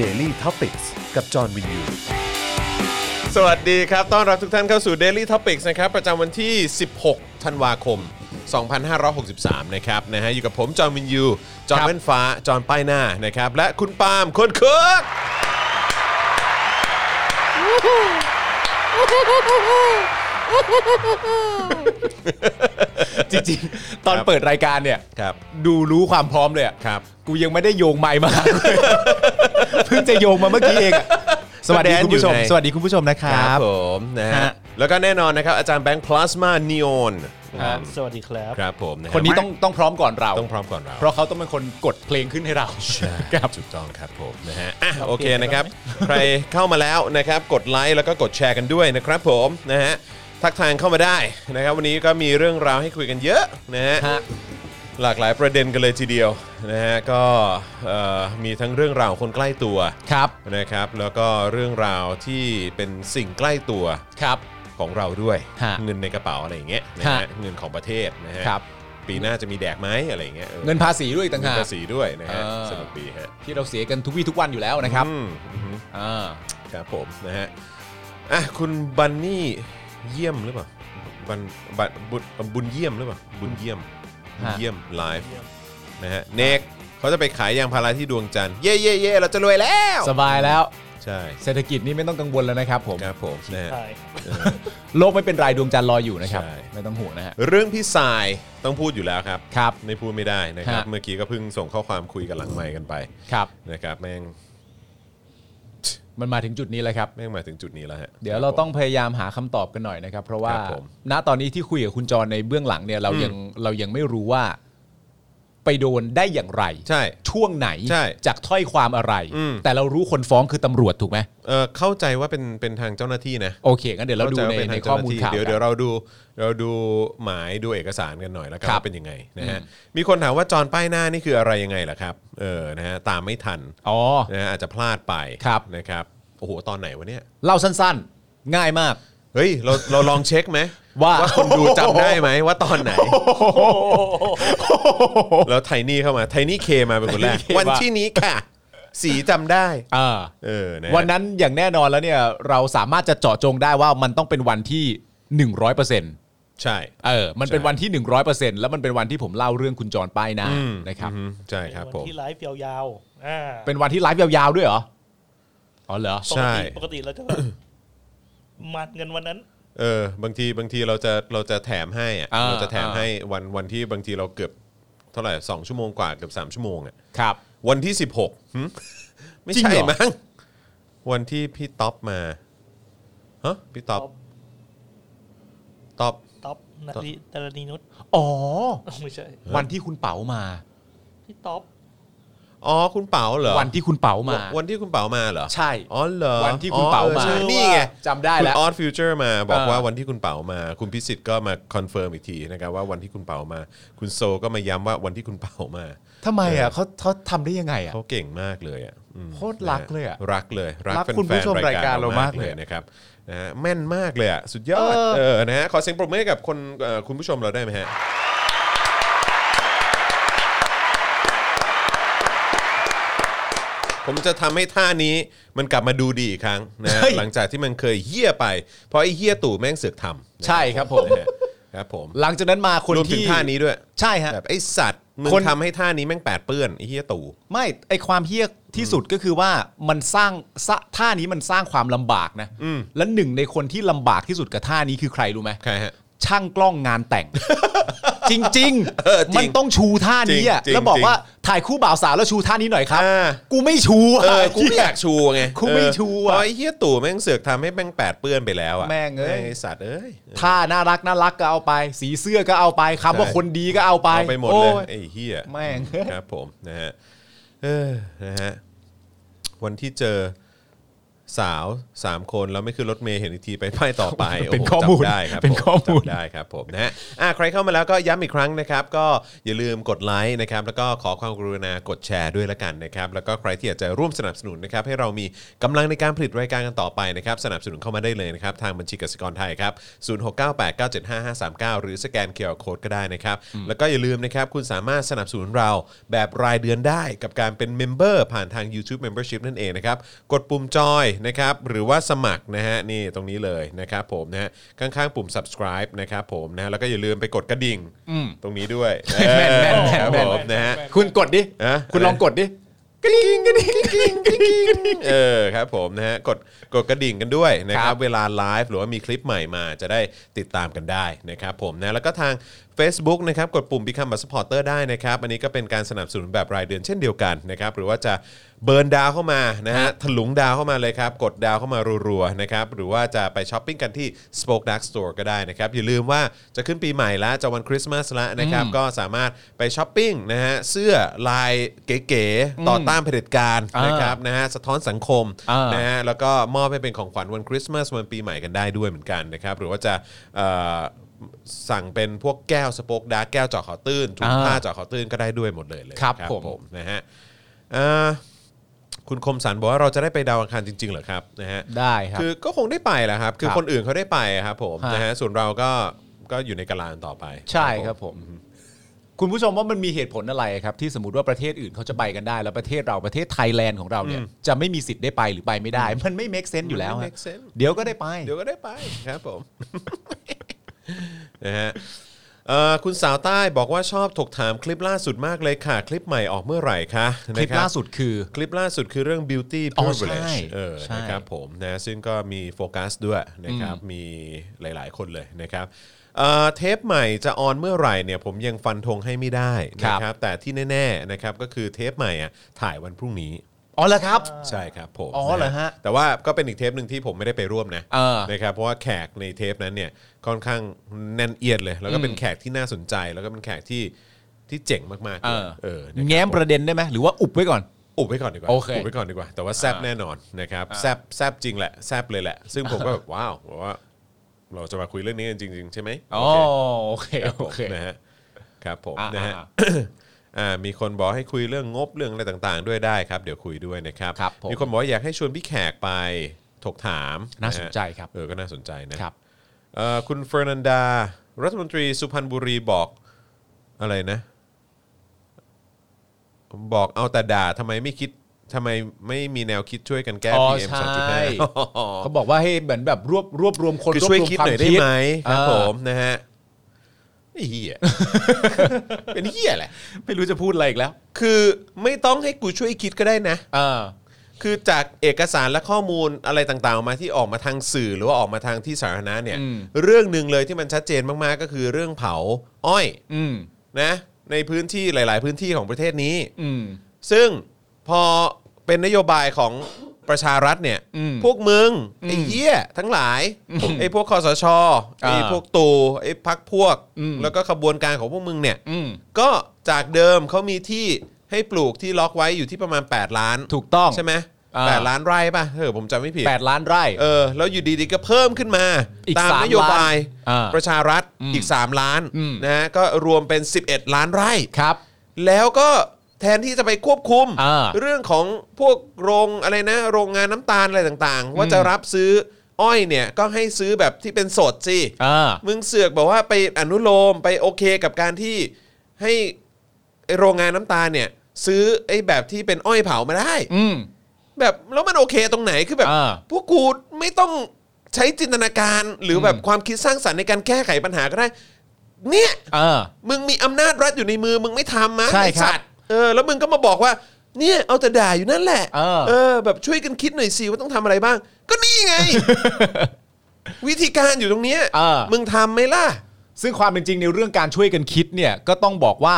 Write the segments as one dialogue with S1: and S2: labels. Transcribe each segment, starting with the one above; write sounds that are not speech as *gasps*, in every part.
S1: Daily t o p i c กกับจอห์นวินยู
S2: สวัสดีครับ ต้อนรับทุกท่านเข้าสู่ Daily Topics นะครับ ประจำวันที่ 16 ธันวาคม 2563 นะครับ นะฮะ อยู่กับผม จอห์นวินยู จอห์น
S3: ครับ
S2: แว่นฟ้า จอห์นป้ายหน้า นะครับ และคุณปาล์มคนเคึก
S3: จริงๆ ตอนเปิดรายการเนี่ย
S2: ครับ
S3: ดูรู้ความพร้อมเลยอะ
S2: ครับ
S3: กูยังไม่ได้โยงไมค์มา *laughs* เพิ่งจะโยงมาเมื่อกี้เองอะ *laughs* สวัสดีคุณผู้ชม สวัสดีคุณผู้ชมนะค
S2: ค
S3: รั
S2: รับ บผมนะฮะ
S3: ฮะ
S2: แล้วก็แน่นอนนะครับ อาจารย์แบงค์พลาสมาเนโอน
S4: สวัสดีครับ
S2: ครับผมะฮะ
S3: คนนี้ต้องต้องพร้อมก่อนเรา
S2: ต้องพร้อมก่อนเรา
S3: เพราะเขาต้องเป็นคนกดเพลงขึ้นให้เรา *laughs*
S2: ครับถูกต้องครับผมนะฮะอ่ะโอเคนะครับ ใครเข้ามาแล้วนะครับกดไลค์แล้วก็กดแชร์กันด้วยนะครับผมนะฮะทักทางเข้ามาได้นะครับ วันนี้ก็มีเรื่องราวให้คุยกันเยอะนะฮะ
S3: ฮะ
S2: หลากหลายประเด็นกันเลยทีเดียวนะฮะก็เอ่อมีทั้งเรื่องราวของคนใกล้ตัว
S3: ครับ
S2: นะครับ แล้วก็เรื่องราวที่เป็นสิ่งใกล้ตัว
S3: ครับ
S2: ของเราด้วย
S3: ฮะ
S2: เงินในกระเป๋าอะไรอย่างเงี้ยนะฮะ
S3: ฮะ
S2: เงินของประเทศนะฮะ
S3: ครับ
S2: ปีหน้าจะมีแดกไหมอะไรอย่างเงี้ยออ
S3: เงินภาษีด้วยอีกต่าง
S2: เงิน
S3: หาก
S2: ภาษีด้วยนะฮะ
S3: เออ
S2: สนุกดีฮะ
S3: ที่เราเสียกันทุกวี่ทุกวันอยู่แล้วนะครับ
S2: อืมอืม
S3: อ่า
S2: ครับผมนะฮะ อ่ะคุณบันนี่เยี่ยมหรือเปล่าบันบันบุญบุญเยี่ยมหรือเปล่าบุญเยี่ยมบุญเยี่ยมไลฟ์นะฮะเนกเขาจะไปขายยางพาราที่ดวงจันทร์เย่เย่เย่เราจะรวยแล้ว
S3: สบายแล้ว
S2: ใช่
S3: เศรษฐกิจนี่ไม่ต้องกังวลแล้วนะครับผม
S2: ครับผมนะฮะ
S4: ใช่
S3: โลกไม่เป็นไรดวงจันทร์ลอยอยู่นะครับ
S2: ใช่
S3: ไม่ต้องห่วงนะฮะ
S2: เรื่องพี่สายต้องพูดอยู่แล้วครับ
S3: ครับ
S2: ไม่พูดไม่ได้นะครับ
S3: ฮะ
S2: เมื่อกี้ก็เพิ่งส่งข้อความคุยกันหลังไมค์กันไป
S3: ครับ
S2: นะครับแม่ง
S3: มันมาถึงจุดนี้แล้วครับ
S2: แม่งมาถึงจุดนี้แล้วฮะ
S3: เดี๋ยวเราต้องพยายามหาคำตอบกันหน่อยนะครับ เพราะว่า
S2: ครับผม
S3: ณตอนนี้ที่คุยกับคุณจรในเบื้องหลังเนี่ยเรายังเรายังไม่รู้ว่า ไปโดนได้อย่างไร
S2: ใช่
S3: ช่วงไหน
S2: ใช่
S3: จากถ้อยความอะไร
S2: อืม
S3: แต่เรารู้คนฟ้องคือตำรวจถูกไหม
S2: เออเข้าใจว่าเป็นเป็นทางเจ้าหน้าที่นะ
S3: โอเคงั้นเดี๋ยวเราดู
S2: ข้ใจ
S3: ใน
S2: ว่ป็
S3: ใน
S2: ทง
S3: ข้อ
S2: เจ้ห
S3: มูล
S2: ที่
S3: ข่าว
S2: เดี๋ยวเดี๋ยวเราดูเราดูหมายดูเอกสารกันหน่อยแล้วกัน
S3: ครับ
S2: ว่าเป็นยังไงนะฮะมีคนถามว่าจอนป้ายหน้านี่คืออะไรยังไงล่ะครับเออนะฮะตามไม่ทัน
S3: อ๋อ
S2: นะฮะอาจจะพลาดไป
S3: ครับ
S2: นะครับโอ้โหตอนไหนวะเนี่ย
S3: เล่าสั้นๆ ง่ายมาก
S2: เฮ้ยเราเราลองเช็คไหม
S3: ว่า
S2: คนดูจำได้ไหมว่าต
S3: *laughs*
S2: อนไหนแล้วไทนี่เข้ามาไทนี่เคมาเป็นคนแร
S3: *laughs* ไท
S2: ก
S3: นี่เคมา
S2: วันที่นี้ค่ะ สีจำได้
S3: เออ
S2: เออนะฮะ
S3: วันนั้นอย่างแน่นอนแล้วเนี่ยเราสามารถจะเจาะจงได้ว่ามันต้องเป็นวันที่ 100%เ
S2: ใช่
S3: ออมันเป็นวันที่ 100%แล้วมันเป็นวันที่ผมเล่าเรื่องคุณจรป้ายหน้านะครับ
S2: อืมใช่ครับ
S4: วั
S2: ผม
S4: ที่ไลฟ์ยาวๆอ่า
S3: เป็นวันที่ไลฟ์ยาวๆด้วยเหรอ อ๋อเหรอ
S4: ป
S2: ใช่
S4: กติปกติเราจะแบบ *coughs* มัดเงินวันนั้น
S2: เออบางทีบางทีเราจะเราจะแถมให้อะ
S3: อ่า
S2: เราจะแถมให้วันวันที่บางทีเราเกือบเท่าไหร่สองชั่วโมงกว่าเกือบสามชั่วโมงอะ
S3: ครับ
S2: วันที่สิบหกไม่
S3: จริง
S2: ใช่
S3: เหรอ
S2: มั้งวันที่พี่ท็อปมาฮะพี่ท็อป
S4: ท็อป
S2: ท็อป
S4: ท็อปนาทีตรณีนุช *coughs*
S3: อ๋อ
S4: ไม่ใช่
S3: วันที่คุณเป๋ามา
S4: พี่ท็อป
S2: อ๋อคุณเป๋าเหรอ
S3: วันที่คุณเป๋ามา
S2: วันที่คุณเป๋ามาเหรอ
S3: ใช่
S2: อ๋อเหรอ
S3: วันที่คุณเป๋ามา
S2: อ๋อออใช่นี่ไง
S3: จำได้
S2: คุณ
S3: แล้ว
S2: ออสฟิวเจอร์มาบอก
S3: เออ
S2: ว่าวันที่คุณเป๋ามา คุณพิสิทธิ์ก็มาคอนเฟิร์มอีกทีนะครับว่าวันที่คุณเป๋ามา คุณโซก็มาย้ำว่าวันที่คุณเป๋ามา
S3: ทำไมอ่ะเขาเขาทำได้ยังไงอ่ะ
S2: เขาเก่งมากเลยอ่ะอืม
S3: โคตรรักเลยอะ
S2: นฮรักเลย
S3: รักคุณผู้ชม
S2: แฟนๆ
S3: รายการเรามากเลย
S2: นะครับนะฮะแม่นมากเลยอ่ะสุดยอด
S3: เออ
S2: เออนะฮะขอเสียงปรบมือให้กับคนเอ่อคุณผู้ชมเราได้ไหมฮะผมจะทำให้ท่านี้มันกลับมาดูดีอีกครั้งนะฮะ
S3: เฮ้ย
S2: หลังจากที่มันเคยเหี้ยไป เพราะไอ้เหี้ยตู่แม่งเสือกทำ
S3: ใช่ครับผม
S2: นะฮะครับผม
S3: *laughs* หลังจากนั้นมาคน
S2: รวมถึง
S3: ที่
S2: ท่านี้ด้วย
S3: ใช่ฮะ
S2: แบบไอ้สัตว์มึง
S3: คน
S2: ทำให้ท่านี้แม่งแปดเปื้อนไอ้เหี้ยตู่
S3: ไม่ไอความเฮี้ยที่สุดก็คือว่ามันสร้างสะท่านี้มันสร้างความลำบากนะ
S2: อืม
S3: และหนึ่งในคนที่ลำบากที่สุดกับท่านี้คือใครรู้ไหม
S2: ใครฮะ
S3: ช่างกล้องงาน *laughs* แต่ง จริง
S2: เออจริง
S3: มันต้องชูท่านี้อ่ะ
S2: จริงๆ
S3: แล้วบอก
S2: จริง
S3: ว่าถ่ายคู่บ่าวสาวแล้วชูท่านี้หน่อยครับ
S2: อ่า
S3: กูไม่ชูะ
S2: เออ กูไม่อยากชูไง
S3: กูไม่ชูอะ
S2: เเพราไอ้เหี้ยตู่แม่งเสือกทำให้แม่งแปดเปื้อนไปแล้วอะ
S3: แม่งเอ้ย
S2: ไสัตว์เอ้ย
S3: ท่าน่ารักน่ารักก็เอาไป สีเสื้อก็เอาไปคำว่า
S2: ใช่
S3: คนดีก็เอาไป
S2: เอาไปหมดเลย
S3: โอ้
S2: ไอ้เหี้ย
S3: แม่ง
S2: ครับผมนะฮะ เออ นะฮะ วันที่เจอ สาว 3 คนแล้วไม่ขึ้นรถเมย์เห็นอีกทีไปป้ายต่อไปโโห
S3: เป็นข้อมูล
S2: จำได้ครับ
S3: เป็นข้อมูล
S2: จำได้ครับผมนะฮะอ่ะใครเข้ามาแล้วก็ย้ำอีกครั้งนะครับ ก็อย่าลืมกดไลค์นะครับ แล้วก็ขอความกรุณากดแชร์ด้วยละกันนะครับ แล้วก็ใครที่อยากจะร่วมสนับสนุนนะครับ ให้เรามีกำลังในการผลิตรายการกันต่อไปนะครับ สนับสนุนเข้ามาได้เลยนะครับ ทางบัญชีกสิกรไทยครับ 0698975539 หรือสแกนเคอร์โคดก็ได้นะครับ แล้วก็อย่าลืมนะครับ คุณสามารถสนับสนุนเราแบบรายเดือนได้กับการเป็นเมมเบอร์ผ่านทาง YouTube Membership นั่นเองนะครับ กดปุ่มจอยนะครับ หรือว่าสมัครนะฮะ นี่ตรงนี้เลยนะครับผมนะฮะ ข้างๆปุ่ม subscribe นะครับผมนะฮะแล้วก็อย่าลืมไปกดกระดิ่งตรงนี้ด้วย
S3: แม่นแม่นแม่น
S2: ครับผมนะฮะ
S3: คุณกดดิ
S2: ฮะ
S3: คุณลองกดดิ
S2: กระดิ่งกระดิ่งกระดิ่งกระดิ่งกระดิ่งเออครับผมนะฮะกดกดกระดิ่งกันด้วยนะค
S3: ค
S2: รั
S3: รับ บ
S2: เวลาไลฟ์หรือว่ามีคลิปใหม่มาจะได้ติดตามกันได้นะครับผมนะแล้วก็ทาง Facebook นะครับกดปุ่ม Become a supporter ได้นะครับ อันนี้ก็เป็นการสนับสนุนแบบรายเดือนเช่นเดียวกันนะครับหรือว่าจะเบิร์นดาวเข้ามานะฮะถลุงดาวเข้ามาเลยครับ กดดาวเข้ามารัวๆนะครับหรือว่าจะไปช้อปปิ้งกันที่ Spoke Dark Store ก็ได้นะครับ อย่าลืมว่าจะขึ้นปีใหม่แล้วจะวันคริสต์มาสละนะครับก็สามารถไปช้อปปิ้งนะฮะเสื้อลายเก๋ๆต่อต้านเผด็จการ
S3: อ่าน
S2: นะครับ นะฮะสะท้อนสังคม
S3: อ่าน
S2: นะฮะแล้วก็มอบให้เป็นของขวัญวันคริสต์มาสวันปีใหม่กันได้ด้วยเหมือนกันนะครับ หรือว่าจะเอ่อสั่งเป็นพวกแก้วสป็อกดาร์กแก้วเจาะขาวตื้นถุงผ้าเจาะขาวตื้นก็ได้ด้วยหมดเลยเลย
S3: ครับผม
S2: นะฮะเอ่อคุณคมสันบอกว่าเราจะได้ไปดาวอังคารจริงๆเหรอครับนะฮะ
S3: ได้ครับ
S2: คือก็คงได้ไปแหละครับ คือ
S3: ครับ
S2: คนอื่นเขาได้ไปครับผม
S3: ฮะ
S2: นะฮะส่วนเราก็ก็อยู่ในกาลานต่อไป
S3: ใช่ครับผม คุณผู้ชมว่ามันมีเหตุผลอะไรครับ ที่สมมติว่าประเทศอื่นเขาจะไปกันได้ แล้วประเทศเราประเทศไทยแลนด์ของเราเนี่ยจะไม่มีสิทธิ์ได้ไปหรือไปไม่ได้ มันไม่ make sense อยู่แล้ว
S2: ไม่
S3: ฮะ
S2: make sense
S3: เดี๋ยวก็ได้ไป
S2: เดี๋ยวก็ได้ไปครับผม *laughs* นะฮะเอ่อคุณสาวใต้บอกว่าชอบถกถามคลิปล่าสุดมากเลยค่ะ คลิปใหม่ออกเมื่อไหร่คะ
S3: คลิป
S2: นะรับ
S3: ล่าสุดคือ
S2: คลิปล่าสุดคือเรื่อง beauty
S3: อ๋อ
S2: privilege
S3: ใช่
S2: เออ
S3: ใช่
S2: นะครับผมนะซึ่งก็มีโฟกัสด้วยนะครับ มีหลายๆ คนเลยนะครับเอ่อเทปใหม่จะออนเมื่อไหร่เนี่ยผมยังฟันธงให้ไม่ได้นะค
S3: ครั
S2: รับ
S3: บ
S2: แต่ที่แน่ๆนะครับก็คือเทปใหม่อ่ะถ่ายวันพรุ่งนี้
S3: อ๋อแล้วครับ
S2: ใช่ครับผม
S3: อ๋อเหรอฮะ
S2: แต่ว่าก็เป็นอีกเทปหนึ่งที่ผมไม่ได้ไปร่วมนะ
S3: เออ
S2: นะครับเพราะว่าแขกในเทปนั้นเนี่ยค่อนข้างแน่นเอียดเลย แล้วก็เป็นแขกที่น่าสนใจ แล้วก็เป็นแขกที่ที่เจ๋งมากๆลย
S3: เออ
S2: เออนะครับ
S3: แง้มประเด็นได้ไหมหรือว่าอุบไว้ก่อน
S2: อุบไว้ก่อนดีกว่า
S3: โอเค
S2: อุบไว้ก่อนดีกว่า แต่ว่าแซบ
S3: อ่า
S2: แน่นอนนะครับแซบแซบจริงแหละแซบเลยแหละ ซึ่งผม
S3: *laughs*
S2: ก็แบบ ว้าวบอกว่า เราจะมาคุยเรื่องนี้กันจริง ๆ ใช่ไหม
S3: ๋อโอเค
S2: โอเคครั
S3: โอเค
S2: บผมนะฮะครับผม
S3: อ่า
S2: นะฮะ
S3: อ่า
S2: อ่ามีคนบอกให้คุยเรื่องงบเรื่องอะไรต่างๆ ด้วยได้ครับ เดี๋ยวคุยด้วยนะครับ
S3: ครับผม
S2: มีคนบอกว่าอยากให้ชวนพี่แขกไปถกถาม
S3: น่าสนใจครับ
S2: เออก็น่าสนใจนะครับ เอ่อคุณเฟอร์นันดา รัฐมนตรีสุพรรณบุรีบอกอะไรนะ บอกเอาแต่ด่าทำไมไม่คิดทำไมไม่มีแนวคิดช่วยกันแก้
S3: อ๋อ
S2: พีเอ็ม
S3: ใช่
S2: สามจุดห้า
S3: เขาบอกว่าให้เหมือนแบบรวบรวบรวมคน
S2: คือ
S3: รวบ
S2: ช่วย
S3: รวม
S2: คิด
S3: วา
S2: หน่อยได้ไหมครับ
S3: เออ
S2: ผมนะฮะไอ้เหี้ย *laughs* เป็นเหี้ยแหละ
S3: ไม่รู้จะพูดอะไรอีกแล้ว
S2: คือไม่ต้องให้กูช่วยคิดก็ได้นะ
S3: เออ
S2: คือจากเอกสารและข้อมูลอะไรต่างๆออกมาที่ออกมาทางสื่อหรือว่าออกมาทางที่สาธารณะเนี่ย
S3: อืม
S2: เรื่องหนึ่งเลยที่มันชัดเจนมากๆก็คือเรื่องเผาอ้อย
S3: อืม
S2: นะในพื้นที่หลาย ๆ พื้นที่ของประเทศนี้
S3: อืม
S2: ซึ่งพอเป็นนโยบายของประชารัฐเนี่ย
S3: อืม
S2: พวกมึงไอ้เหี้ยทั้งหลายไอ้พวกคอสชไอ้
S3: อ่า
S2: พวกตู่ไอ้พักพวก
S3: อืม
S2: แล้วก็ขบวนการของพวกมึงเนี่ย
S3: อืม
S2: ก็จากเดิมเขามีที่ให้ปลูกที่ล็อกไว้อยู่ที่ประมาณ 8 ล้าน
S3: ถูกต้อง
S2: ใช่ไหม
S3: อ่า
S2: แปดล้านไร่ป่ะเออผมจำไม่ผิด
S3: แปดล้านไร่
S2: เออแล้วอยู่ดีๆก็เพิ่มขึ้นมา
S3: อีก
S2: ตาม
S3: สาม
S2: นโยบาย
S3: ล้านอ่า
S2: ประชารัฐ
S3: อืม
S2: อีก 3 ล้าน
S3: อืม
S2: นะฮะก็รวมเป็น 11 ล้านไร่
S3: ครับ
S2: แล้วก็แทนที่จะไปควบคุม
S3: อ่า
S2: เรื่องของพวกโรงอะไรนะ โรงงานน้ำตาลอะไรต่างๆ ว่าจะรับซื้ออ้อยเนี่ย ก็ให้ซื้อแบบที่เป็นสดสิ
S3: อ่า
S2: มึงเสือกบอกว่าไปอนุโลมไปโอเคกับการที่ให้ไอ้โรงงานน้ำตาลเนี่ย ซื้อไอ้แบบที่เป็นอ้อยเผามาได้
S3: อืม
S2: แบบแล้วมันโอเคตรงไหนคือแบบ
S3: อ่า
S2: พวกกูไม่ต้องใช้จินตนาการหรือแบบความคิดสร้างสรรค์ในการแก้ไขปัญหาก็ได้ เนี่ย
S3: อ่า
S2: มึงมีอำนาจรัฐอยู่ในมือ มึงไม่ทำมั้ง
S3: ใช่
S2: ไอ้
S3: ครับ
S2: สัตว์เออแล้วมึงก็มาบอกว่า เนี่ยเอาแต่ด่าอยู่นั่นแหละ
S3: เออ
S2: แบบช่วยกันคิดหน่อยสิว่าต้องทำอะไรบ้าง ก็นี่
S3: *laughs*
S2: ไง วิธีการอยู่ตรงเนี้ย
S3: เออ
S2: มึงทำไหมล่ะ
S3: ซึ่งความเป็นจริงในเรื่องการช่วยกันคิดเนี่ยก็ต้องบอกว่า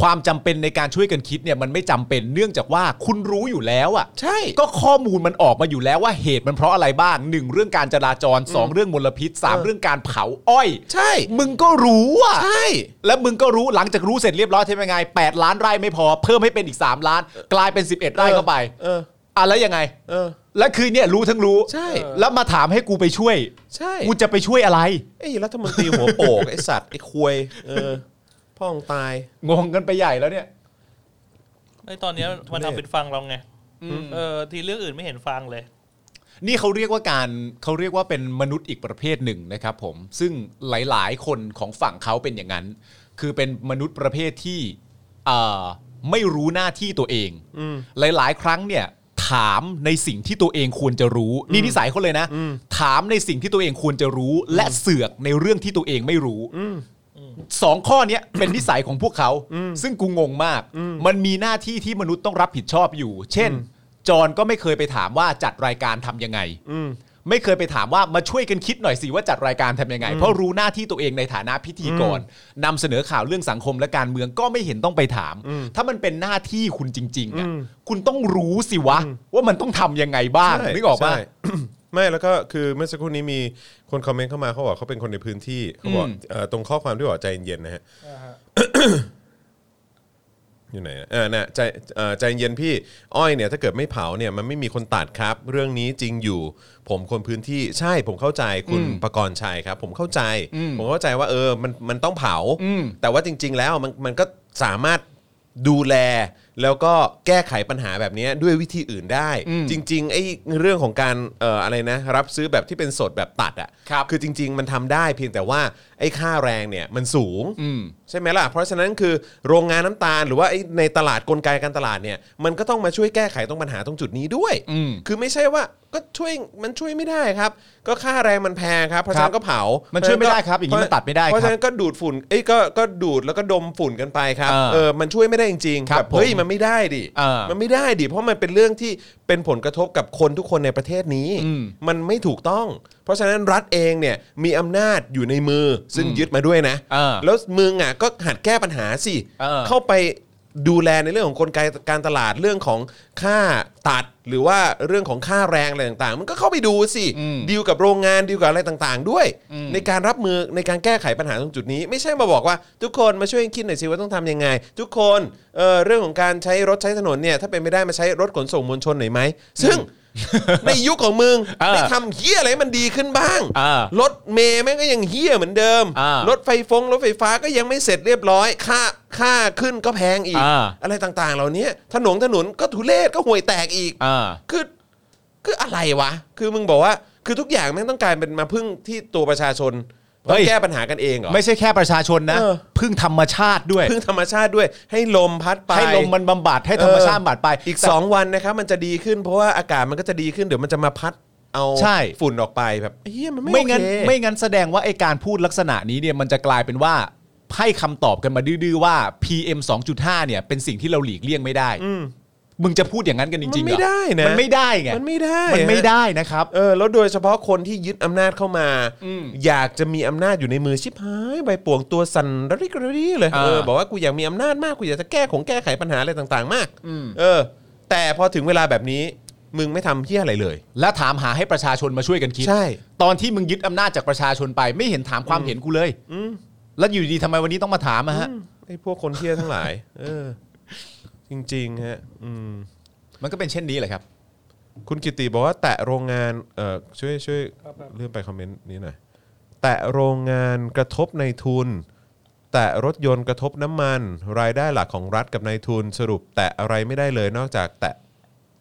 S3: ความจำเป็นในการช่วยกันคิดเนี่ยมันไม่จำเป็นเนื่องจากว่าคุณรู้อยู่แล้วอ่ะ
S2: ใช่
S3: ก็ข้อมูลมันออกมาอยู่แล้วว่าเหตุมันเพราะอะไรบ้างหนึ่งเรื่องการจราจรสองเรื่องมลพิษสามเรื่องการเผาอ้อย
S2: ใช่
S3: มึงก็รู้อ่ะ
S2: ใช่
S3: แล้วมึงก็รู้หลังจากรู้เสร็จเรียบร้อยใช่ไหมไง8ล้านไร่ไม่พอเพิ่มให้เป็นอีก 3 ล้าน กลายเป็น 11 ไร่เข้าไป
S2: เออ
S3: อ่ะแล้วยังไง
S2: เออ
S3: และคือเนี่ยรู้ทั้งรู้
S2: ใช่
S3: แล้วมาถามให้กูไปช่วย
S2: ใช่
S3: กูจะไปช่วยอะไร
S2: ไอ้รัฐมนตรีหัวโปก ไอ้สัตว์ไอ้ควยเออพ่อของตาย
S3: งงกันไปใหญ่แล้วเนี่ย
S4: ไอ้ตอนเนี้ยมันทำเป็นฟังเราไงเออทีเรื่องอื่นไม่เห็นฟังเลย
S3: นี่เขาเรียกว่าการเขาเรียกว่าเป็นมนุษย์อีกประเภทหนึ่งนะครับผม ซึ่งหลาย ๆ คนของฝั่งเขาเป็นอย่างนั้น คือเป็นมนุษย์ประเภทที่เอ่อไม่รู้หน้าที่ตัวเอง หลาย ๆ ครั้งเนี่ยถามในสิ่งที่ตัวเองควรจะรู้ นี่นิสัยเขาเลยนะ ถามในสิ่งที่ตัวเองควรจะรู้ และเสือกในเรื่องที่ตัวเองไม่รู้ สองข้อเนี้ย เป็นนิสัยของพวกเขา ซึ่งกูงงมาก มันมีหน้าที่ที่มนุษย์ต้องรับผิดชอบอยู่ เช่น จอนก็ไม่เคยไปถามว่าจัดรายการทำยังไง ไม่เคยไปถามว่ามาช่วยกันคิดหน่อยสิว่าจัดรายการทำยังไง เพราะรู้หน้าที่ตัวเองในฐานะพิธีกรนำเสนอข่าวเรื่องสังคมและการเมืองก็ไม่เห็นต้องไปถาม ถ้ามันเป็นหน้าที่คุณจริงๆอ่ะคุณต้องรู้สิวะ ว่ามันต้องทำยังไงบ้าง
S2: ใช่
S3: นึกออกปะ *clears throat*
S2: ใช่ ไม่แล้วก็คือเมื่อสักครู่นี้มีคนคอมเมนต์เข้ามาเขาบอกเขาเป็นคนในพื้นที่เขาบอก
S3: อืม
S2: เอ่อตรงข้อความที่บอกใจเย็นๆนะฮะ อยู่ไหนนะเออน่ะใจเอ่อใจเย็นพี่อ้อยเนี่ยถ้าเกิดไม่เผาเนี่ยมันไม่มีคนตัดครับ เรื่องนี้จริงอยู่ ผมคนพื้นที่ใช่ผมเข้าใจคุณประกรณ์ชัยครับ ผมเข้าใจ ผมเข้าใจว่าเออมันมันต้องเผา แต่ว่าจริง ๆ แล้วมันมันก็สามารถดูแล แล้วก็แก้ไขปัญหาแบบเนี้ยด้วยวิธีอื่นได้ จริงๆไอ้เรื่องของการเอ่ออะไรนะ รับซื้อแบบที่เป็นสดแบบตัดอ่ะ
S3: ครับ
S2: คือจริง ๆ มันทำได้เพียงแต่ว่าไอ้ค่าแรงเนี่ยมันสูง
S3: อืม
S2: ใช่ไหมล่ะ เพราะฉะนั้นคือโรงงานน้ำตาลหรือว่าไอ้ในตลาดกลไกการตลาดเนี่ย มันก็ต้องมาช่วยแก้ไขตรงปัญหาตรงจุดนี้ด้วย
S3: อืม
S2: คือไม่ใช่ว่าก็ช่วยมันช่วยไม่ได้ครับ ก็ค่าแรงมันแพงครับ เพราะฉะนั้นก็เผา
S3: มั
S2: มัน
S3: ช่วยไม่ได้ครับอย่างนี้มันตัดไม่ได้ครับ
S2: เพราะฉะนั้นก็ดูดฝุ่น เอ้ยก็ก็ดูดแล้วก็ดมฝุ่นกันไปครับ
S3: เออ
S2: เออ มันช่วยไม่ได้จริงๆ
S3: ครับ
S2: แเฮ้ย
S3: ผม
S2: มันไม่ได้ดิ
S3: เออ
S2: มันไม่ได้ดิ เพราะมันเป็นเรื่องที่เป็นผลกระทบกับคนทุกคนในประเทศนี้
S3: อืม
S2: มันไม่ถูกต้อง เพราะฉะนั้นรัฐเองเนี่ยมีอำนาจอยู่ในมือซึ่งยึดมาด้วยนะ
S3: อ่า
S2: แล้วมึงอ่ะก็หัดแก้ปัญหาสิ
S3: เออ
S2: ไปดูแลในเรื่องของกลไกการตลาดเรื่องของค่าตัดหรือว่าเรื่องของค่าแรงอะไรต่างๆ มันก็เข้าไปดูสิ
S3: อืม
S2: ดีลกับโรงงานดีลกับอะไรต่างๆ ด้วย
S3: อืม
S2: ในการรับมือในการแก้ไขปัญหาตรงจุดนี้ ไม่ใช่มาบอกว่า ทุกคนมาช่วยกันคิดหน่อยสิว่าต้องทำยังไง ทุกคนเอ่อเรื่องของการใช้รถใช้ถนนเนี่ยถ้าเป็นไม่ได้มาใช้รถขนส่งมวลชนหน่อยไหมซึ่ง ในยุคของมึง
S3: เออ
S2: ได้ทำเฮี้ยอะไรให้มันดีขึ้นบ้าง
S3: เออ
S2: รถเมย์แม่งก็ยังเฮี้ยเหมือนเดิม
S3: อ่าร
S2: ถไฟฟงรถไฟฟ้าก็ยังไม่เสร็จเรียบร้อย ค่าค่าขึ้นก็แพงอีก
S3: อ่า
S2: อะไรต่างๆ เหล่านี้ถนนถนนก็ทุเรศก็ห่วยแตกอีก
S3: อ่า
S2: คือคืออะไรวะ คือมึงบอกว่าคือทุกอย่างแม่งต้องกลารเป็นมาพึ่งที่ตัวประชาชนต้
S3: เฮ้
S2: อง
S3: ย
S2: แก้ปัญหากันเองเหรอ
S3: ไม่ใช่แค่ประชาชนนะ
S2: เออ
S3: พึ่งธรรมชาติด้วย
S2: พึ่งธรรมชาติด้วย ให้ลมพัดไป
S3: ให้ลมมันบำบัดให้ธรรมชาติบำบัดไป
S2: เอออีก 2 วันนะครับมันจะดีขึ้นเพราะว่าอากาศมันก็จะดีขึ้นเดี๋ยวมันจะมาพัดเอา
S3: ใช่
S2: ฝุ่นออกไปแบบเฮียมันไม่
S3: ไม่
S2: โอเค
S3: งั้นไม่งั้นแสดงว่าไอการพูดลักษณะนี้เนี่ยมันจะกลายเป็นว่าให้คำตอบกันมาดื้อๆว่า PM 2.5 เนี่ยเป็นสิ่งที่เราหลีกเลี่ยงไม่ได้ มึงจะพูดอย่างนั้นกันจริงๆเหรอ
S2: มันไม่ได้นะ
S3: มันไม่ได้ไง
S2: มันไม่ได้
S3: มันไม่ได้นะครับ
S2: เออแล้วโดยเฉพาะคนที่ยึดอำนาจเข้ามา
S3: อืม
S2: อยากจะมีอำนาจอยู่ในมือชิบหายใบป่วงตัวสั่นระริกระรีเลย
S3: อ่า
S2: เออบอกว่ากูอยากมีอำนาจมากกูอยากจะแก้ของแก้ไขปัญหาอะไรต่างๆ มาก
S3: อืม
S2: เออ แต่พอถึงเวลาแบบนี้มึงไม่ทำเฮี้ยอะไรเลย
S3: และถามหาให้ประชาชนมาช่วยกันคิด
S2: ใช่
S3: ตอนที่มึงยึดอำนาจจากประชาชนไป ไม่เห็นถามความเห็นกูเลยแล้วอยู่ดีทำไมวันนี้ต้องมาถามอะฮะ
S2: ไอ้พวกคนเฮี้ยทั้งหลาย เออ จริงๆฮะ อืม
S3: มันก็เป็นเช่นนี้แหละครับ
S2: คุณกิติบอกว่าแตะโรงงานเอ่อช่วยช่วย
S4: ครับครับ
S2: เลื่อนไปคอมเมนต์นี้หน่อยแตะโรงงานกระทบในทุน แตะรถยนต์กระทบน้ำมัน รายได้หลักของรัฐกับในทุนสรุป แตะอะไรไม่ได้เลยนอกจากแตะ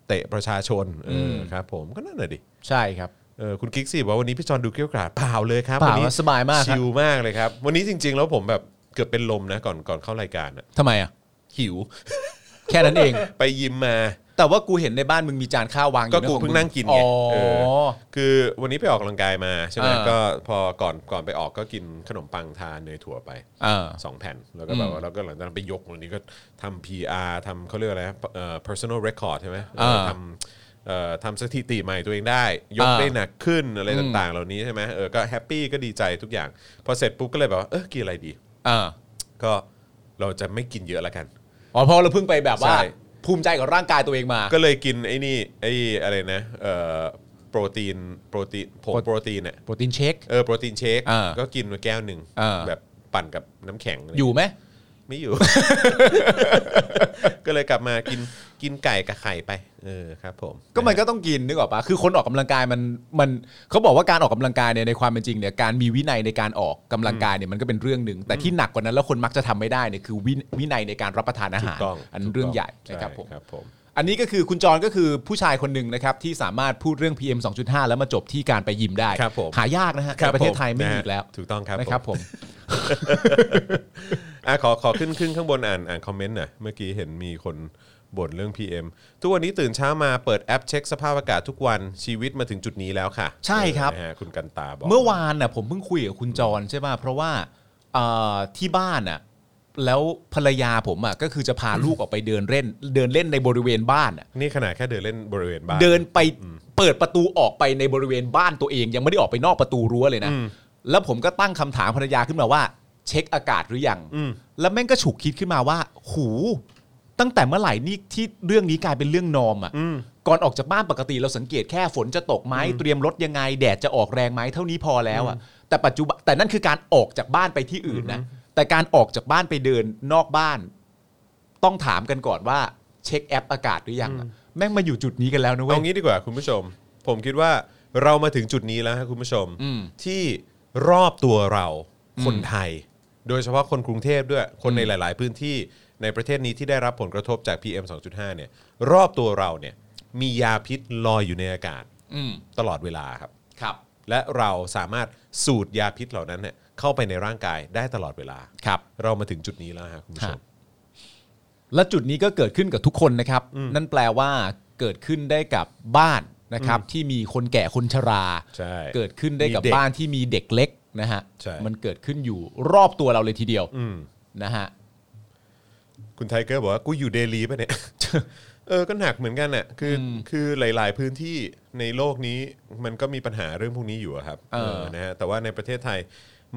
S2: เตะประชาชนเออครับ ผมก็นั่นแหละดิ
S3: ใช่ครับ
S2: เออคุณกิ๊กซี่บอกว่าวันนี้พี่จอนดูเกรี้ยวกราดเปล่าเลยครับ
S3: เปล่า
S2: วันนี้
S3: สบายมากครับ
S2: ชิลมากเลยครับ วันนี้จริง ๆ แล้วผมแบบเกือบเป็นลมนะก่อนก่อนเข้ารายการอะ
S3: ทำไมอ่ะ
S2: หิว
S3: *laughs* แค่นั้นเอง
S2: ไปยิมมา
S3: แต่ว่ากูเห็นในบ้านมึงมีจานข้าววางอยู่
S2: ก็
S3: นะ
S2: กู
S3: ขอ
S2: เพิ่ง
S3: มึ
S2: นั่งกิน
S3: อ๋
S2: ไง
S3: อ
S2: เออคือวันนี้ไปออกกำลังกายมาใช่ไหม
S3: อ่า
S2: ก็พอก่อนก่อนไปออกก็กินขนมปังทานเนยถั่วไป
S3: เออ
S2: สองแผ่น แล้วก็แบบว่าเราก็หลังจากนั้นไปยกวันนี้ก็ทำ PR ทำเขาเรียกอะไรนะเอ่อ personal record ใช่ไหม
S3: อ่า
S2: ทำเอ่อทำสถิติใหม่ตัวเองได้ ยก
S3: อ่า
S2: ได้หนักขึ้นอะไรต่างๆ เหล่านี้ใช่ไหมเออก็แฮปปี้ก็ดีใจทุกอย่าง พอเสร็จปุ๊บก็เลยแบบว่าเออกินอะไรดี
S3: เออ
S2: ก็เราจะไม่กินเยอะละกัน
S3: อ๋อเพราะเราเพิ่งไปแบบว่า
S2: ใช่
S3: ภูมิใจกับร่างกายตัวเองมา
S2: ก็เลยกินไอ้นี่ไอ้อะไรนะเอ่อโปรตีนโปรตีนผง
S3: โปร
S2: โปรตีนเนี่ย
S3: โปรตีนเช็ค
S2: เออโปรตีนเชค
S3: อ่า
S2: ก็กินมาแก้วหนึ่ง
S3: อ่า
S2: แบบปั่นกับน้ำแข็งะไร
S3: อยู่ไหม
S2: ไม่
S3: *laughs*
S2: อยู่ ก็เลยกลับมากินกินไก่กับไข่ไป เออครับ ผม
S3: ก็มันก็ต้องกินนึกออกปะคือคนออกกำลังกายมันมันเขาบอกว่าการออกกำลังกายเนี่ยในความเป็นจริงเนี่ยการมีวินัยในการออกกำลังกายเนี่ยมันก็เป็นเรื่องหนึ่งแต่ที่หนักกว่านั้นแล้วคนมักจะทำไม่ได้เนี่ยคือวินวินัยในการรับประทานอา
S2: ถูก
S3: หาร
S2: ต้อง
S3: อันเรื่องใหญ่นะครับ
S2: ใช่
S3: ผม
S2: ครับ ผม
S3: อันนี้ก็คือคุณจรก็คือผู้ชายคนหนึ่งนะครับที่สามารถพูดเรื่อง PM 2.5 แล้วมาจบที่การไปยิมได้
S2: ครับผม
S3: หายากนะฮะ
S2: คบ
S3: ในประเทศไทย
S2: ผ
S3: ไม่มี
S2: นะฮะ
S3: อีกแล้ว
S2: ถูกต้องครับ
S3: นะครับผม
S2: อ่ะ *laughs* ขอขอขึ้นขึ้นข้างบนอ่านอ่านคอมเมนต์หน่อยเมื่อกี้เห็นมีคนบ่นเรื่อง PM ทุกวันนี้ตื่นเช้ามาเปิดแอปเช็คสภาพอากาศทุกวันชีวิตมาถึงจุดนี้แล้วค่ะ
S3: ใช่ครับ
S2: เออนะฮะคุณกันตาบอก
S3: เมื่อวานน่ะผมเพิ่งคุยกับคุณจรใช่ป่ะเพราะว่าเอ่อที่บ้านน่ะแล้วภรรยาผมอ่ะก็คือจะพาลูกออกไปเดินเล่น เดินเล่นในบริเวณบ้านอ่ะ
S2: นี่ขนาดแค่เดินเล่นบริเวณบ้าน
S3: เดินไปเปิดประตูออกไปในบริเวณบ้านตัวเอง ยังไม่ได้ออกไปนอกประตูรั้วเลยนะ
S2: อืม
S3: แล้วผมก็ตั้งคำถามภรรยาขึ้นมาว่า เช็คอากาศหรือยัง
S2: อืม
S3: แล้วแม่งก็ฉุกคิดขึ้นมาว่า หู ตั้งแต่เมื่อไหร่นี่ที่เรื่องนี้กลายเป็นเรื่องนอมอะ
S2: อืม
S3: ก่อนออกจากบ้านปกติเราสังเกตแค่ฝนจะตกไหมเตรียมรถยังไง แดดจะออกแรงไหมเท่านี้พอแล้วอะแต่ปัจจุบันแต่นั่นคือการออกจากบ้านไปที่อื่นนะแต่การออกจากบ้านไปเดินนอกบ้าน ต้องถามกันก่อนว่า เช็คแอปอากาศหรือยังอะแม่งมาอยู่จุดนี้กันแล้วนะเว้
S2: เอา
S3: ย
S2: งี้ดีกว่าคุณผู้ชม ผมคิดว่าเรามาถึงจุดนี้แล้วฮะคุณผู้ชม
S3: อืม
S2: ที่รอบตัวเราคนไทย โดยเฉพาะคนกรุงเทพด้วยคนในหลาย ๆ พื้นที่ในประเทศนี้ที่ได้รับผลกระทบจาก PM 2.5 เนี่ย รอบตัวเราเนี่ย มียาพิษลอยอยู่ในอากาศ
S3: อืม
S2: ตลอดเวลาครับ
S3: ครับ
S2: และเราสามารถสูดยาพิษเหล่านั้นเนี่ยเข้าไปในร่างกายได้ตลอดเวลา
S3: ครับ
S2: เรามาถึงจุดนี้แล้วฮะคุณผู้ชม
S3: และจุดนี้ก็เกิดขึ้นกับทุกคนนะครับ นั่นแปลว่าเกิดขึ้นได้กับบ้านนะครับ ที่มีคนแก่คนชรา
S2: ใช่
S3: เกิดขึ้นได้กับ
S2: มีเด็ก
S3: บ้านที่มีเด็กเล็กนะฮะ
S2: ใช่
S3: มันเกิดขึ้นอยู่รอบตัวเราเลยทีเดียว
S2: อืม
S3: นะฮะ
S2: คุณไทเกอร์บอกว่ากูอยู่เดลีป่ะเนี่ย
S3: *laughs*
S2: เออก็หนักเหมือนกันน่ะคืออคือหลาย ๆ พื้นที่ในโลกนี้มันก็มีปัญหาเรื่องพวกนี้อยู่อะครับ
S3: เออ
S2: นะฮะแต่ว่าในประเทศไทย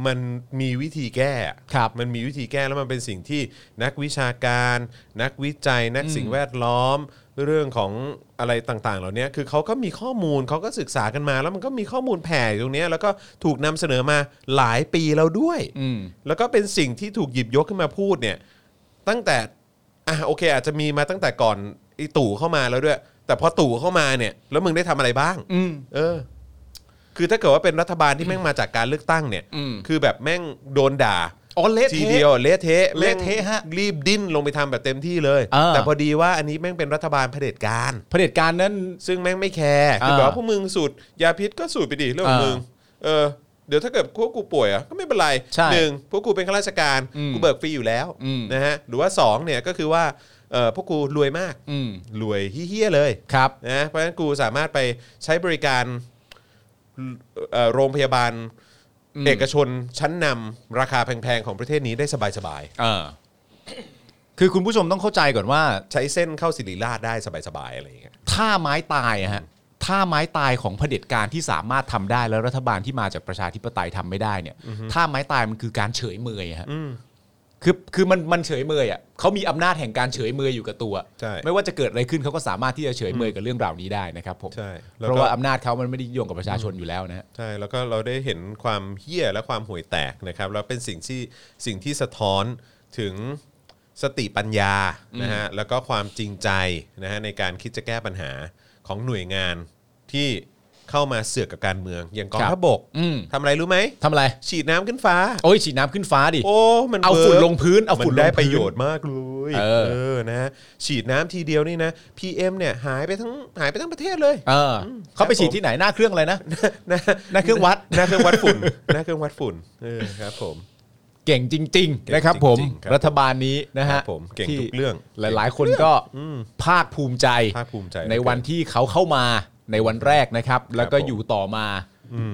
S2: มันมีวิธีแก้อะ
S3: ครับ
S2: มันมีวิธีแก้แล้วมันเป็นสิ่งที่นักวิชาการ นักวิจัย นักสิ่งแวดล้อม เรื่องของอะไรต่าง ๆ เหล่านี้คือเขาก็มีข้อมูลเขาก็ศึกษากันมา แล้วมันก็มีข้อมูลแผ่อยู่ตรงเนี้ยแล้วก็ถูกนำเสนอมาหลายปีแล้วด้วย
S3: อืม
S2: แล้วก็เป็นสิ่งที่ถูกหยิบยกขึ้นมาพูดเนี่ย ตั้งแต่อ่ะโอเค อาจจะมีมาตั้งแต่ก่อนไอ้ตู่เข้ามาแล้วด้วย แต่พอตู่เข้ามาเนี่ย แล้วมึงได้ทำอะไรบ้าง
S3: อืม
S2: เออ คือถ้าเกิดว่าเป็นรัฐบาลที่แม่งมาจากการเลือกตั้งเนี่ย
S3: อืม
S2: คือแบบแม่งโดนด่า
S3: อ๋อเละ
S2: ที
S3: เทะ
S2: เดียวเละเทะแม่ง
S3: เละเทะฮะ
S2: รีบดิ้นลงไปทำแบบเต็มที่เลย
S3: เออ
S2: แต่พอดีว่าอันนี้แม่งเป็นรัฐบาลเผด็จการ
S3: เผด็จการนั้น
S2: ซึ่งแม่งไม่แคร์คือ
S3: อ่า
S2: แบบว่าพวกมึงสูตรยาพิษก็สูตรไปดิเรื่องของ
S3: อ่ามึ
S2: มึงเออเดี๋ยวถ้าเกิดพวกกูป่วยอ่ะก็ไม่เป็นไร
S3: ใช่
S2: หนึ่งพวกกูเป็นข้าราชการ
S3: อืม
S2: กูเบิกฟรีอยู่แล้ว
S3: อืม
S2: นะฮะหรือว่าสองเนี่ยก็คือว่าเออพวกกูรวยมาก
S3: อืม
S2: รวยเฮี้ยๆเลย
S3: ครับ
S2: นะเพราะฉะนั้นกูสามารถไปใช้บริการเอ่อโรงพยาบาล
S3: อืม
S2: เอกชนชั้นนำราคาแพงๆของประเทศนี้ได้สบาย
S3: เออคือคุณผู้ชมต้องเข้าใจก่อนว่า
S2: ๆใช้เส้นเข้าศิริราชได้สบายๆอะไรอย่างเงี้ย
S3: ท่าไม้ตายอะฮะท่าไม้ตายของเผด็จการที่สามารถทำได้ แล้วรัฐบาลที่มาจากประชาธิปไตยทำไม่ได้เนี่ยท่าไม้ตายมันคือการเฉยเมยอะฮะคือคือมันมันเฉยเมยอ่ะเขามีอำนาจแห่งการเฉยเมยอยู่กับตัว
S2: ใช่
S3: ไม่ว่าจะเกิดอะไรขึ้นเขาก็สามารถที่จะเฉยเมยกับเรื่องราวนี้ได้นะครับผม
S2: ใช่แล้ว
S3: เพราะ
S2: ก็
S3: ว่าอำนาจเขามันไม่ได้โยงกับประชาชนอยู่แล้วนะฮะ
S2: ใช่แล้วก็เราได้เห็นความเหี้ยและความห่วยแตกนะครับแล้วเป็นสิ่งที่สิ่งที่สะท้อนถึงสติปัญญานะฮะแล้วก็ความจริงใจนะฮะในการคิดจะแก้ปัญหาของหน่วยงานที่เข้ามาเสือกกับการเมืองอย่างกอง
S3: ครับ
S2: ทัพบก
S3: อืม
S2: ทำอะไรรู้ไหม
S3: ทำอะไร
S2: ฉีดน้ำขึ้นฟ้า
S3: โอ้ยฉีดน้ำขึ้นฟ้าดิ
S2: โอ้มัน
S3: เอา
S2: วิร์ก
S3: ฝุ่นลงพื้นเอาฝุ่น
S2: มั
S3: ลง
S2: ได้
S3: พื้น
S2: ประโยชน์มากเลย
S3: เออ
S2: นะฮะฉีดน้ำทีเดียวนี่นะ PM เนี่ยหายไปทั้งหายไปทั้งประเทศเลย
S3: เอออเขาไปฉีดที่ไหนหน้าเครื่องอะไรนะ
S2: นะ
S3: หน้าเครื่องวัด
S2: หน้าเครื่องวัดฝุ่นหน้าเครื่องวัดฝุ่นเออครับผม
S3: เก่งจริง ๆ นะครับผม
S2: จริงๆครับ
S3: รัฐบาลนี้นะ
S2: ครั
S3: ฮะ
S2: บผมเก่งทุกเรื่อง
S3: หลาย ๆ คนก็ภาคภูมิใจ
S2: ภาคภูมิใจ
S3: ในวันที่เขาเข้ามาในวันแรกนะครับ แล้วก็
S2: ผม
S3: อยู่ต่อมา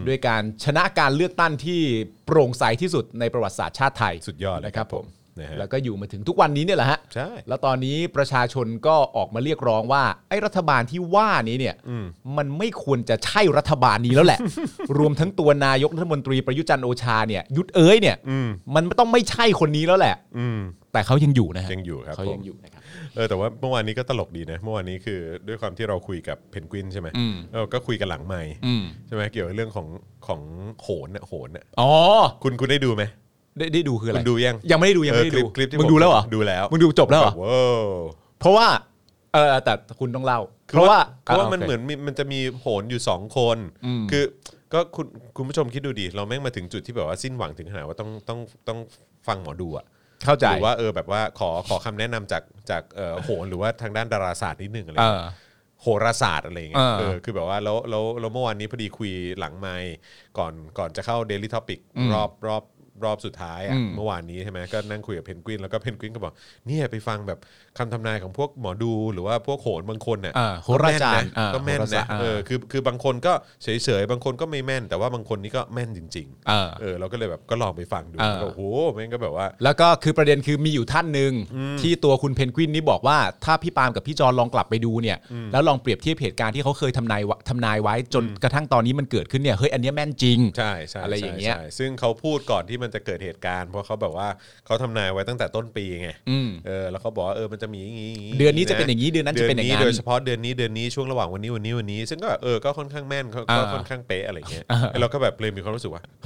S3: ด้วยการชนะการเลือกตั้งที่โปร่งใสที่สุดในประวัติศาสตร์ชาติไทย
S2: สุดยอดเลย
S3: นะครับผม
S2: นะฮะ
S3: แล้วก็อยู่มาถึงทุกวันนี้เนี่ยแหละฮะ
S2: ใช่
S3: แล้วตอนนี้ประชาชนก็ออกมาเรียกร้องว่าไอ้รัฐบาลที่ว่านี้เนี่ย มันไม่ควรจะใช่รัฐบาลนี้แล้วแหละ *laughs* รวมทั้งตัวนายกรัฐมนตรีประยุทธ์จันทร์โอชาเนี่ยยุทธเอ้ยเนี่ย
S2: อืม
S3: มันต้องไม่ใช่คนนี้แล้วแหละ
S2: อืม
S3: แต่เขายังอยู่นะฮะ
S2: ยังอยู่ครับ
S3: เขา
S2: ผ
S3: ยั
S2: ม
S3: งอยู่นะครับ
S2: เออแต่ว่าเมื่อวานนี้ก็ตลกดีนะเมื่อวานนี้คือด้วยความที่เราคุยกับเพนกวินใช่ไหม
S3: อืม
S2: เออก็คุยกันหลังไม่
S3: อืม
S2: ใช่ไหมเกี่ยวกับเรื่องของของโหนน่ะโหนน่ะ
S3: อ๋อ
S2: คุณคุณได้ดูไหม
S3: ได้ได้ดูคืออะไร
S2: มึงดูยัง
S3: ยังไม่ได้ดูยังไม่ได้
S2: เออคลิ
S3: ดู
S2: ปคลิปที่
S3: มึง
S2: ผม
S3: ดูแล้วเหรอ
S2: ดูแล้ว
S3: มึงดูจบแล้วเหรอ
S2: ว้าว
S3: เพราะว่าเออแต่คุณต้องเล่า
S2: คือ
S3: เพราะว่า
S2: เพราะว่า
S3: โค
S2: มันเหมือนมีมันจะมีโหนอยู่สองคน
S3: อืม
S2: คือก็คุณคุณผู้ชมคิดดูดิเราแม่งมาถึงจุดที่แบบว่าสิ้นหวังถึงขนาดว่าต้องต้องต้องฟังหมอดูอะ
S3: เข้าใจ
S2: หรือว่าเออแบบว่าขอขอคำแนะนำจากจากเอ่อโหนหรือว่าทางด้านดาราศาสตร์นิดนึงอะไร
S3: เอ
S2: เงี้ย
S3: อ
S2: โหราศาสตร์อะไรเงี้ย
S3: เออ
S2: เออคือแบบว่าแล้วแล้วแล้วเมื่อวานนี้พอดีคุยหลังไมค์ก่อนก่อนจะเข้า Daily Topic
S3: อืม
S2: รอบรอบรอบสุดท้าย
S3: อื
S2: อะ
S3: ม
S2: เมื่อวานนี้ใช่ไหมก็นั่งคุยกับเพนกวินแล้วก็เพนกวินก็บอกเนี่ยไปฟังแบบคำทำนายของพวกหมอดูหรือว่าพวกโหนบางคนเนี่ย
S3: อ่าโหราจารย์อ่า
S2: ก็แม่น
S3: โหราศาสต
S2: นะ
S3: ร์อ่า
S2: เออคือคือบางคนก็เฉยเฉยๆบางคนก็ไม่แม่น แต่ว่าบางคนนี่ก็แม่นจริง
S3: เออ
S2: ๆ เออเราก็เลยแบบก็ลองไปฟังดู
S3: เออ
S2: แล้วก็โอ้โหแม่งก็แบบว่า
S3: แล้วก็คือประเด็นคือมีอยู่ท่านหนึ่งที่ตัวคุณเพนกวินนี่บอกว่า ถ้าพี่ปาล์มกับพี่จอนลองกลับไปดูเนี่ยแล้วลองเปรียบเทียบเหตุการณ์ที่เขาเคยทำนายไว้ทำนายไว้จนกระทั่งตอนนี้มันเกิดขึ้นเนี่ยเฮ้ยอันเนี้ยแม่นจริง
S2: ใช่ใช่
S3: อะไรอย่างเงี้ย
S2: ใช่ใช่ซึ่งเขาพูดก่อนที่มันจะเกิดเหตุการณ์ เพราะเขาแบบว่าเขาทำนายไว้ตั้งแต่ต้นปีไง
S3: อืม
S2: เออแล้วเขาบอกว่าเออมันจะมีอย่างงี้ย่างงี้
S3: เดือนนี้จะเป็นอย่างงี้เดือนนั้นจะเป็นอย่างนั้น
S2: ดืโดยเฉพาะเดือนนี้เดือนนี้ช่วงระหว่างวันนี้วันนี้วันนี้ ซึ่งก็แบบเออก็ค่อนข้างแม่นก็ก็
S3: อ่า
S2: ค่อนข้างเป๊ะอะไรเงี้ยเราก็แบบเลยมีความรู้สึกว่า *laughs*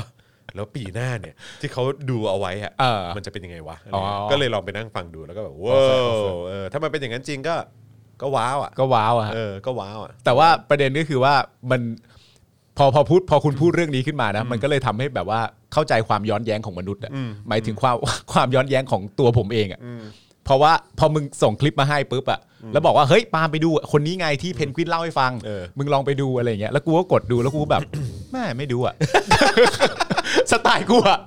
S2: แล้วปีหน้าเนี่ยที่เขาดูเอาไว้อะ
S3: เออ
S2: มันจะเป็นยังไงวะ
S3: อ๋อ
S2: ก็เลยลองไปนั่งฟังดูแล้วก็แบบ
S3: เข้า
S2: ว้า
S3: ใจ
S2: วเออถ้ามันเป็นอย่างนั้นจริงก็ก็ว้าวอ่ะ
S3: ก็ว้าวอะฮะ
S2: เออก็ว้าวอ่ะ
S3: แต่ว่าประเด็นก็คือว่ามันพอพอพูดพอคุณพูดเรื่องนี้ขึ้นมานะมันก็เลยทำให้แบบว่าเข้าใจความย้อนแย้งของมนุษย์อะ
S2: อืม
S3: หมายถึงความ *laughs* ความย้อนแย้งของตัวผมเองอะเพราะว่าพอมึงส่งคลิปมาให้ปุ๊บอะแล้วบอกว่าเฮ้ยปาล์มไปดูอะคนนี้ไงที่เพนกวินเล่าให้ฟัง มึงลองไปดูอะไรอย่างเงี้ยแล้วกูก็กดดูแล้วกูก็แบบ *coughs* แม่ไม่ดูอะ *laughs* สไตล์กูอะ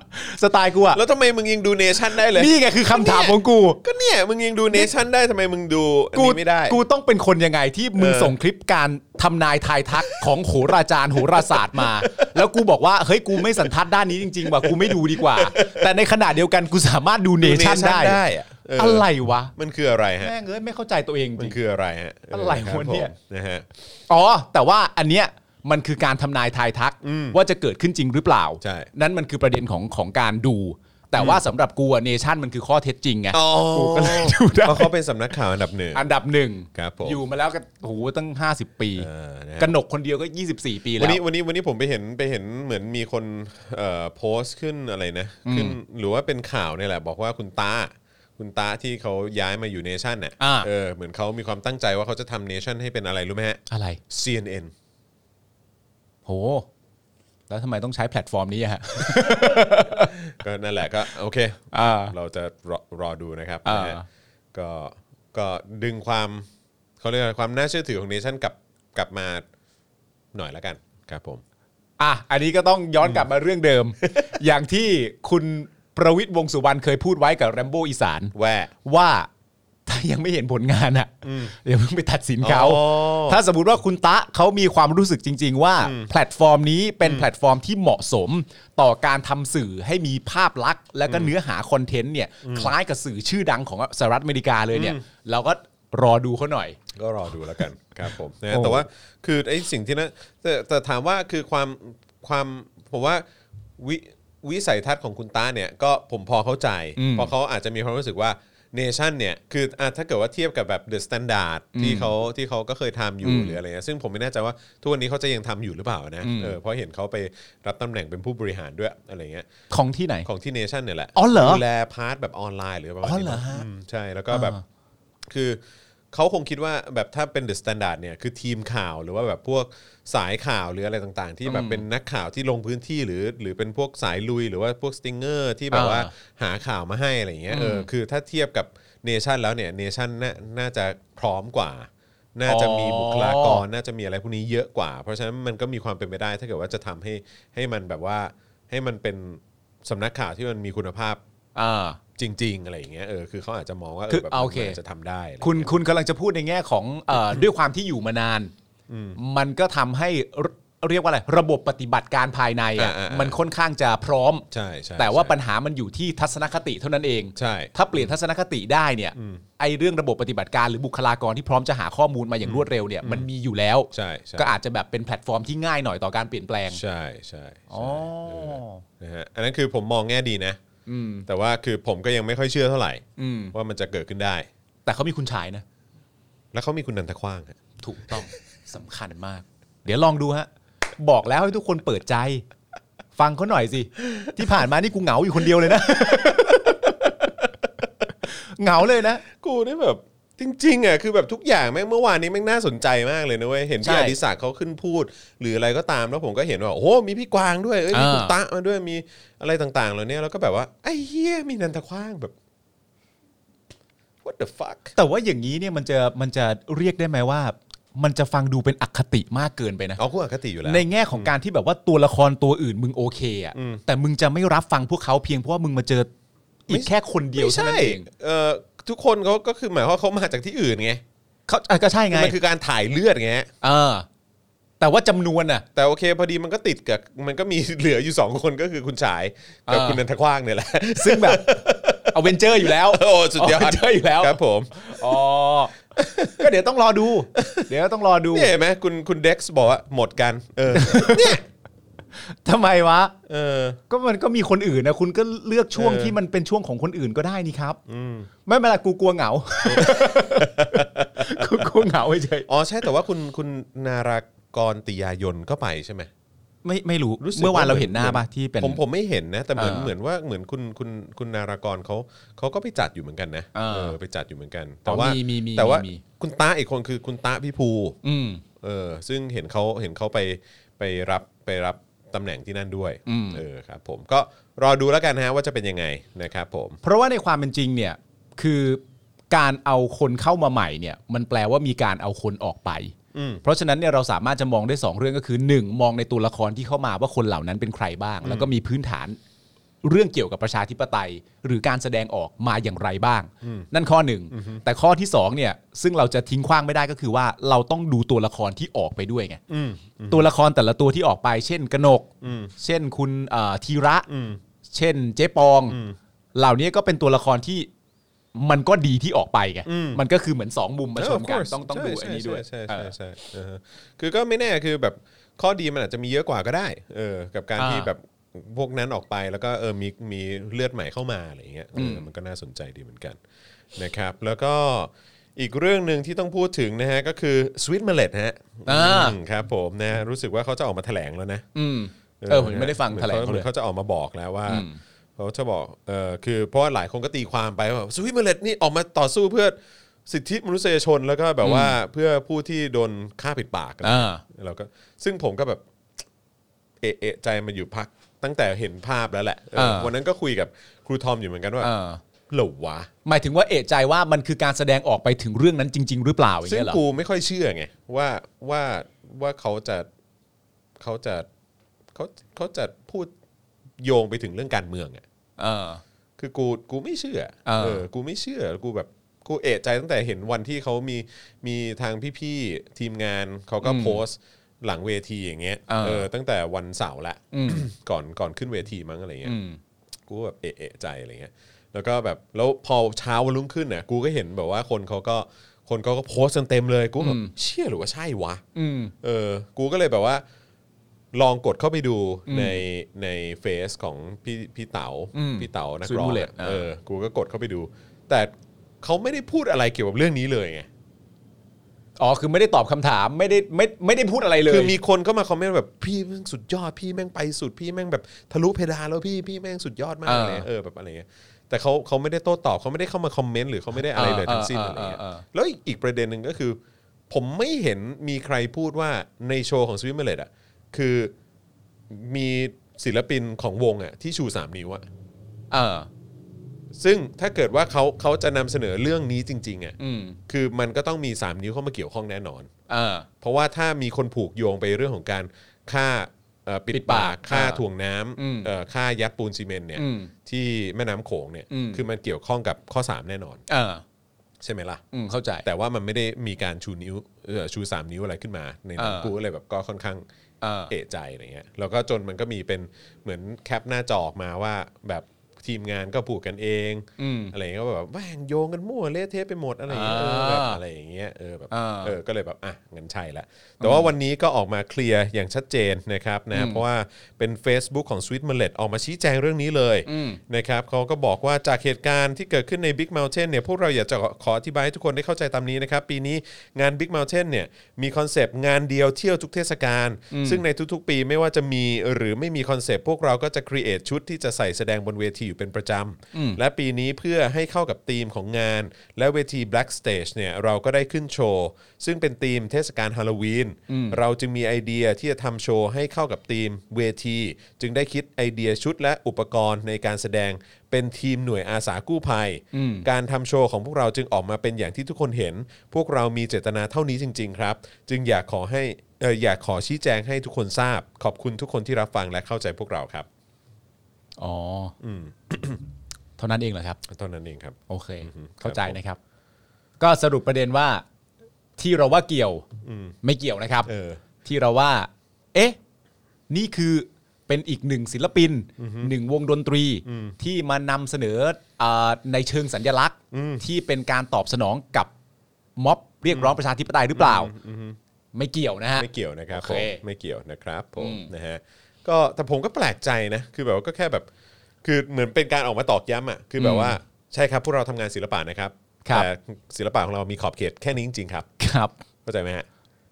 S3: สไตล์กูอะ
S2: แล้วทำไมมึงยังดูเนชั่นได้เลย
S3: นี่ไงคือคำถามของกู
S2: ก็เนี่ยมึงยังดูเนชั่นได้ทำไมมึงดูอัน
S3: กู
S2: นี้ไม่ได้
S3: กูต้องเป็นคนยังไงที่มึง
S2: เออ
S3: ส่งคลิปการทำนายทายทักของโหราจารย์โหราศาสตร์มา
S2: *laughs*
S3: แล้วกูบอกว่าเฮ้ยกูไม่สันทัดด้านนี้จริง ๆ ว่ะกูไม่ดูดีกว่า
S2: *laughs*
S3: แต่ในขณะเดียวกันกูสามารถดูเน
S2: ดู
S3: ชั่นได้
S2: อะเอออ
S3: อะไรวะ
S2: มันคืออะไรฮะ
S3: แม่งเอ้ยไม่เข้าใจตัวเองจ
S2: มัน
S3: ริง
S2: คืออะไรฮะเ
S3: อะไรวะ
S2: ครับผม
S3: เนี่ย
S2: นะฮะ
S3: อ๋อ แต่ว่าอันเนี้ยมันคือการทำนายทายทัก
S2: อืม
S3: ว่าจะเกิดขึ้นจริงหรือเปล่า
S2: ใช่
S3: นั่นมันคือประเด็นของของการดู แต่ว่าสำหรับกูเนชั่นมันคือข้อเท็จจริงไงกูก็เลยดูได้
S2: เพราะเขาเป็นสำนักข่าวอันดับหนึ่ง
S3: อันดับหนึ่ง
S2: ครับผม
S3: อยู่มาแล้วก็โหตั้ง 50 ปี
S2: เออนะฮะ
S3: กนกคนเดียวก็ 24 ปีแล้
S2: วั
S3: ว
S2: นนี้วันนี้วันนี้ผมไปเห็นไปเห็นเหมือนมีคนเอ่อโพสต์ขึ้นอะไรนะขึ้นหรือว่าเป็นข่าวเนี่ยแหละ บอกว่าคุณตาคุณตาที่เขาย้ายมาอยู่เนชั่นเนี่ย
S3: อ่า
S2: เออเหมือนเขามีความตั้งใจว่าเขาจะทำเนชั่นให้เป็นอะไรรู้ไหมฮะ
S3: อะไร
S2: CNN
S3: โห แล้วทำไมต้องใช้แพลตฟอร์มนี้อะฮะ
S2: ก็นั่นแหละก็โอเค
S3: อ่า
S2: เราจะรอรอดูนะครับ
S3: อ่า
S2: นะฮะก็ก็ดึงความเขาเรียกว่าความน่าเชื่อถือของเนชั่นกลับกลับมาหน่อยละกันครับผม
S3: อ่ะ อันนี้ก็ต้องย้อนกลับมาเรื่องเดิม *laughs* อย่างที่คุณประวิทย์วงษ์สุวรรณเคยพูดไว้กับแรมโบ้อีสาน
S2: แว่
S3: ว่าถ้ายังไม่เห็นผลงานอ่ะอย่าเพิ่งไปตัดสินเขา
S2: อ๋อ
S3: ถ้าสมมติว่าคุณตะเขามีความรู้สึกจริง ๆ ว่าแพลตฟอร์มนี้เป็นแพลตฟอร์มที่เหมาะสม ต่อการทำสื่อให้มีภาพลักษณ์ และก็เนื้อหาคอนเทนต์เนี่ยคล้ายกับสื่อชื่อดังของสหรัฐอเมริกาเลยเนี่ย เราก็รอดูเขาหน่อย
S2: ก็รอดูแล้วกัน *laughs* ครับผมนะ
S3: โอ้
S2: แต่ว่าคือไอ้สิ่งที่นะแต่แต่ถามว่าคือความความผมว่าวิวิสัยทัศน์ของคุณต้าเนี่ยก็ผมพอเข้าใจ เพราะเขาอาจจะมีความรู้สึกว่าเนชั่นเนี่ยคืออ่ะถ้าเกิดว่าเทียบกับแบบเดอะสแตนดาร์ดที่เขาที่เขาก็เคยทำอยู่หรืออะไรเงี้ยซึ่งผมไม่แน่ใจว่าทุกวันนี้เขาจะยังทำอยู่หรือเปล่านะเออเพราะเห็นเขาไปรับตำแหน่งเป็นผู้บริหารด้วยอะไรเงี้ย
S3: ของที่ไหน
S2: ของที่เนชั่นเนี่ยแหละ
S3: อ๋อเหรอ
S2: ดูแลพาร์ทแบบออนไลน์หรือประมาณ
S3: อ๋อ
S2: นี้
S3: เหรอฮะ
S2: มใช่แล้วก็แบบคือเขาคงคิดว่าแบบถ้าเป็นเดอะสแตนดาร์ดเนี่ยคือทีมข่าวหรือว่าแบบพวกสายข่าวหรืออะไรต่างๆ ที่แบบเป็นนักข่าวที่ลงพื้นที่หรือ หรือเป็นพวกสายลุยหรือว่าพวกสติงเกอร์ที่แบบ
S3: อ่า
S2: ว่าหาข่าวมาให้อะไรอย่างเงี้ยเออคือถ้าเทียบกับเนชั่นแล้วเนี่ยเนชั่นน่าน่าจะพร้อมกว่า น่าจะมีบุคลากร น่าจะมีอะไรพวกนี้เยอะกว่า เพราะฉะนั้นมันก็มีความเป็นไปได้ ถ้าเกิดว่าจะทำให้ให้มันแบบว่าให้มันเป็นสำนักข่าวที่มันมีคุณภาพ
S3: อ่า
S2: จริง ๆ อะไรอย่างเงี้ยเออคือเขาอาจจะมองว่าเอ
S3: คือ
S2: อแบบ
S3: เอาโอเค
S2: มันอาจจะทำได้อะไร
S3: คุณคุณกำลังจะพูดในแง่ของเอ่อ ด้วยความที่อยู่มานาน
S2: อืม
S3: มันก็ทำให้รเรียกว่าอะไรระบบปฏิบัติการภายในอ่ะ
S2: อ่าๆๆ
S3: มันค่อนข้างจะพร้อม
S2: ใช่ใช่
S3: แต่ว่า
S2: ใช่
S3: ปัญหามันอยู่ที่ทัศนคติเท่านั้นเอง
S2: ใช่
S3: ถ้าเปลี่ยนทัศนคติได้เนี่ย
S2: อืม
S3: ไอ้เรื่องระบบปฏิบัติการหรือบุคลากรที่พร้อมจะหาข้อมูลมาอย่างรวดเร็วเนี่ย มันมีอยู่แล้ว
S2: ใช่ใช่
S3: ก็อาจจะแบบเป็นแพลตฟอร์มที่ง่ายหน่อยต่อการเปลี่ยนแปลง
S2: ใช่ใช่
S3: อ๋อ
S2: ใช่เออนะฮะอันนั้นคือผมมองแง่ดีนะ
S3: อืม
S2: แต่ว่าคือผมก็ยังไม่ค่อยเชื่อเท่าไหร่
S3: อืม
S2: ว่ามันจะเกิดขึ้นได้
S3: แต่เขามีคุณชายนะ
S2: แล้วเขามีคุณนันทขว้างฮะ
S3: ถูกต้อง สำคัญมาก เดี๋ยวลองดูฮะ บอกแล้วให้ทุกคนเปิดใจ ฟังเขาหน่อยสิ ที่ผ่านมานี่กูเหงาอยู่คนเดียวเลย
S2: *laughs*
S3: นะ เหงาเลยนะ
S2: กูนี่แบบจริงๆอ่ะคือแบบทุกอย่างแม่งเมื่อวานนี้แม่งน่าสนใจมากเลยนะเว้ยเห็นพี่
S3: ใช่
S2: อดิศักดิ์เขาขึ้นพูด หรืออะไรก็ตามแล้วผมก็เห็นว่าโอ้โหมีพี่กวางด้วยเอ้ยมี
S3: อ่า
S2: คุณตะมาด้วยมีอะไรต่างๆเหล่านี้แล้วก็แบบว่าไอ้เหี้ยมีนันทคว้างแบบ what the fuck
S3: แต่ว่าอย่างนี้เนี่ยมันจะมันจะเรียกได้ไหมว่า มันจะฟังดูเป็นอคติมากเกินไปนะ
S2: เอาคู่อคติอยู่แล้ว
S3: ในแง่ของการที่แบบว่าตัวละครตัวอื่นมึงโอเคอ่ะ
S2: อืม
S3: แต่มึงจะไม่รับฟังพวกเขาเพียงเพราะว่ามึงมาเจออีกแค่คนเดียว
S2: ไม่
S3: เท่า
S2: ใช่
S3: นั้นเอง
S2: เอ่อทุกคนเขาก็คือหมายความว่าเขามาจากที่อื่นไง
S3: เขาอ่ะก็ใช่ไง
S2: มันคือการถ่ายเลือดไง
S3: เออ แต่ว่าจำนวนอ่ะ
S2: แต่โอเคพอดีมันก็ติดกับมันก็มี เหลืออยู่สองคนก็คือคุณฉายกับ
S3: อ่า
S2: คุณนันทคว้างเนี่ยแหละ
S3: ซึ่งแบบ *laughs* เอาเวนเจอร์อยู่แล้ว
S2: โอ้สุดยอด
S3: เวนเจอร์อยู่แล้ว
S2: ครับผม
S3: อ๋อก็เดี๋ยวต้องรอดู เดี๋ยวต้องรอดู
S2: เนี่ยเห็นไหมคุณคุณเด็กซ์บอกว่าหมดกัน เออ เนี่ย
S3: ทำไมวะ
S2: เออ
S3: ก็มันก็มีคนอื่นนะคุณก็เลือกช่วง
S2: เออ
S3: ที่มันเป็นช่วงของคนอื่นก็ได้นี่ครับ
S2: อืม
S3: ไม่เป็นไรกูกลัวเหงา *laughs* กูกลัวเหงาเฉย
S2: อ๋อใช่แต่ว่าคุณคุณนารากรติยายนก็ไปใช่ไหม
S3: ไม่ไม่รู้
S2: รู้สึก
S3: เมื่อวานเราเห็นหน้า
S2: มือ
S3: ป่ะที่เป็น
S2: ผมผมไม่เห็นนะ แต่เหมือน
S3: อ่า
S2: เหมือนว่าเหมือนคุณคุณคุณนารากรเขาเขาก็ไปจัดอยู่เหมือนกันนะ
S3: อ่า
S2: เออไปจัดอยู่เหมือนกัน แต่ว่า
S3: มีมีมี
S2: แต่ว่า
S3: มี
S2: คุณตาอีกคนคือคุณตาพี่ภู
S3: อืม
S2: เออซึ่งเห็นเขาเห็นเขาไปไปรับไปรับตำแหน่งที่นั่นด้วย
S3: อืม
S2: เออครับ ผมก็รอดูแล้วกันฮะว่าจะเป็นยังไงนะครับผม
S3: เพราะว่าในความเป็นจริงเนี่ยคือการเอาคนเข้ามาใหม่เนี่ยมันแปลว่ามีการเอาคนออกไป
S2: อืม
S3: เพราะฉะนั้นเนี่ยเราสามารถจะมองได้ 2 เรื่องก็คือ 1 มองในตัวละครที่เข้ามาว่าคนเหล่านั้นเป็นใครบ้าง แล้วก็มีพื้นฐานเรื่องเกี่ยวกับประชาธิปไตย หรือการแสดงออกมาอย่างไรบ้าง นั่นข้อหนึ่งแต่ข้อที่สองเนี่ยซึ่งเราจะทิ้งขว้างไม่ได้ก็คือว่าเราต้องดูตัวละครที่ออกไปด้วยไง
S2: อืม
S3: ตัวละครแต่ละตัวที่ออกไป เช่นกนก
S2: อืม
S3: เช่นคุณเอ่อธีระ
S2: อืม
S3: เช่นเจ๊ปอง
S2: อืม
S3: เหล่านี้ก็เป็นตัวละครที่มันก็ดีที่ออกไปไง
S2: อืม
S3: มันก็คือเหมือนสองมุมมาชมกัน
S2: เ of course
S3: ต้องต้องดู
S2: ใช่
S3: อันนี้ด้วย
S2: ใช่
S3: เอ
S2: ใช่
S3: อ
S2: ใช่ใช่เออคือก็ไม่แน่คือแบบข้อดีมันอาจจะมีเยอะกว่าก็ได้เออกับการ
S3: อ่า
S2: ที่แบบพวกนั้นออกไปแล้วก็เออมีมีเลือดใหม่เข้ามาอะไรอย่างเงี้ยเอออ
S3: ม
S2: มันก็น่าสนใจดีเหมือนกันนะครับ แล้วก็อีกเรื่องหนึ่งที่ต้องพูดถึงนะฮะก็คือสวิตเมล็ดฮะ
S3: อ่า
S2: อืมครับผมนะรู้สึกว่าเขาจะออกมาแถลงแล้วนะ
S3: อืมเออผมยังไม่ได้ฟังแถลง
S2: หมือน
S3: เขาเลย
S2: เขาเขาจะออกมาบอกแล้วว่า
S3: อืม
S2: เขาจะบอกเออคือเพราะว่าหลายคนก็ตีความไปว่าสวิตเมล็ดนี่ออกมาต่อสู้เพื่อสิทธิมนุษยชนแล้วก็แบบว่าเพื่อผู้ที่โดนฆ่าปิดปาก
S3: อ่า
S2: เราก็ซึ่งผมก็แบบเอะเอะใจมาอยู่พักตั้งแต่เห็นภาพแล้วแหละเออ
S3: เออ
S2: วันนั้นก็คุยกับครูทอมอยู่เหมือนกันว่า
S3: เออ
S2: เหลอวะ
S3: หมายถึงว่าเอะใจว่ามันคือการแสดงออกไปถึงเรื่องนั้นจริง ๆ หรือเปล่าอย่าง
S2: ซึ่ง
S3: เงี้ยเหรอ
S2: กูไม่ค่อยเชื่อไงว่าว่าว่าเขาจะเขาจะเขาเขาจะพูดโยงไปถึงเรื่องการเมืองอะ
S3: เออ
S2: คือกูกูไม่เชื่อ
S3: เออ
S2: กูไม่เชื่อกูแบบกูเอะใจตั้งแต่เห็นวันที่เขามีมีทางพี่ๆทีมงานเขาก็โพสต์หลังเวทีอย่างเงี้ย
S3: เออ
S2: เออตั้งแต่วันเสาร์ละ
S3: อืม
S2: *coughs* ก่อนก่อนขึ้นเวทีมั้งอะไรเงี้
S3: อื
S2: ย
S3: ม
S2: กูก็แบบเอะเอะใจอะไรเงี้ยแล้วก็แบบแล้วพอเช้าวันรุ่งขึ้นเนี่ยกูก็เห็นแบบว่าคนเขาก็คนเขาก็โพสต์กันเต็มเลยกูแบบ
S3: อืม
S2: เชื่อหรือว่าใช่วะ
S3: อืม
S2: เออ กูก็เลยแบบว่า ลองกดเข้าไปดู
S3: อืม
S2: ในในเฟซของพี่พี่เต๋า
S3: อืม
S2: พี่เต๋านัก
S3: ซุย
S2: ร้อง
S3: มูเล็ต
S2: อะ
S3: อ่า
S2: เออ กูก็กดเข้าไปดู แต่เขาไม่ได้พูดอะไรเกี่ยวกับเรื่องนี้เลยไง
S3: อ๋อคือไม่ได้ตอบคำถามไม่ได้ไม่ไม่ได้พูดอะไรเลย
S2: คือมีคนเข้ามาคอมเมนต์แบบพี่แม่งสุดยอดพี่แม่งไปสุดพี่แม่งแบบทะลุเพดานแล้วพี่พี่แม่งสุดยอดมาก
S3: อ่า
S2: อะไรเลยเออแบบอะไรเงี้ยแต่เขาเขาไม่ได้โต้ตอบเขาไม่ได้เข้ามาคอมเมนต์หรือเขาไม่ได้อะไรเลย
S3: อ่า
S2: ทั้งสิ้น
S3: อ่า
S2: อะไรเงี้ย
S3: อ่าอ่า
S2: แล้วอีกอีกประเด็นหนึ่งก็คือ ผมไม่เห็นมีใครพูดว่าในโชว์ของสวิมเมเลตอ่ะคือมีศิลปินของวงอ่ะที่ชูสามนิ้วอ่ะ
S3: เออ
S2: ซึ่งถ้าเกิดว่าเขาเขาจะนำเสนอเรื่องนี้จริงๆอ่ะ
S3: อืม
S2: คือมันก็ต้องมีสามนิ้วเข้ามาเกี่ยวข้องแน่นอน
S3: เออ
S2: เพราะว่าถ้ามีคนผูกโยงไปเรื่องของการฆ่าเอ่อปิด
S3: ปิดปา
S2: ปาก กฆ่า
S3: อ่า
S2: ถ่วงน้
S3: อืม
S2: ำเอ่อฆ่ายัดปูนซีเมนต์เนี่ย
S3: อืม
S2: ที่แม่น้ำโขงเนี่ย
S3: อืม
S2: คือมันเกี่ยวข้องกับข้อ 3 แน่นอน
S3: เออ
S2: ใช่ไหมล่ะ
S3: อืมเข้าใจ
S2: แต่ว่ามันไม่ได้มีการชูนิ้วเอ่อชู 3 นิ้วอะไรขึ้นมาในนั้น
S3: อ่ากู
S2: กูก็เลยแบบก็ค่อนข้าง
S3: เออ
S2: เอะใจอะไรเงี้ยแล้วก็จนมันก็มีเป็นเหมือนแคปหน้าจอออกมาว่าแบบ ทีมงานก็พูดกันเอง
S3: อืม
S2: อะไรเงี้ยก็แบบแม่งโยงกันมั่วเละเทะไปหมดอะไรเงี้ยเออแบบ
S3: อ่า
S2: อะไรอย่างเงี้ยเออแบบ
S3: อ่า
S2: เออก็เลยแบบอ่ะงั้นใช่ละแต่ว่าวันนี้ก็ออกมาเคลียร์อย่างชัดเจนนะครับนะเพราะว่าเป็น Facebook ของ Sweet m e l e t ออกมาชี้แจงเรื่องนี้เลยนะครับเขาก็บอกว่าจากเหตุการณ์ที่เกิดขึ้นใน Big Mountain เนี่ยพวกเราอยากจะขออธิบายให้ทุกคนได้เข้าใจตามนี้นะครับ ปีนี้งาน Big Mountain เนี่ยมีคอนเซปต์งานเดียวเที่ยวทุกเทศกาลซึ่งในทุกๆ ปีไม่ว่าจะมีหรือไม่มีคอนเซปต์พวกเราก็จะครีเอทชุดที่จะใส่แสดงบนเวทีอยู่เป็นประจำและปีนี้เพื่อให้เข้ากับธีมของงาน และเวที Black Stage เนี่ยเราก็ได้ขึ้นโชว์ ซึ่งเป็นธีมเทศกาลฮาโลวีนเราจึงมีไอเดียที่จะทำโชว์ให้เข้ากับธีมเวที จึงได้คิดไอเดียชุดและอุปกรณ์ในการแสดงเป็นทีมหน่วยอาสากู้ภัย การทำโชว์ของพวกเราจึงออกมาเป็นอย่างที่ทุกคนเห็น พวกเรามีเจตนาเท่านี้จริง ๆ ครับ จึงอยากขอให้เอ่ออยากขอชี้แจงให้ทุกคนทราบ ขอบคุณทุกคนที่รับฟังและเข้าใจพวกเราครับ
S3: อ๋ออ *coughs* เท่านั้นเองเหรอครับ
S2: เท่านั้นเองครับ
S3: โอเค
S2: อือฮึ
S3: เข้าใจ
S2: ครับผม
S3: นะครับ ก็สรุปประเด็นว่า ที่เราว่าเกี่ยวไม่เกี่ยวนะครับ
S2: เออ
S3: ที่เราว่า เอ๊ะ นี่คือเป็นอีกหนึ่งศิลปินหนึ่งวงดนตรีที่มานำเสนออาในเชิงสัญญลักษณ์ที่เป็นการตอบสนองกับม็อบเรียกร้องประชาธิปไตยหรือเปล่า ไม่เกี่ยวนะฮะ
S2: *laughs* ไม่เกี่ยวนะครับผ
S3: โอเค
S2: มไม่เกี่ยวนะครับผม
S3: อืม
S2: นะฮะก็แต่ผมก็แปลกใจนะคือแบบว่าก็แค่แบบ คือเหมือนเป็นการออกมาตอกย้ำอ่ะคือแบบว่าใช่ครับพวกเราทำงานศิลปะนะครับ
S3: ครับ
S2: แต่ศิลปะของเรามีขอบเขตแค่นี้จริงๆครับ
S3: ครับ
S2: เข้าใจไหมฮะ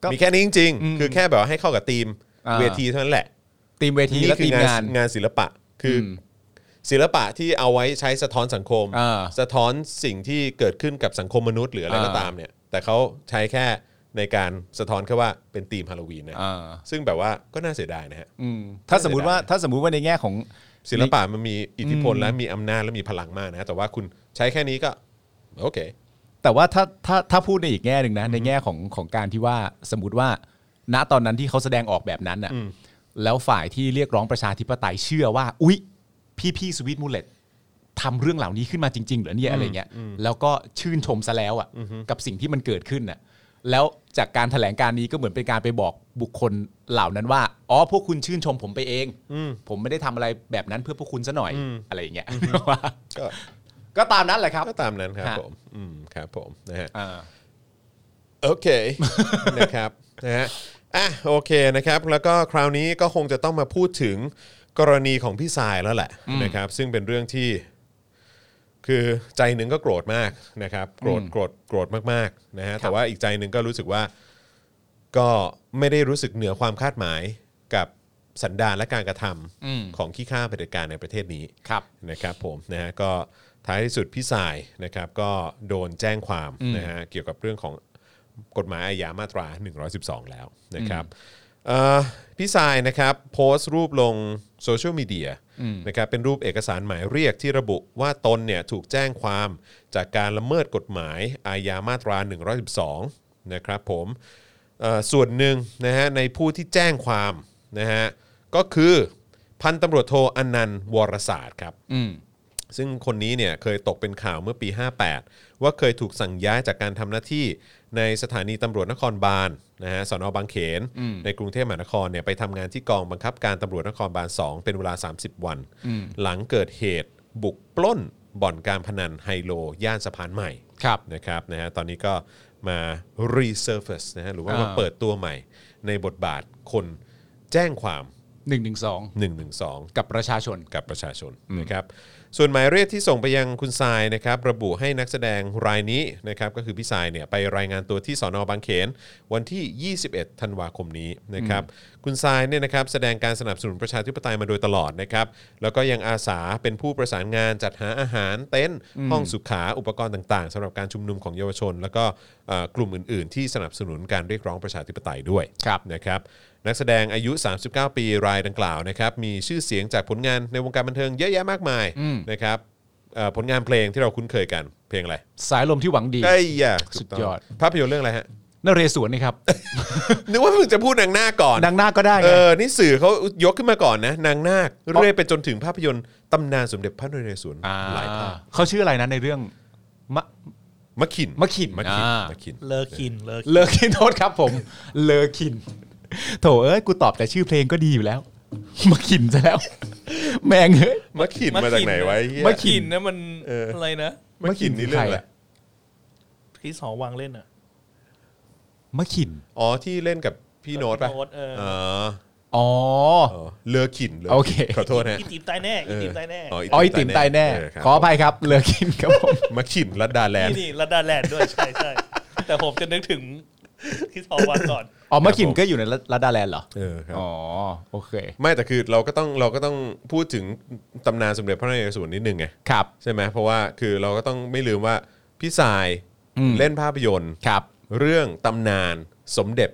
S3: ก็
S2: มีแค่นี้จริง
S3: อืม
S2: ๆคือแค่แบบว่าให้เข้ากับทีม
S3: อ่า
S2: เวทีเท่านั้นแหละ
S3: ทีมเวทีและ
S2: คื
S3: ทีมงาน
S2: งานศิลปะคืออ
S3: ม
S2: ศิลปะที่เอาไว้ใช้สะท้อนสังคม
S3: อ่า
S2: สะท้อนสิ่งที่เกิดขึ้นกับสังคมมนุษย์หรืออะไรก็
S3: อ่า
S2: ตามเนี่ย แต่เขาใช้แค่ในการสะท้อนแค่ว่าเป็นธีมฮาโลวีนนะ
S3: อ่า
S2: ซึ่งแบบว่าก็น่าเสียดายนะฮะ
S3: อืมถ้าสมมติว่าถ้าสมมติว่าในแง่ของ
S2: ศิลปะมันมีอิทธิพลและมีอำนาจและมีพลังมากนะ แต่ว่าคุณใช้แค่นี้ก็ โอเค
S3: แต่ว่าถ้าถ้าถ้าพูดในอีกแง่หนึ่งนะ ในแง่ของของการที่ว่าสมมติว่า ณตอนนั้นที่เขาแสดงออกแบบนั้นน่ะแล้วฝ่ายที่เรียกร้องประชาธิปไตยเชื่อว่า อุ๊ย พี่พี่สวิตมูเลตทำเรื่องเหล่านี้ขึ้นมาจริง ๆ เหรอเนี่ยอะไรเงี้ยแล้วก็ชื่นชมซะแล้วอ่ะกับสิ่งที่มันเกิดขึ้นน่ะแล้วจากการแถลงการนี้ก็เหมือนเป็นการไปบอกบุคคลเหล่านั้นว่าอ๋อพวกคุณชื่นชมผมไปเองผมไม่ได้ทำอะไรแบบนั้นเพื่อพวกคุณซะหน่อยอะไรอย่างเงี้ย *laughs* ว่า
S2: ก็
S3: ก็ตามนั้นแหละครับ
S2: ก็ตามนั้นครับ
S3: ฮะ
S2: ผมอืมครับผมนะฮะ
S3: อ่า
S2: โอเค *laughs* นะครับนะฮะอ่ะโอเคนะครับ แล้วก็คราวนี้ก็คงจะต้องมาพูดถึงกรณีของพี่สายแล้วแหละนะครับ ซึ่งเป็นเรื่องที่ คือใจหนึ่งก็โกรธมากนะครับ โกรธโกรธโกรธมากๆนะฮะแต่ว่าอีกใจหนึ่งก็รู้สึกว่า ก็ไม่ได้รู้สึกเหนือความคาดหมายกับสันดานและการกระทำ
S3: อืม
S2: ของขี้ข้าเผด็จการในประเทศนี้
S3: ครับ
S2: นะครับผมนะฮะก็ท้ายที่สุดพี่สายนะครับก็โดนแจ้งความนะฮะเกี่ยวกับเรื่องของกฎหมายอาญามาตรา 112 แล้วนะครับเอ่อพี่สายนะครับโพสต์รูปลงโซเชียลมีเดียนะครับเป็นรูปเอกสารหมายเรียกที่ระบุว่าตนเนี่ยถูกแจ้งความจากการละเมิดกฎหมายอาญามาตรา 112 นะครับผมเอ่อส่วนหนึ่งนะฮะในผู้ที่แจ้งความนะฮะก็คือพันตำรวจโทอนันต์วรศาสตร์ครับ
S3: อืม
S2: ซึ่งคนนี้เนี่ยเคยตกเป็นข่าวเมื่อปี 58 ว่าเคยถูกสั่งย้ายจากการทำหน้าที่ในสถานีตำรวจนครบาลนะฮะสอนอบางเขน ในกรุงเทพมหานครเนี่ยไปทำงานที่กองบังคับการตำรวจนครบาล 2 เป็นเวลา 30 วัน หลังเกิดเหตุบุกปล้นบ่อนการพนันไฮโล ย่านสะพานใหม่
S3: ครับ
S2: นะครับนะฮะตอนนี้ก็มา resurface นะฮะหรือว่ามา
S3: อ่า
S2: เปิดตัวใหม่ ในบทบาทคนแจ้งความ
S3: หนึ่งหนึ่งสอง
S2: 112
S3: กับประชาชน
S2: กับประชาชนนะครับ ส่วนหมายเรียกที่ส่งไปยังคุณทรายนะครับ ระบุให้นักแสดงรายนี้นะครับ ก็คือพี่ทรายเนี่ยไปรายงานตัวที่สอนอบางเขน วันที่ 21 ธันวาคมนี้นะครับ คุณทรายเนี่ยนะครับแสดงการสนับสนุนประชาธิปไตยมาโดยตลอดนะครับ แล้วก็ยังอาสาเป็นผู้ประสานงานจัดหาอาหารเต็นท์ห้องสุขาอุปกรณ์ต่างๆสำหรับการชุมนุมของเยาวชน แล้วก็เอ่อกลุ่มอื่น ๆ ที่สนับสนุนการเรียกร้องประชาธิปไตยด้วย
S3: ครับ
S2: นะครับนักแสดงอายุ 39 ปีรายดังกล่าวนะครับมีชื่อเสียงจากผลงานในวงการบันเทิงเยอะแยะมากมายนะครับเอ่อผลงานเพลงที่เราคุ้นเคยกันเพลงอะไร
S3: สายลมที่หวังดี
S2: ไอ้ยา
S3: สุดยอด
S2: ภาพยนตร์เรื่องอะไรฮะ *laughs*
S3: นเรศวรนี่ครับ
S2: นึกว่ามึงจะพูดนางนาคก่อน
S3: ดังหน้าก็ได้
S2: เอ
S3: ไง
S2: อนี่สื่อเขายกขึ้นมาก่อนนะนางนาคเรื่อยไปจนถึงภาพยนตร์ตำนานสมเด็จพระนเรศวรหลายภาพ
S3: เขาชื่ออะไรนะในเรื่อง มะ
S2: มะขิน
S3: มะขิน
S2: มะขิน
S3: อ่าม
S2: มะขิน
S4: เลิกกินเลิก
S3: เลอคินโทษครับผม เลอคิน โถเอ้ย กูตอบแต่ชื่อเพลงก็ดีอยู่แล้ว มาขินซะแล้ว แมงเฮ้ย
S2: มะขินมาจากไหนไวะไอ้เหี้ย
S3: มะ
S4: กลิ่นนะมัน
S2: เอออ
S4: อะไรนะ
S2: มะขินนี่เรื่องอะไร
S4: ที่สอวางเล่นอ่ะ
S3: มะขิน
S2: อ๋อที่เล่นกับพี่โน้ตป่ะ
S4: โน้ตเออ
S3: อ๋
S2: อ๋อ
S4: อ๋
S3: อ
S2: อ๋อเลอขินลย
S3: โอเค
S2: ขอโทษนะ
S4: อีติมตายแน่อีติมตายแน่
S3: อ๋อไอติมตายแน่
S2: เอครับ
S3: ขออภัยครับเลือกิน *laughs* ครับผม
S2: มะขินรัดดาแลนด์
S4: นี่นี่ลัดดาแลนด์ด้วยใช่ใช่แต่ผมจะนึกถึงที่สอวางก่อน
S3: อ๋อมะขิน
S2: ครับผม
S3: ก็อยู่ในรัดดาแลนด์เหรอ
S2: เออครับ
S3: อ๋อ โอเค
S2: ไม่แต่คือเราก็ต้องเราก็ต้องพูดถึงตำนานสมเด็จพระนเรศวรนิดนึงไง
S3: ครับ
S2: ใช่ไหมเพราะว่าคือเราก็ต้องไม่ลืมว่าพี่สาย
S3: อืม
S2: เล่นภาพยนตร์
S3: ครับ
S2: เรื่องตำนานสมเด็จ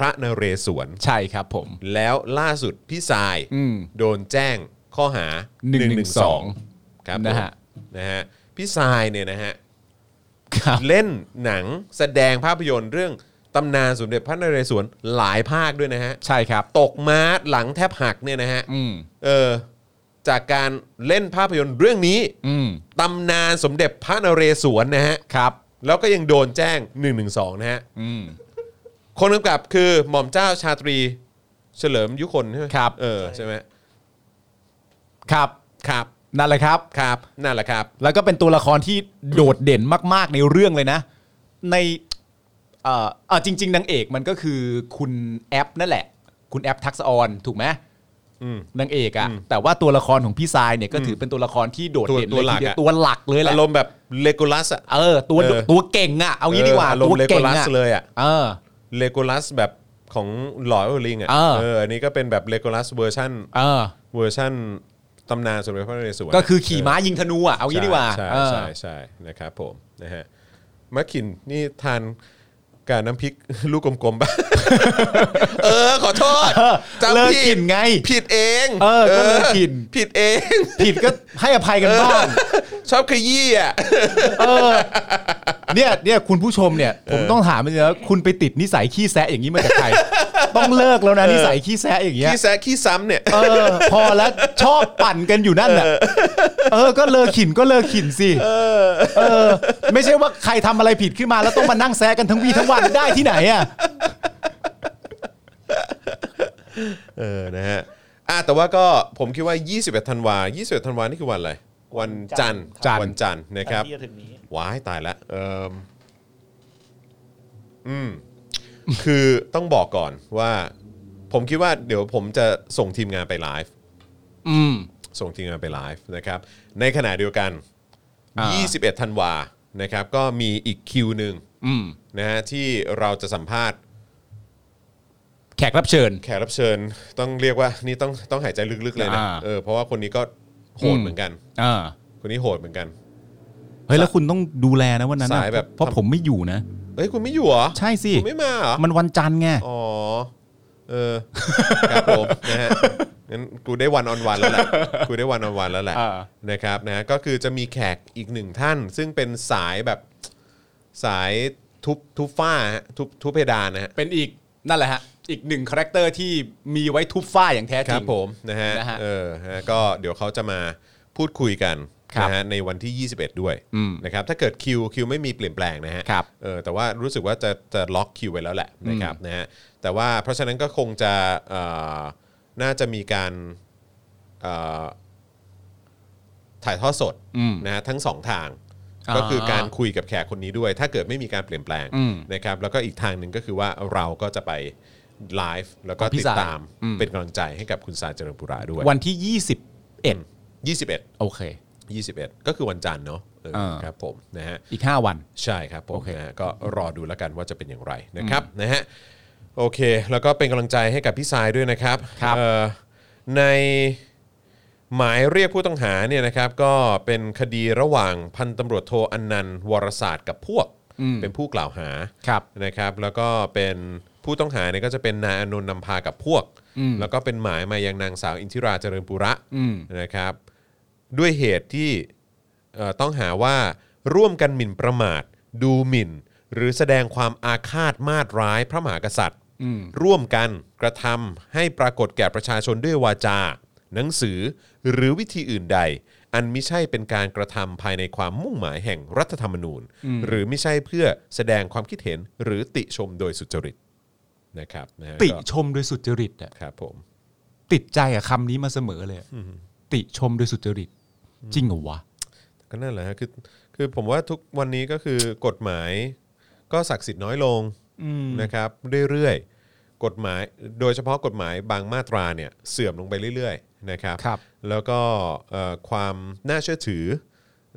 S2: พระนเรศวร
S3: ใช่ครับผม
S2: แล้วล่าสุดพี่สาย
S3: อืม
S2: โดนแจ้งข้อหา
S3: 112
S2: ครับ
S3: นะฮะ
S2: ผมนะฮะพี่สายเนี่ยนะฮะ
S3: ครับ
S2: เล่นหนังแสดงภาพยนตร์เรื่องตำนานสมเด็จพระนเรศวรหลายภาคด้วยนะฮะ
S3: ใช่ครับ
S2: ตกม้าหลังแทบหักเนี่ยนะฮะ
S3: อืม
S2: เออจากการเล่นภาพยนตร์เรื่องนี้
S3: อืม
S2: ตำนานสมเด็จพระนเรศวรนะฮะ
S3: ครับ
S2: แล้วก็ยังโดนแจ้ง 112 นะฮะ
S3: อืม
S2: คนกำกับคือหม่อมเจ้าชาตรีเฉลิมยุคนใช่ไหม
S3: ครับ
S2: เออใช่ไหม
S3: ครับ
S2: ครับ
S3: นั่นแหละครับ
S2: ครับ นั่นแหละครับ
S3: แล้วก็เป็นตัวละครที่โดดเด่นมาก ๆ ในเรื่องเลยนะ ในเอ่อเอ่อจริง ๆนางเอกมันก็คือคุณแอปนั่นแหละ คุณแอปทักษะออนถูกไหม
S2: อืม
S3: นางเอกอะแต่ว่าตัวละครของพี่ทรายเนี่ยก็ถือเป็นตัวละครที่โดดเด่น
S2: ตัว
S3: เลย
S2: ตัวหลั
S3: ที
S2: กอะ
S3: เดียวตัวหลักเลยแหละ
S2: อารมณ์แบบเลโกลัสอะ
S3: เออตัว
S2: เออ
S3: ตัวเก่งอะเอางี้ดีกว่า
S2: อารม
S3: ตัว
S2: ณ์เลโก
S3: เก่ง
S2: ลัส
S3: อะ
S2: เลยอะ
S3: เออ
S2: เลโกลัสแบบของหลอดลิงอะ
S3: เออ
S2: เอออันนี้ก็เป็นแบบเลโกลัสเวอร์ชัน
S3: เออ
S2: เวอร์ชันตำนานสมเด็จพระนเรศวร
S3: ก็คือขี่ม้ายิงธนูอะเอางี้ดีกว่า
S2: ใช่
S3: เออ
S2: ใช่ใช่ใช่นะครับผมนะฮะมะขินนี่ทานกาน้ำพริก *laughs* ลูกกลมๆป่ะ เออ ขอโทษ
S3: เออ
S2: จำ
S3: เลิก
S2: ผิด
S3: กินไง
S2: ผิดเอง
S3: เออก็เลิกกิน
S2: ผิดเอง
S3: ผิดก็ให้อภัยกันบ้าง
S2: ชอบขยี้อ่ะ
S3: เออเนี่ยเนี่ยคุณผู้ชมเนี่ย ผมต้องถามเลยนะคุณไปติดนิสัยขี้แซะอย่างนี้มาจากใคร ต้องเลิกแล้วนะนิสัยขี้แซะอย่างเงี้ย
S2: ขี้แซะขี้ซ้ำเนี่ย
S3: เออ พอแล้วชอบปั่นกันอยู่นั่นแหละเออ ก็เลิกขินก็เลิกขินสิเออ ไม่ใช่ว่าใครทำอะไรผิดขึ้นมาแล้วต้องมานั่งแซะกันทั้งวีทั้งวันได้ที่ไหนอ่ะ
S2: เออ นะฮะอ่ะแต่ว่าก็ผมคิดว่า 21ธันวา21ธันวานี่คือวันอะไร วันจันทร์
S3: จันทร์
S2: วันจันทร์นะครับ
S4: ที่จะถึงนี้
S2: ว้ายตายละเอมอืม คือต้องบอกก่อนว่า ผมคิดว่าเดี๋ยวผมจะส่งทีมงานไปไลฟ์
S3: อืม
S2: ส่งทีมงานไปไลฟ์นะครับ ในขณะเดียวกัน
S3: อ่า
S2: 21ธันวานะครับ ก็มีอีกคิวหนึ่ง
S3: อืม
S2: นะฮะที่เราจะสัมภาษณ์
S3: แขกรับเชิญ
S2: แขกรับเชิญ ต้องเรียกว่า นี่ต้องต้องหายใจลึกๆเลยนะ
S3: อ่า
S2: เออเพราะว่าคนนี้ก็โหดเหมือนกัน
S3: อ่า
S2: คนนี้โหดเหมือนกัน
S3: เฮ้ยแล้วคุณต้องดูแลนะวันนั้นอะ
S2: สายแบบ
S3: เพราะผมไม่อยู่นะ
S2: เอ้ยคุณไม่อยู่เหรอ
S3: ใช่สิ
S2: คุณไม่มาเหรอ
S3: มันวันจันทร์ไง
S2: อ๋อ เอ
S3: *laughs*
S2: อ ครับผมนะฮะ งั้นกูได้วันออนวันแล้
S3: *laughs*
S2: วแหละ กูได้วันออนวันแล้วแหละ
S3: อ่า
S2: นะครับนะก็คือจะมีแขกอีกหนึ่งท่าน ซึ่งเป็นสายแบบสายทุบทุบฝ้าฮะทุบทุบเพดานนะฮะ
S3: เป็นอีกนั่นแหละฮะ อีกหนึ่งคาแรคเตอร์ที่มีไว้ทุบฝ้าอย่างแท้
S2: ค
S3: จ
S2: รั
S3: ริ
S2: บ
S3: ง
S2: ผมนะฮะ
S3: นะฮะ
S2: เออฮะก็เดี๋ยวเขาจะมาพูดคุยกัน
S3: ครับ
S2: นะฮะในวันที่ 21 ด้วย
S3: อืม
S2: นะครับถ้าเกิดคิวคิวไม่มีเปลี่ยนแปลงนะฮะ
S3: ครับ
S2: เออแต่ว่ารู้สึกว่าจะจะล็อกคิวไว้แล้วแหละนะครับนะฮะแต่ว่าเพราะฉะนั้นก็คงจะเอ่อน่าจะมีการเอ่อถ่ายทอดสด
S3: อืม
S2: นะฮะทั้งสองทาง
S3: อ่า
S2: ก็คือการคุยกับแขกคนนี้ด้วย ถ้าเกิดไม่มีการเปลี่ยนแปลง
S3: อืม
S2: นะครับแล้วก็อีกทางหนึ่งก็คือว่าเราก็จะไปไลฟ์แล้วก็
S3: ของพี่
S2: ติด
S3: สาย
S2: ตาม
S3: อืม
S2: เป็นกำลังใจให้กับคุณสายเจริญปุระด้วย
S3: วันที่ 21
S2: 21
S3: โอเค
S2: 21 ก็คือวันจันทร์เนาะเออ
S3: เออ
S2: ครับผมนะฮะ
S3: อีก 5 วัน
S2: ใช่ครับผม
S3: โอเค
S2: นะฮะก็รอดูแล้วกันว่าจะเป็นอย่างไรนะครับนะฮะโอเค แล้วก็เป็นกำลังใจให้กับพี่สายด้วยนะครับเอ่อในหมายเรียกผู้ต้องหาเนี่ยนะครับก็เป็นคดีระหว่างพันตำรวจโทอันนันต์วรศาสตร์กับพวกเป็นผู้กล่าวหา
S3: ครับ
S2: นะครับแล้วก็เป็นผู้ต้องหาเนี่ยก็จะเป็นนายอนนท์นำพากับพวก แล้วก็เป็นหมายมายังนางสาวอินทิราเจริญปุระ
S3: อืม
S2: นะครับ ด้วยเหตุที่เอ่อต้องหาว่าร่วมกันหมิ่นประมาท ดูหมิ่น หรือแสดงความอาฆาตมาตร้ายพระมหากษัตริย์ ร่วมกันกระทำให้ปรากฏแก่ประชาชนด้วยวาจา หนังสือหรือวิธีอื่นใด อันมิใช่เป็นการกระทำภายในความมุ่งหมายแห่งรัฐธรรมนูญ หรือไม่ใช่เพื่อแสดงความคิดเห็นหรือติชมโดยสุจริตนะครับนะฮะ
S3: ติ
S2: ก็
S3: ชมโดยสุจริตอะ
S2: ครับผม
S3: ติดใจกับคำนี้มาเสมอเลยอะ ติชมโดยสุจริต จริงเหรอวะ
S2: ก็นั่นแหละฮะคือคือผมว่าทุกวันนี้ก็คือกฎหมาย ก็ศักดิ์สิทธิ์น้อยลงนะครับเรื่อยๆกฎหมายโดยเฉพาะกฎหมายบางมาตราเนี่ยเสื่อมลงไปเรื่อยๆนะครับ
S3: ครับ
S2: แล้วก็เอ่อความน่าเชื่อถือ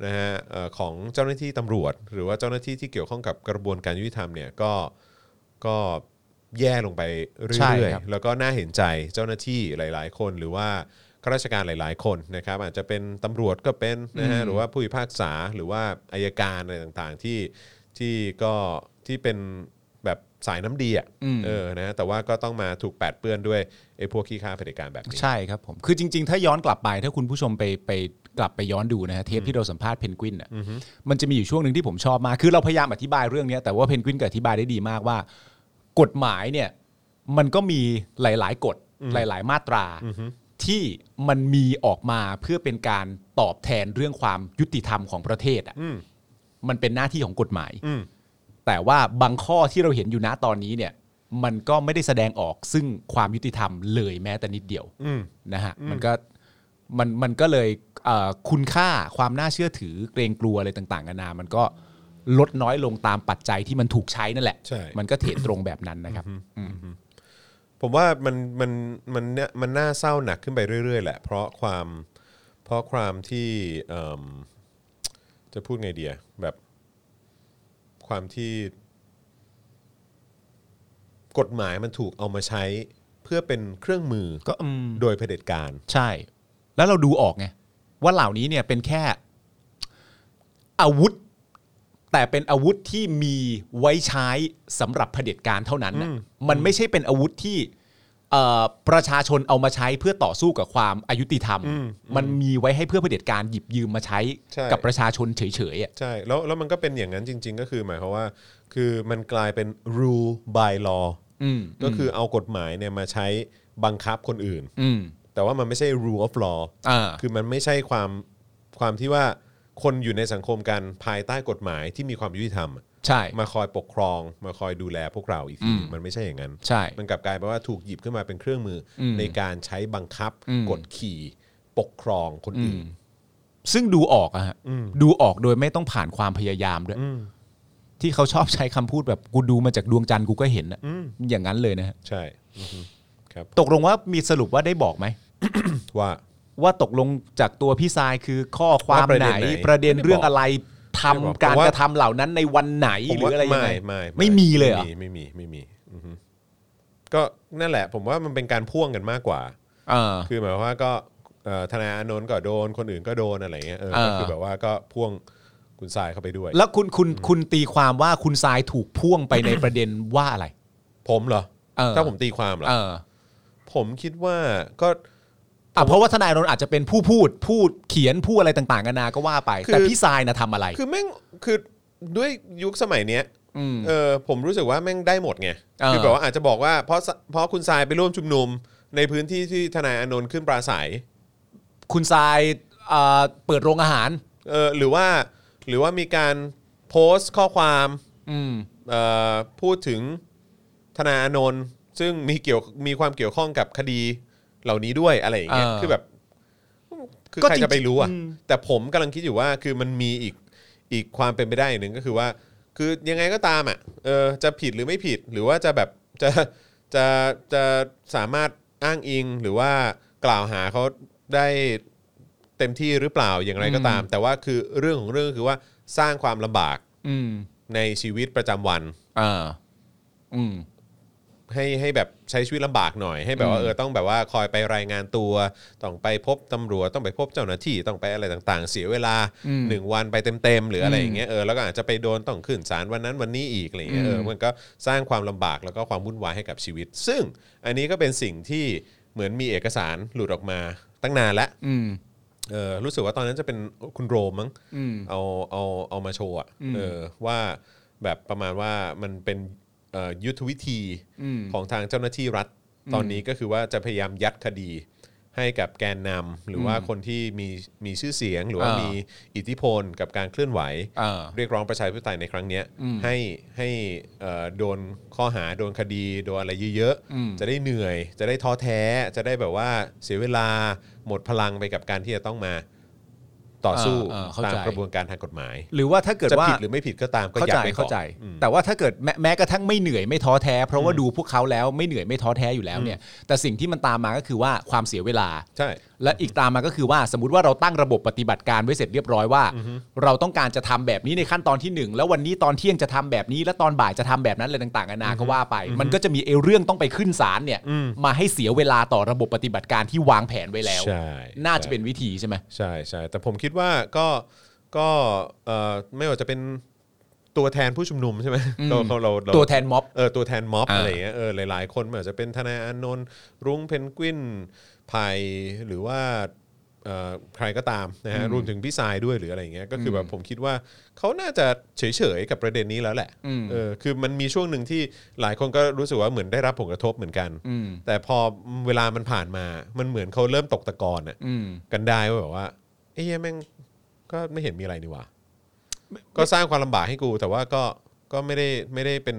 S2: นะฮะเอ่อของเจ้าหน้าที่ตำรวจ หรือว่าเจ้าหน้าที่ที่เกี่ยวข้องกับกระบวนการยุติธรรมเนี่ยก็ก็แย่ลงไป
S3: ใช่
S2: เรื่อย
S3: ครับ
S2: ๆแล้วก็น่าเห็นใจเจ้าหน้าที่หลาย ๆ คนหรือว่าข้าราชการหลาย ๆ คนนะครับ อาจจะเป็นตำรวจก็เป็นนะฮะหรือว่าผู้พิพากษาหรือว่าอายการอะไรต่างๆที่ที่ก็ที่เป็นแบบสายน้ำดีอ่ะเออนะฮะแต่ว่าก็ต้องมาถูกแปดเปื้อนด้วยไอ้พวกขี้ข้าเผด็จการแบบนี้
S3: ใช่ครับผม คือจริง ๆ ถ้าย้อนกลับไปถ้าคุณผู้ชมไปไปกลับไปย้อนดูนะฮะเทปที่เราสัมภาษณ์เพนกวินอ่ะมันจะมีอยู่ช่วงหนึ่งที่ผมชอบมาก คือเราพยายามอธิบายเรื่องเนี้ยแต่ว่าเพนกวินก็อธิบายได้ดีมากว่า กฎหมายเนี่ยมันก็มีหลาย ๆ กฎหลาย ๆ มาตรา ที่มันมีออกมาเพื่อเป็นการตอบแทนเรื่องความยุติธรรมของประเทศอ่ะ
S2: อืม
S3: มันเป็นหน้าที่ของกฎหมาย
S2: อืม
S3: แต่ว่าบางข้อที่เราเห็นอยู่นะตอนนี้เนี่ย มันก็ไม่ได้แสดงออกซึ่งความยุติธรรมเลยแม้แต่นิดเดียว
S2: อืม
S3: นะฮะมันก็มันมันก็เลยเอ่อคุณค่าความน่าเชื่อถือเกรงกลัวอะไรต่างๆกันานามันก็ลดน้อยลงตามปัจจัยที่มันถูกใช้นั่นแหละ
S2: ใช่
S3: มันก็เถดตรงแบบนั้นนะครับ
S2: ผมว่ามันมันมันเนี่ยมันน่าเศร้าหนักขึ้นไปเรื่อยๆ แหละ เพราะความเพราะความที่เอิ่มจะพูดไงเดียแบบความที่ กฎหมายมันถูกเอามาใช้เพื่อเป็นเครื่องมือ
S3: ก็อืม
S2: โดยเผด็จการ
S3: ใช่ แล้วเราดูออกไงว่าเหล่านี้เนี่ยเป็นแค่ อาวุธ แต่เป็นอาวุธที่มีไว้ใช้สำหรับเผด็จการเท่านั้นน่ะมันไม่ใช่เป็นอาวุธที่เอ่อประชาชนเอามาใช้เพื่อต่อสู้กับความอายุติธรรม มันมีไว้ให้เพื่อเผด็จการหยิบยืมมาใช้
S2: ใช่
S3: กับประชาชนเฉยๆอ่ะ
S2: ใช่แล้วแล้วมันก็เป็นอย่างนั้นจริง ๆ ก็คือหมายความว่า คือมันกลายเป็น rule by law
S3: อืม
S2: ก็คือเอากฎหมายเนี่ยมาใช้บังคับคนอื่น
S3: อืม
S2: แต่ว่ามันไม่ใช่ rule of law
S3: อ่า
S2: คือมันไม่ใช่ความความที่ว่าคนอยู่ในสังคมกันภายใต้กฎหมายที่มีความยุติธรรมอะ
S3: ใช่
S2: มาคอยปกครอง มาคอยดูแลพวกเราอีกทีหนึ่งมันไม่ใช่อย่างนั้น
S3: ใช่
S2: มันกลับกลายเป็นว่าถูกหยิบขึ้นมาเป็นเครื่องมืออในการใช้บังคับ
S3: อืม
S2: กดขี่ปกครองคนอื่น
S3: ซึ่งดูออกอะฮะดูออกโดยไม่ต้องผ่านความพยายามด้วย ที่เขาชอบใช้คำพูดแบบกูดูมาจากดวงจันทร์กูก็เห็นอะอย่างนั้นเลยนะฮะ
S2: ใช่อือฮึครับ
S3: ตกลงว่ามีสรุปว่าได้บอกไหม
S2: ว่า
S3: ว่าตกลงจากตัวพี่ทรายคือข้อความ
S2: ว่าประ
S3: ไห
S2: เด็
S3: น
S2: นไหน
S3: ประเด็นเรื่องอะไรทำ
S2: ไม่บอก
S3: การ
S2: ผมว่า
S3: กระทำเหล่านั้นในวันไหน
S2: ผม
S3: หรื
S2: ว่า
S3: ออะไรยังไง
S2: ไม่ไม่
S3: ไม่มีเลยเหรอ
S2: ไม่มีไม่มีไม่มีอือฮึก็นั่นแหละ ผมว่ามันเป็นการพ่วงกันมากกว่า
S3: อ่า
S2: คือหมายความว่าก็เอ่อธนาอานนท์ก็โดนคนอื่นก็โดนอะไรเงี้ยเออ
S3: เอ
S2: ก็
S3: อ
S2: คือแบบว่าก็พ่วงคุณทรายเข้าไปด้วย
S3: แล้วคุณคุณคุณตีความว่าคุณทรายถูกพ่วงไปใน *coughs* ประเด็นว่าอะไร
S2: ผมเหรอ
S3: เออ
S2: ถ้าผมตีความเหรอ
S3: เออ
S2: ผมคิดว่าก็
S3: อ่ะเพราะว่าทนายรณอาจจะเป็นผู้พูดพูดเขียนผู้อะไรต่างๆกันานาก็ว่าไป แต่พี่ทรายนะทำอะไร
S2: คือแม่งคือด้วยยุคสมัยเนี้ย
S3: อืม
S2: เออผมรู้สึกว่าแม่งได้หมดไง
S3: เออ
S2: คือแบบว่าอาจจะบอกว่าเพราะเพราะคุณทรายไปร่วมชุมนุม ในพื้นที่ที่ทนายอานนท์ขึ้นปราศัย
S3: คุณทรายเอ่อเปิดโรงอาหาร
S2: เออหรือว่าหรือว่ามีการโพสต์ข้อความ
S3: อืม
S2: เอ่อพูดถึงธนาอานนท์ซึ่งมีเกี่ยวมีความเกี่ยวข้องกับคดีเหล่านี้ด้วยอะไรอย่างเงี้ย
S3: เออ
S2: คือแบบคือ
S3: ก็
S2: ใคร
S3: จริงๆ
S2: จะไปรู้อ่ะ
S3: อืม
S2: แต่ผมกำลังคิดอยู่ว่าคือมันมีอีกอีกความเป็นไปได้หนึ่งก็คือว่า คือยังไงก็ตามอ่ะเออจะผิดหรือไม่ผิดหรือว่าจะแบบจะจะจะสามารถอ้างอิงหรือว่ากล่าวหาเขาได้เต็มที่หรือเปล่าอย่างไรก็ตาม แต่ว่าคือเรื่องของเรื่องก็คือว่าสร้างความลำบาก
S3: อืม
S2: ในชีวิตประจำวัน
S3: เอออืม
S2: ให้ให้แบบใช้ชีวิตลำบากหน่อยให้แบบว่า
S3: อืม
S2: เออต้องแบบว่าคอยไปรายงานตัว ต้องไปพบตำรวจต้องไปพบเจ้าหน้าที่ต้องไปอะไรต่างๆ เสียเวลา
S3: อืม
S2: หนึ่งวันไปเต็มๆหรืออะไร
S3: อืม
S2: อย่างเงี้ยเออแล้วก็อาจจะไปโดนต้องขึ้นศาลวันนั้นวันนี้อีกอะไรอย่างเงี้ยเออ
S3: อืม
S2: มันก็สร้างความลำบากแล้วก็ความวุ่นวายให้กับชีวิต ซึ่งอันนี้ก็เป็นสิ่งที่เหมือนมีเอกสารหลุดออกมาตั้งนานแล้ว
S3: อืม
S2: เออรู้สึกว่าตอนนั้นจะเป็นคุณโรมมั้ง
S3: อืม
S2: เอาเอาเอามาโชว์อะ
S3: อืม
S2: เออว่าแบบประมาณว่ามันเป็นเอ่อยุทธวิธี
S3: อืม
S2: ของทางเจ้าหน้าที่รัฐ ตอนนี้ก็คือว่าจะพยายามยัดคดี ให้กับแกนนำหรือว่าคนที่มีมีชื่อเสียงหรือว่า
S3: อ่ามี
S2: มีอิทธิพลกับการเคลื่อนไหว
S3: อ่า
S2: เรียกร้องประชาธิปไตยในครั้งเนี้ยให้ให้เอ่อโดนข้อหาโดนคดีโดนอะไรเยอะ
S3: อืม
S2: ๆ จะได้เหนื่อย จะได้ท้อแท้จะได้แบบว่าเสียเวลาหมดพลังไปกับการที่จะต้องมาต่อสู้
S3: อ่าอ่าเข้าใจ
S2: ตามกระบวนการทางกฎหมาย
S3: หรือว่าถ้าเกิด
S2: จะ
S3: ว่า
S2: ผิดหรือไม่ผิดก็ตามก็
S3: เข้า
S2: อยา
S3: ใจ
S2: กไปต่อ
S3: เข้าใจ
S2: อืม
S3: แต่ว่าถ้าเกิดแม้แม้กระทั่งไม่เหนื่อยไม่ท้อแท้ เพราะว่าดูพวกเขาแล้วไม่เหนื่อยไม่ท้อแท้อยู่แล้วเนี่ย แต่สิ่งที่มันตามมาก็คือว่าความเสียเวลา
S2: ใช่
S3: และอีกตามมาก็คือว่าสมมติว่าเราตั้งระบบปฏิบัติการไว้เสร็จเรียบร้อยว่า เราต้องการจะทำแบบนี้ในขั้นตอนที่หนึ่งแล้ววันนี้ตอนเที่ยงจะทำแบบนี้ แล้วตอนบ่ายจะทำแบบนั้นอะไรต่างๆนานาก็ว่าไป มันก็จะมีเอเรื่องต้องไปขึ้นศาลเนี่ย
S2: อืม
S3: มาให้เสียเวลาต่อระบบปฏิบัติการที่วางแผนไว้แล้ว
S2: ใช่
S3: น่าจะเป็นวิธีใช่ไหม
S2: ใช่ใช่แต่ผมคิดว่าก็ก็เอ่อไม่ว่าจะเป็นตัวแทนผู้ชุมนุมใช่ไหม
S3: อืม
S2: เราเราเราเรา
S3: ตัวแทนม็อบ
S2: เออตัวแทนม็อบ
S3: อ่า
S2: อะไรอย่างเงี้ยเออหลายๆ คนไม่ว่าจะเป็นทนายอานนท์รุ้งเพนกวินไผ่หรือว่าเอ่อใครก็ตามนะฮะรวมถึงพี่สายด้วยหรืออะไรอย่างเงี้ยก็คือแบบผมคิดว่าเขาน่าจะเฉยๆกับประเด็นนี้แล้วแหละเออคือมันมีช่วงหนึ่งที่หลายคนก็รู้สึกว่าเหมือนได้รับผลกระทบเหมือนกัน
S3: อืม
S2: แต่พอเวลามันผ่านมา มันเหมือนเขาเริ่มตกตะกอนอะ
S3: อืม
S2: กันได้ว่าแบบว่าไอ้เหี้ยแม่งก็ไม่เห็นมีอะไรนี่หว่าก็สร้างความลำบากให้กู แต่ว่าก็ก็ไม่ได้ไม่ได้เป็น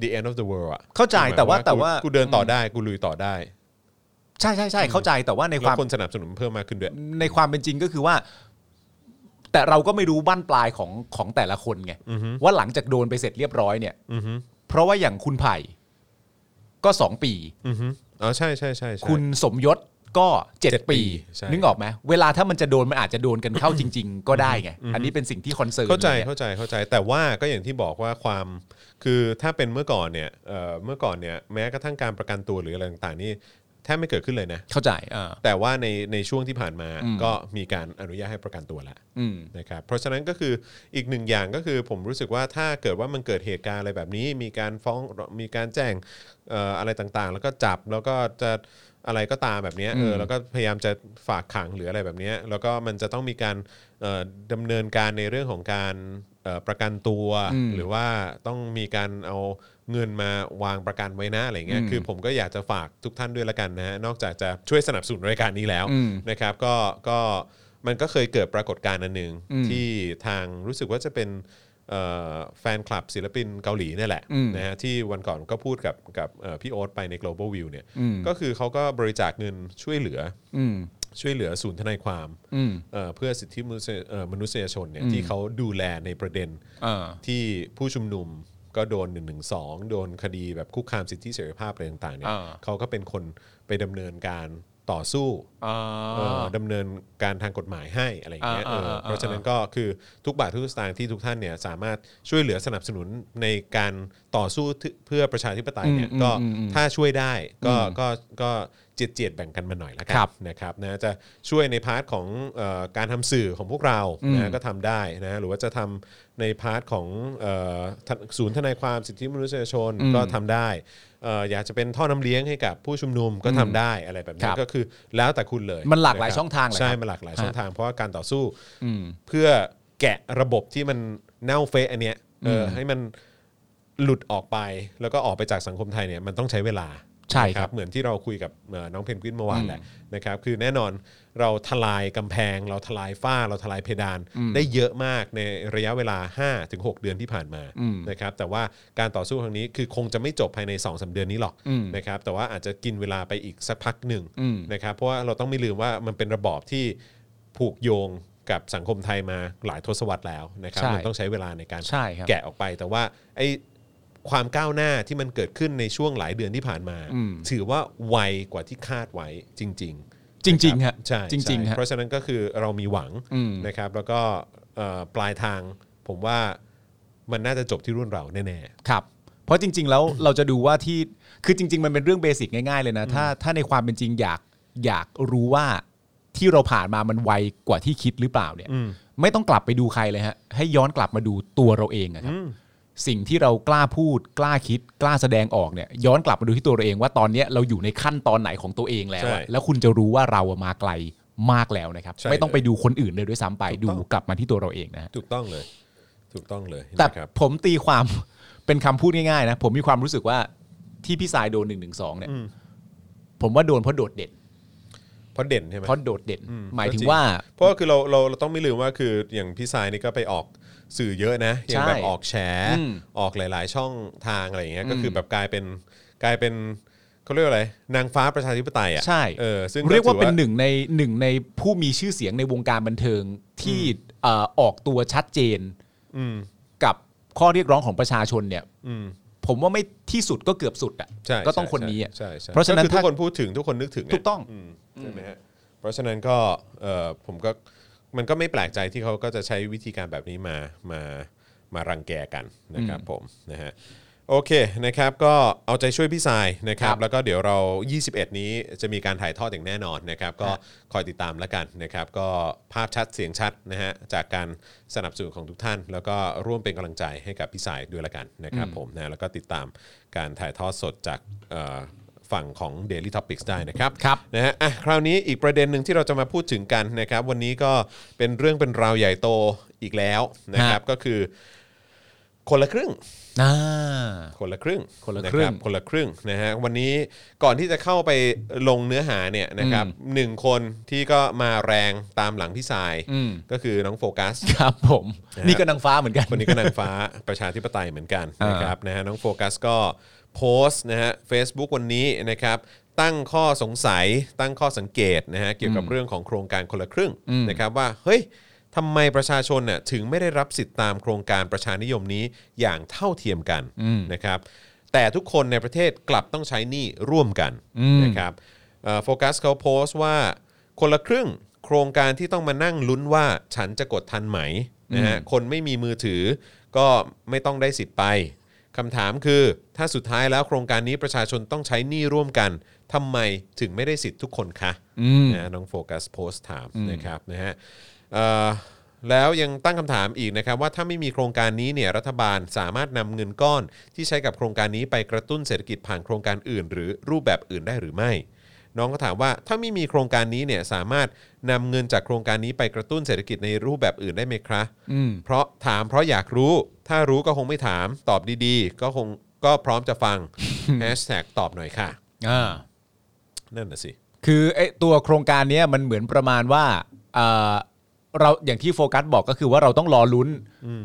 S2: the end of the world อะ
S3: เข้าใจแต่ว่าแต่ว่า
S2: กูเดินต่อได้กูลุยต่อได้
S3: ใช่ใช่ใช่เข้าใจแต่ว่าในค
S2: แล้ว
S3: วาม
S2: คนสนับสนุนเพิ่มมากขึ้นด้วย
S3: ในความเป็นจริงก็คือว่า แต่เราก็ไม่รู้บั้นปลายของของแต่ละคนไง
S2: อือฮึ
S3: ว่าหลังจากโดนไปเสร็จเรียบร้อยเนี่ย
S2: อือฮึ
S3: เพราะว่าอย่างคุณไผ่ก็สองปี
S2: อือฮึอ๋อใช่ใช่ใช่ใช่
S3: คุณสมยศก็เจ็ด
S2: เจ็ดปี
S3: ปี
S2: ใช่
S3: นึกออกไหมเวลาถ้ามันจะโดนมันอาจจะโดนกันเข้าจริง ๆ ก็ได้ไง อันนี้เป็นสิ่งที่คอนเซิร์น
S2: เข้าใจ
S3: ลย
S2: เข้าใจเข้าใจแต่ว่าก็อย่างที่บอกว่าความคือถ้าเป็นเมื่อก่อนเนี่ยเอ่อเมื่อก่อนเนี่ยแม้กระทั่งการประกันตัวหรืออะไรต่างๆนี่แทบไม่เกิดขึ้นเลยนะ
S3: เข้าใจอ่า
S2: แต่ว่าในในช่วงที่ผ่านมา
S3: อืม
S2: ก็มีการอนุญาตให้ประกันตัวแล้ว
S3: อืม
S2: นะครับเพราะฉะนั้นก็คืออีกหนึ่งอย่างก็คือผมรู้สึกว่าถ้าเกิดว่ามันเกิดเหตุการณ์อะไรแบบนี้ มีการฟ้องมีการแจ้งเอ่ออะไรต่างๆ แล้วก็จับแล้วก็จะอะไรก็ตามแบบเนี้ยเออ
S3: อืม
S2: แล้วก็พยายามจะฝากขังหรืออะไรแบบเนี้ยแล้วก็มันจะต้องมีการเอ่อดำเนินการในเรื่องของการเอ่อประกันตัว หรือว่าต้องมีการเอาเงินมาวางประกันไว้นะอะไรเงี้ยคือผมก็อยากจะฝากทุกท่านด้วยละกันนะฮะนอกจากจะช่วยสนับสนุนรายการนี้แล้ว
S3: อืม
S2: นะครับก็ก็มันก็เคยเกิดปรากฏการณ์อันหนึ่ง
S3: อืม
S2: ที่ทางรู้สึกว่าจะเป็นเอ่อแฟนคลับศิลปินเกาหลีเนี่ยแหละ
S3: อืม
S2: นะฮะที่วันก่อนก็พูดกับกับเอ่อพี่โอ๊ตไปใน global view เนี่ย
S3: อืม
S2: ก็คือเขาก็บริจาคเงินช่วยเหลือ
S3: อืม
S2: ช่วยเหลือศูนย์ทนายความ
S3: อืม
S2: เอ่อเพื่อสิทธิมนุษยเอ่อมนุษยชนเนี่ย
S3: อืม
S2: ที่เขาดูแลในประเด็น
S3: อ่า
S2: ที่ผู้ชุมนุมก็โดน1นึโดนคดีแบบคุกคามสิทธิเสรีภาพอะไรต่างๆเนี่ย
S3: อ่า
S2: เขาก็เป็นคนไปดำเนินการต่อสู้
S3: อ่า
S2: เอ่อดำเนินการทางกฎหมายให้อะไรอย่างเงี้ย
S3: อ่า
S2: เออ
S3: อ่าอ่า
S2: เพราะฉะนั้นก็คือทุกบาททุกสตางค์ที่ทุกท่านเนี่ยสามารถช่วยเหลือสนับสนุนในการต่อสู้ทึเพื่อประชาธิปไตยเนี่ย
S3: อืม
S2: ก็
S3: อืมอืม
S2: ถ้าช่วยได้ก็
S3: อืม
S2: ก็ก็เจียดเจียดๆแบ่งกันมาหน่อยละกั
S3: ครับ
S2: นะครับนะจะช่วยในพาร์ทของเอ่อการทำสื่อของพวกเรานะ
S3: อืม
S2: ก็ทำได้นะหรือว่าจะทำในพาร์ทของเอ่อทะศูนย์ทนายความสิทธิมนุษยชนก็ทำได้เอ่ออยากจะเป็นท่อน้ำเลี้ยงให้กับผู้ชุมนุมก็ทำได้อะไรแบบ
S3: ค
S2: นี้
S3: รับ
S2: ก็คือแล้วแต่คุณเลย
S3: มันหลากหลาย
S2: นะครับ
S3: ช่องทางเหรอครับ
S2: ใช่ มันหลากหลายช่องทาง เพราะว่าการต่อสู้
S3: อืม
S2: เพื่อแกะระบบที่มันเน่าเฟะอันเนี้ยเอออ
S3: ม
S2: ให้มันหลุดออกไป แล้วก็ออกไปจากสังคมไทยเนี่ยมันต้องใช้เวลา
S3: ใช่ครับ
S2: นะเหมือนที่เราคุยกับเอ่อน้องเพนกวินเมื่อวาน
S3: อืม
S2: แหละนะครับ คือแน่นอนเราทลายกำแพง เราทลายฝ้า เราทลายเพดานได้เยอะมากในระยะเวลา 5-6 เดือนที่ผ่านมา
S3: อืม
S2: นะครับ แต่ว่าการต่อสู้ครั้งนี้คือคงจะไม่จบภายใน 2-3 เดือนนี้หรอก
S3: อืม
S2: นะครับ แต่ว่าอาจจะกินเวลาไปอีกสักพักหนึ่ง
S3: อืม
S2: นะครับเพราะว่าเราต้องไม่ลืมว่ามันเป็นระบอบที่ผูกโยงกับสังคมไทยมาหลายทศวรรษแล้วนะครับ
S3: ใช่
S2: มันต้องใช้เวลาในการ
S3: ใช่ครับ
S2: แกะออกไป แต่ว่าไอ้ความก้าวหน้าที่มันเกิดขึ้นในช่วงหลายเดือนที่ผ่านมา
S3: อืม
S2: ถือว่าไวกว่าที่คาดไว้จริง ๆ
S3: จริง ๆ ฮะ
S2: ใช่
S3: จริง ๆ
S2: ใช่
S3: ฮะ
S2: เพราะฉะนั้นก็คือเรามีหวัง
S3: อืม
S2: นะครับ แล้วก็เอ่อปลายทางผมว่ามันน่าจะจบที่รุ่นเราแน่
S3: ครับ เพราะจริง ๆ แล้วเราจะดูว่าที่ คือจริง ๆ มันเป็นเรื่องเบสิกง่าย ๆ เลยนะ ถ้าถ้าในความเป็นจริงอยากอยากรู้ว่าที่เราผ่านมามันไวกว่าที่คิดหรือเปล่าเนี่ย
S2: ๆอืม
S3: ไม่ต้องกลับไปดูใครเลยฮะ ให้ย้อนกลับมาดูตัวเราเองอะครับ สิ่งที่เรากล้าพูด กล้าคิด กล้าแสดงออกเนี่ย ย้อนกลับมาดูที่ตัวเราเองว่าตอนเนี้ยเราอยู่ในขั้นตอนไหนของตัวเองแล้ว
S2: ใช่
S3: อะแล้วคุณจะรู้ว่าเราอะมาไกลมากแล้วนะครับ
S2: ใช่
S3: ไม่ต้องไปดูคนอื่นเลยด้วยซ้ำไป
S2: ถูก
S3: ดู
S2: ต้อง
S3: กลับมาที่ตัวเราเองนะฮะ
S2: ถูกต้องเลย ถูกต้องเลย
S3: แต่
S2: นะครับ
S3: ผมตีความ *laughs* เป็นคำพูดง่ายๆนะ ผมมีความรู้สึกว่าที่พี่สายโดนหนึ่งหนึ่งสองเนี่ย
S2: อืม
S3: ผมว่าโดนเพราะโดดเด่น
S2: เพราะเด่นใช่ไหม
S3: เพราะโดดเด่น
S2: อืม
S3: หมายถึง
S2: ก็จริง
S3: ว่า
S2: เพราะคือเราเราเราต้องไม่ลืมว่าคืออย่างพี่สายนี่ก็ไปออกสื่อเยอะนะอย่างแบบ
S3: ใช่
S2: ออกแฉ
S3: อืม
S2: ออกหลาย ๆ ช่องทางอะไรอย่างเงี้ย
S3: อืม
S2: ก็คือแบบกลายเป็นกลายเป็นเขาเรียกว่าอะไรนางฟ้าประชาธิปไตยอ่ะ
S3: ใช่
S2: เออซึ่ง
S3: เรียกว่า
S2: ถือ
S3: เป็นหนึ่งในหนึ่งในผู้มีชื่อเสียงในวงการบันเทิงที่เอ่อออกตัวชัดเจน
S2: อืม
S3: กับข้อเรียกร้องของประชาชนเนี่ย
S2: อืม
S3: ผมว่าไม่ที่สุดก็เกือบสุดอ่ะ
S2: ใช่
S3: ก็ต้อง
S2: ใช่
S3: คนนี้อ่ะ
S2: ใช่ใช่
S3: เพราะฉะนั้น
S2: ก็คือทุ
S3: ถ้าก
S2: คนพูดถึงทุกคนนึกถึงะ
S3: ถูกต้อง
S2: มใช่ไหมฮะเพราะฉะนั้นก็เออผมก็มันก็ไม่แปลกใจที่เขาก็จะใช้วิธีการแบบนี้มามามารังแกกันนะครับผมนะฮะโอเคนะครับก็เอาใจช่วยพี่สายนะครั
S3: ค
S2: บ
S3: รับ
S2: แล้วก็เดี๋ยวเรา 21 นี้จะมีการถ่ายทอดอย่างแน่นอนนะครับก็คอยติดตามแล้วกันนะครับ ก็ภาพชัดเสียงชัดนะฮะจากการสนับสนุนของทุกท่าน แล้วก็ร่วมเป็นกำลังใจให้กับพี่สายด้วยละกันนะครับผมนะแล้วก็ติดตามการถ่ายทอดสดจากเอ่อฝั่งของ Daily Topics ได้นะครับ
S3: ครับ
S2: นะฮะอ่ะคราวนี้อีกประเด็นหนึ่งที่เราจะมาพูดถึงกันนะครับ วันนี้ก็เป็นเรื่องเป็นราวใหญ่โตอีกแล้วนะครับก็คือคนละครึ่ง
S3: อ่า
S2: คนละครึ่ง
S3: คนละครึ่ง
S2: บคนละครึ่งนะฮะวันนี้ก่อนที่จะเข้าไปลงเนื้อหาเนี่ยนะครับหนึ่งคนที่ก็มาแรงตามหลังพี่สาย
S3: อืม
S2: ก็คือน้องโฟกัส
S3: ครับผม
S2: นะฮะ
S3: นี่ก็นางฟ้าเหมือนกัน
S2: คนนี้ก็นางฟ้า ประชาธิปไตยเหมือนกัน
S3: อ่าน
S2: นะครับนะฮะน้องโฟกัสก็โพสต์นะฮะ Facebook วันนี้นะครับ ตั้งข้อสงสัยตั้งข้อสังเกตนะฮะเกี่ยวกับเรื่องของโครงการคนละครึ่งนะครับว่าเฮ้ยทำไมประชาชนน่ะถึงไม่ได้รับสิทธิ์ตามโครงการประชานิยมนี้อย่างเท่าเทียมกันนะครับ แต่ทุกคนในประเทศกลับต้องใช้หนี้ร่วมกันนะครับเอ่อโฟกัสเขาโพสต์ว่าคนละครึ่งโครงการที่ต้องมานั่งลุ้นว่าฉันจะกดทันไหมนะฮะคนไม่มีมือถือก็ไม่ต้องได้สิทธิ์ไปคำถามคือ ถ้าสุดท้ายแล้วโครงการนี้ประชาชนต้องใช้หนี้ร่วมกันทำไมถึงไม่ได้สิทธิ์ทุกคนคะนะฮะน้องโฟกัสโพสต์ถามนะครับนะฮะเอ่อ แล้วยังตั้งคำถามอีกนะครับว่าถ้าไม่มีโครงการนี้เนี่ยรัฐบาลสามารถนำเงินก้อนที่ใช้กับโครงการนี้ไปกระตุ้นเศรษฐกิจผ่านโครงการอื่น หรือรูปแบบอื่นได้หรือไม่ น้องก็ถามว่าถ้าไม่มีโครงการนี้เนี่ยสามารถนำเงินจากโครงการนี้ไปกระตุ้นเศรษฐกิจในรูปแบบอื่นได้ไหมครับเพราะถามเพราะอยากรู้ถ้ารู้ก็คงไม่ถามตอบดีๆ ก็คงก็พร้อมจะฟัง แฮชแท็กตอบหน่อยค่ะ
S3: อ่า
S2: นั่นน่ะสิ
S3: คือไอ้ตัวโครงการเนี้ยมันเหมือนประมาณว่าเอ่อเราอย่างที่โฟกัสบอกก็คือว่าเราต้องรอลุ้น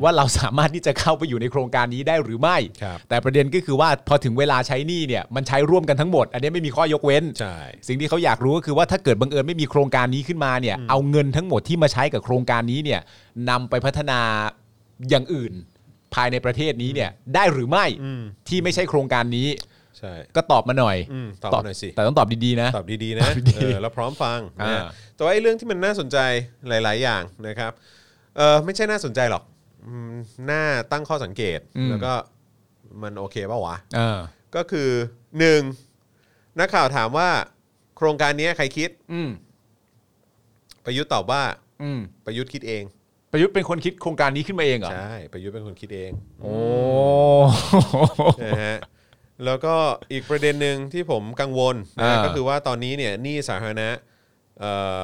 S3: ว่าเราสามารถที่จะเข้าไปอยู่ในโครงการนี้ได้หรือไม่
S2: ครับ
S3: แต่ประเด็นก็คือว่าพอถึงเวลาใช้หนี้เนี่ยมันใช้ร่วมกันทั้งหมด อันนี้ไม่มีข้อยกเว้น
S2: ใช่
S3: สิ่งที่เขาอยากรู้ก็คือว่าถ้าเกิดบังเอิญไม่มีโครงการนี้ขึ้นมาเนี่ยเอาเงินทั้งหมดที่มาใช้กับโครงการนี้เนี่ยนำไปพัฒนาอย่างอื่น ภายในประเทศนี้เนี่ยได้หรือไม่ที่ไม่ใช่โครงการนี้
S2: ใช่
S3: ก็ตอบมาหน่อย
S2: อืมตอบหน่อยสิ
S3: แต่ต้องตอบดีๆนะ
S2: ตอบดีๆนะ
S3: ตอบดีๆ
S2: เออแล้วพร้อมฟัง
S3: อ่า
S2: นะแต่ว่าไอ้เรื่องที่มันน่าสนใจหลาย ๆ อย่างนะครับเออไม่ใช่น่าสนใจหรอกอืมน่าตั้งข้อสังเกต
S3: อืม
S2: แล้วก็มันโอเคป่าวะ
S3: เออ
S2: ก็คือหนึ่งนักข่าวถามว่าโครงการนี้ใครคิด
S3: อืม
S2: ประยุทธ์ตอบว่า
S3: อืม
S2: ประยุทธ์คิดเอง
S3: ประยุทธ์เป็นคนคิดโครงการนี้ขึ้นมาเองเหรอ
S2: ใช่ประยุทธ์เป็นคนคิดเอง
S3: โอ้
S2: *laughs* นะฮะแล้วก็อีกประเด็นหนึ่งที่ผมกังวลนะ
S3: อ่า
S2: ฮะก็คือว่าตอนนี้เนี่ยหนี้สาธารณะเอ่อ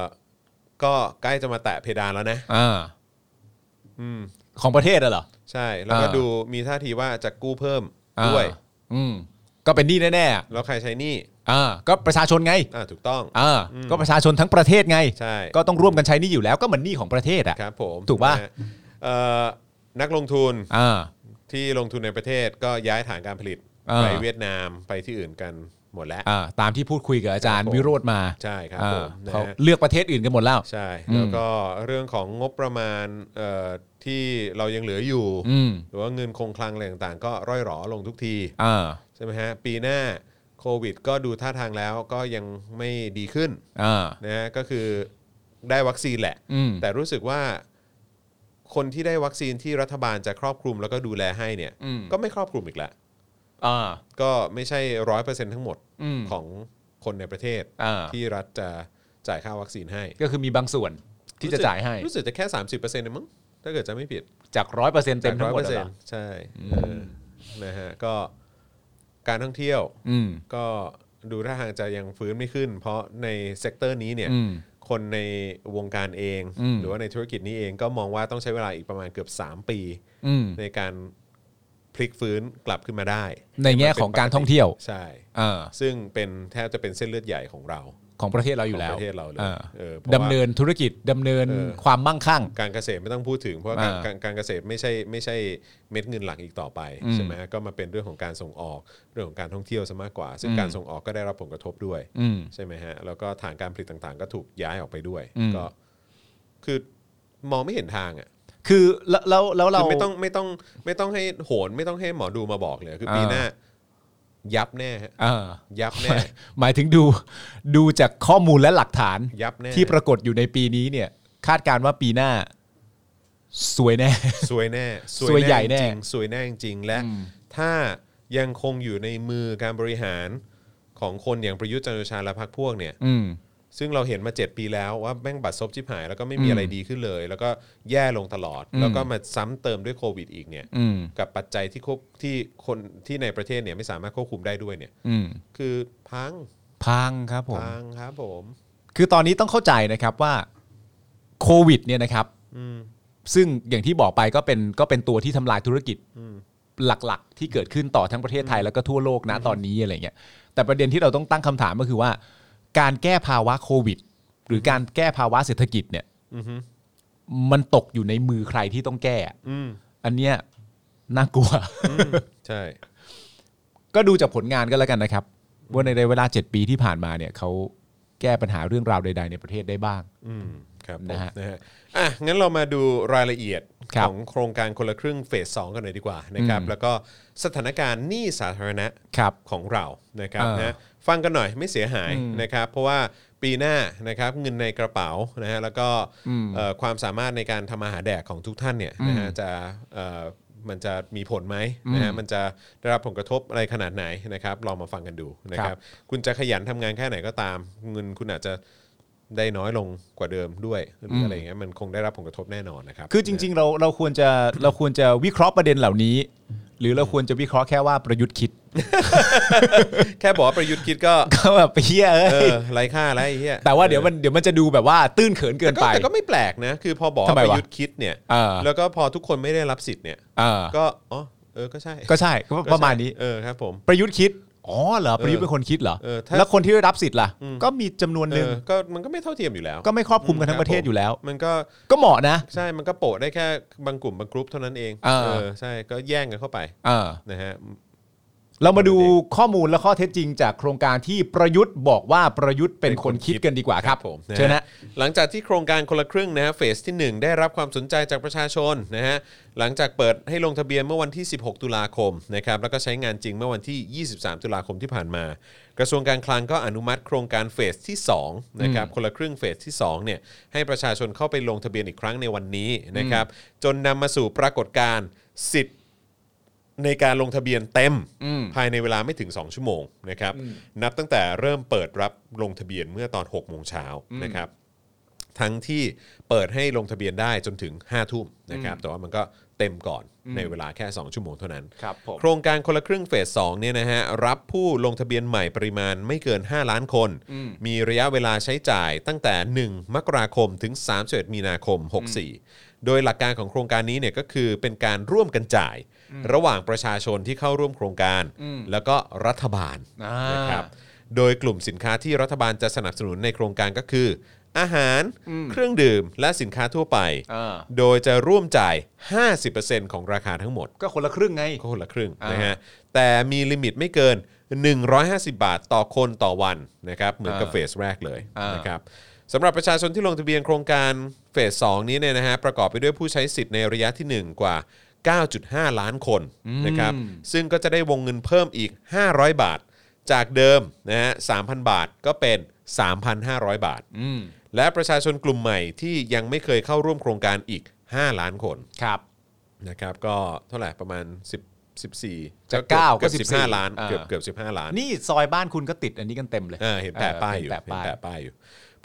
S2: ก็ใกล้จะมาแตะเพดานแล้วนะ
S3: อ่า
S2: อืม
S3: ของประเทศอะเหรอ
S2: ใช่ แล้วก็
S3: อ่า
S2: ดูมีท่าทีว่าจะกู้เพิ่มด้วย
S3: อ่าอืม ก็เป็นหนี้แน่ๆอะ
S2: แล้วใครใช้หนี่
S3: อ่า ก็ประชาชนไง
S2: อ่าถูกต้อง
S3: อ่า
S2: อืม
S3: ก็ประชาชนทั้งประเทศไง
S2: ใช่
S3: ก็ต้องร่วมกันใช้หนี้อยู่แล้ว ก็เหมือนหนี้ของประเทศอ่ะ
S2: ครับผม
S3: ถูกป่ะ
S2: นฮเอ่อนักลงทุน
S3: อ่า
S2: ที่ลงทุนในประเทศก็ย้ายฐานการผลิต
S3: อ่า
S2: ไปเวียดนามไปที่อื่นกันหมดแล้ว
S3: อ่า ตามที่พูดคุยกับอาจารย์
S2: ครับผม
S3: วิโรธมา
S2: ใช่ครับ
S3: อ่า
S2: ผมนะ
S3: เขา
S2: ฮะ
S3: เลือกประเทศอื่นกันหมดแล้ว
S2: ใช่
S3: อืม
S2: แล้วก็เรื่องของงบประมาณเอ่อที่เรายังเหลืออยู่
S3: อืม
S2: หรือว่าเงินคงคลังอะไรต่างๆ ก็ร่อยหรอลงทุกที
S3: อ่า
S2: ใช่ไหมฮะปีหน้าโควิด ก็ดูท่าทางแล้วก็ยังไม่ดีขึ้น
S3: อ่า
S2: นะฮะก็คือได้วัคซีนแหละ
S3: อืม
S2: แต่รู้สึกว่าคนที่ได้วัคซีนที่รัฐบาลจะครอบคลุมแล้วก็ดูแลให้เนี่ย
S3: อืม
S2: ก็ไม่ครอบคลุมอีกละ
S3: อ่า
S2: ก็ไม่ใช่ร้อยเปอร์เซ็นทั้งหมด
S3: อืม
S2: ของคนในประเทศ
S3: อ่า
S2: ที่รัฐจะจ่ายค่าวัคซีนให้
S3: ก็คือมีบางส่วนที่จะจ่ายให้
S2: รู้สึกจะแค่ 30%มสิบเปอร์เซ็นต์มั้งถ้าเกิดจะไม่ผิด
S3: จากร้อยเปอร์เซ็นต์เต็มทั้งหมด
S2: 100%
S3: อะเหรอ
S2: ใช่เออนะฮะก็การท่องเที่ยว
S3: อืม
S2: ก็ดูท่าทางจะยังฟื้นไม่ขึ้น เพราะในเซกเตอร์นี้เนี่ย
S3: อืม
S2: คนในวงการเอง
S3: อืม
S2: หรือว่าในธุรกิจนี้เองก็มองว่าต้องใช้เวลาอีกประมาณเกือบ 3 ปี
S3: อืม
S2: ในการพลิกฟื้นกลับขึ้นมาได้
S3: ในแง่ของการท่องเที่ยว
S2: ใช่
S3: อ่า
S2: ซึ่งเป็นแทบจะเป็นเส้นเลือดใหญ่ของเรา
S3: ของประเทศเราอยู่แล้ว
S2: ของประเทศเราเลย
S3: อ่า
S2: เออเพราะว่า
S3: ดำเนินธุรกิจดำเนิน
S2: เออ
S3: ความมั่งคั่ง
S2: การเกษตรไม่ต้องพูดถึงเพราะว่า
S3: อ่า
S2: การการการเกษตรไม่ใช่ไม่ใช่เม็ดเงินหลักอีกต่อไป
S3: อืม
S2: ใช่ไหมฮะก็มาเป็นเรื่องของการส่งออกเรื่องของการท่องเที่ยวซะมากกว่า ซึ่ง
S3: อืม
S2: การส่งออกก็ได้รับผลกระทบด้วย
S3: อืม
S2: ใช่ไหมฮะแล้วก็ฐานการผลิตต่างๆ ก็ถูกย้ายออกไปด้วย
S3: อืม
S2: ก็คือมองไม่เห็นทางอ่ะ
S3: คือแล้วแล้วแล้วเรา
S2: คือไม่ต้องไม่ต้องไม่ต้องให้โหนไม่ต้องให้หมอดูมาบอกเลย คือปี
S3: อ่า
S2: หน้า ยับแน่ฮะ
S3: เออ
S2: ยับ
S3: ห
S2: แน่
S3: มายหมายถึงดูดูจากข้อมูลและหลักฐาน
S2: ยับแน่
S3: ที่ปรากฏอยู่ในปีนี้เนี่ย คาดการณ์ว่าปีหน้า สวยแน่
S2: สวยแน่
S3: สวยใหญ่แน่
S2: จริงๆสวยแน่จริงๆและ
S3: อืม
S2: ถ้ายังคงอยู่ในมือการบริหารของคนอย่างประยุทธ์จันทร์โอชาและพรรคพวกเนี่ย
S3: อืม
S2: ซึ่งเราเห็นมา 7 ปีแล้วว่าแม่งบัตรซบชิบหาย แล้วก็ไม่มี
S3: อืม
S2: อะไรดีขึ้นเลย แล้วก็แย่ลงตลอด
S3: อืม
S2: แล้วก็มาซ้ำเติมด้วยโควิดอีกเนี่ย
S3: อืม
S2: กับปัจจัยที่ควบที่คนที่ในประเทศเนี่ยไม่สามารถควบคุมได้ด้วยเนี่ย
S3: อืม
S2: คือพัง
S3: พังครับผม
S2: พังครับผม
S3: คือตอนนี้ต้องเข้าใจนะครับว่าโควิดเนี่ยนะครับ
S2: อืม
S3: ซึ่งอย่างที่บอกไปก็เป็นก็เป็นตัวที่ทำลายธุรกิจ
S2: อืม
S3: หลักๆ ที่เกิดขึ้นต่อทั้งประเทศไทยแล้วก็ทั่วโลกนะตอนนี้อะไรเงี้ยแต่ประเด็นที่เราต้องตั้งคำถามก็คือว่า การแก้ภาวะโควิด หรือการแก้ภาวะเศรษฐกิจเนี่ย
S2: อืม
S3: มันตกอยู่ในมือใครที่ต้องแก้
S2: อืม
S3: อันเนี้ยน่ากลัว *laughs*
S2: อืมใช่
S3: ก็ดูจากผลงานก็แล้วกันนะครับ ว่าในเวลา 7 ปีที่ผ่านมาเนี่ยเขาแก้ปัญหาเรื่องราวใด ๆ ในประเทศได้บ้าง
S2: อืมครับผม
S3: นะฮะ
S2: นะฮะอ่ะงั้นเรามาดูรายละเอียด
S3: ครั
S2: ข
S3: บ
S2: องโครงการคนละครึ่งเฟสสองกันหน่อยดีกว่านะครับ
S3: อืม
S2: แล้วก็สถานการณ์หนี้สาธารณะ
S3: ครับ
S2: ของเรานะครับ
S3: เออ
S2: นะฟังกันหน่อยไม่เสียหาย
S3: อืม
S2: นะครับเพราะว่าปีหน้านะครับเงินในกระเป๋านะฮะแล้วก็
S3: อืม
S2: เอ่อความสามารถในการทำมาหาแดกของทุกท่านเนี่ยนะฮะจะเอ่อมันจะมีผลไหมนะฮะ
S3: อืม
S2: มันจะได้รับผลกระทบอะไรขนาดไหนนะครับลองมาฟังกันดูนะค
S3: ค
S2: รั
S3: รั
S2: บบ คุณจะขยันทำงานแค่ไหนก็ตาม เงินคุณอาจจะได้น้อยลงกว่าเดิมด้วยหรืออะไรอย่างเงี้ยมันคงได้รับผลกระทบแน่นอนนะครับ
S3: คือจริง ๆ เราเราควรจะเราควรจะวิเคราะห์ประเด็นเหล่านี้ หรือเราควรจะวิเคราะห์แค่ว่าประยุทธ์คิด *laughs*
S2: ๆแค่บอกว่าประยุทธ์คิดก็
S3: ก็แบบเฮียเอ้
S2: เอย อไร้ค่าแล้วไอ้เหี้ย
S3: แต่ว่าเดี๋ยวมันเดี๋ยวมันจะดูแบบว่าตื้นเขินเกิน
S2: ก็
S3: ไป
S2: แต่ก็ไม่แปลกนะ คือพอบอก
S3: ทำไม
S2: ป
S3: วะ
S2: ระยุทธ์คิดเนี่ย
S3: เออ
S2: แล้วก็พอทุกคนไม่ได้รับสิทธิ์เนี่ย
S3: เออ
S2: ก็อ๋อเออก็ใช่
S3: ก็ใช่ก็
S2: ก็ใช่
S3: ประมาณนี้
S2: เออครับผม
S3: ประยุทธ์คิดอ๋อเหรอประยุทธ์เป็นคนคิดเหรอ
S2: เออถ้า
S3: แล้วคนที่ได้รับสิทธิ์ล่ะ ก็มีจำนวนหนึ่ง
S2: เออก็มันก็ไม่เท่าเทียมอยู่แล้ว
S3: ก็ไม่ครอบคลุมกันทั้ง
S2: ค
S3: ป
S2: บ
S3: ระเทศ
S2: ผม
S3: อยู่แล้ว
S2: มันก็
S3: ก็เหมาะนะ
S2: ใช่มันก็โปะได้แค่บางกลุ่มบางกรุ๊ปเท่านั้นเอง
S3: เออ
S2: ใช่ก็แย่งกันเข้าไป
S3: เออ
S2: นะฮะ
S3: เรามาดูข้อมูลและข้อเท็จจริงจากโครงการที่ประยุทธ์บอกว่าประยุทธ์เป็นคนคิดกันดีกว่าครับ
S2: ผม
S3: เชิญนะ
S2: หลังจากที่โครงการคนละครึ่งนะฮะเฟสที่ 1 ได้รับความสนใจจากประชาชนนะฮะหลังจากเปิดให้ลงทะเบียนเมื่อวันที่ 16 ตุลาคมนะครับแล้วก็ใช้งานจริงเมื่อวันที่ 23 ตุลาคมที่ผ่านมา กระทรวงการคลังก็อนุมัติโครงการเฟสที่2นะครับคนละครึ่งเฟสที่2เนี่ยให้ประชาชนเข้าไปลงทะเบียนอีกครั้งในวันนี้นะครับจนนำมาสู่ปรากฏการณ์สิทธิ ในการลงทะเบียนเต็ม
S3: อืม
S2: ภายในเวลาไม่ถึง 2 ชั่วโมงนะครับนับตั้งแต่เริ่มเปิดรับลงทะเบียนเมื่อตอน 6 โมงเช้านะครับทั้งที่เปิดให้ลงทะเบียนได้จนถึง 5 ทุ่มนะครับแต่ว่ามันก็เต็มก่อนในเวลาแค่ 2 ชั่วโมงเท่านั้น
S3: ครับผม
S2: โครงการคนละครึ่งเฟส2เนี่ยนะฮะรับผู้ลงทะเบียนใหม่ปริมาณไม่เกิน 5 ล้านคน มีระยะเวลาใช้จ่ายตั้งแต่ 1 มกราคมถึง 31 มีนาคม 64 โดยหลักการของโครงการนี้เนี่ยก็คือเป็นการร่วมกันจ่าย ระหว่างประชาชนที่เข้าร่วมโครงการ แล้วก็รัฐบาล
S3: อ่า
S2: นะครับโดยกลุ่มสินค้าที่รัฐบาลจะสนับสนุนในโครงการก็คือ อาหาร เครื่องดื่ม และสินค้าทั่วไป
S3: อ่า
S2: โดยจะร่วมจ่าย 50%ของราคาทั้งหมด
S3: ก็คนละครึ่งไง
S2: ก็คนละครึ่ง
S3: อ่าน
S2: นะฮะแต่มีลิมิตไม่เกิน 150 บาทต่อคนต่อวันนะครับเหมือนกับเฟสแรกเลยนะครับสำหรับประชาชนที่ลงทะเบียนโครงการเฟส 2 นี้เนี่ยนะฮะประกอบไปด้วยผู้ใช้สิทธิ์ในระยะที่ 1 กว่า 9.5 ล้านคนนะครับซึ่งก็จะได้วงเงินเพิ่มอีก 500 บาท จากเดิมนะฮะ3,000 บาทก็เป็น 3,500 บาท
S3: อืม
S2: และประชาชนกลุ่มใหม่ที่ยังไม่เคยเข้าร่วมโครงการอีก 5 ล้านคน
S3: ครับ
S2: นะครับก็เท่าไหร่ประมาณ 10 14
S3: จากเก้า
S2: เกือ
S3: ก็
S2: บเกือบ
S3: 14
S2: 15 ล้าน
S3: อ่า
S2: เกือบเกือบ15 ล้าน
S3: นี่ซอยบ้านคุณก็ติดอันนี้กันเต็มเลย
S2: อ่าเห็นแปะป้ายอยู่
S3: เห็นแปะ
S2: เห็น
S3: ป้าย
S2: แปะป้ายอยู่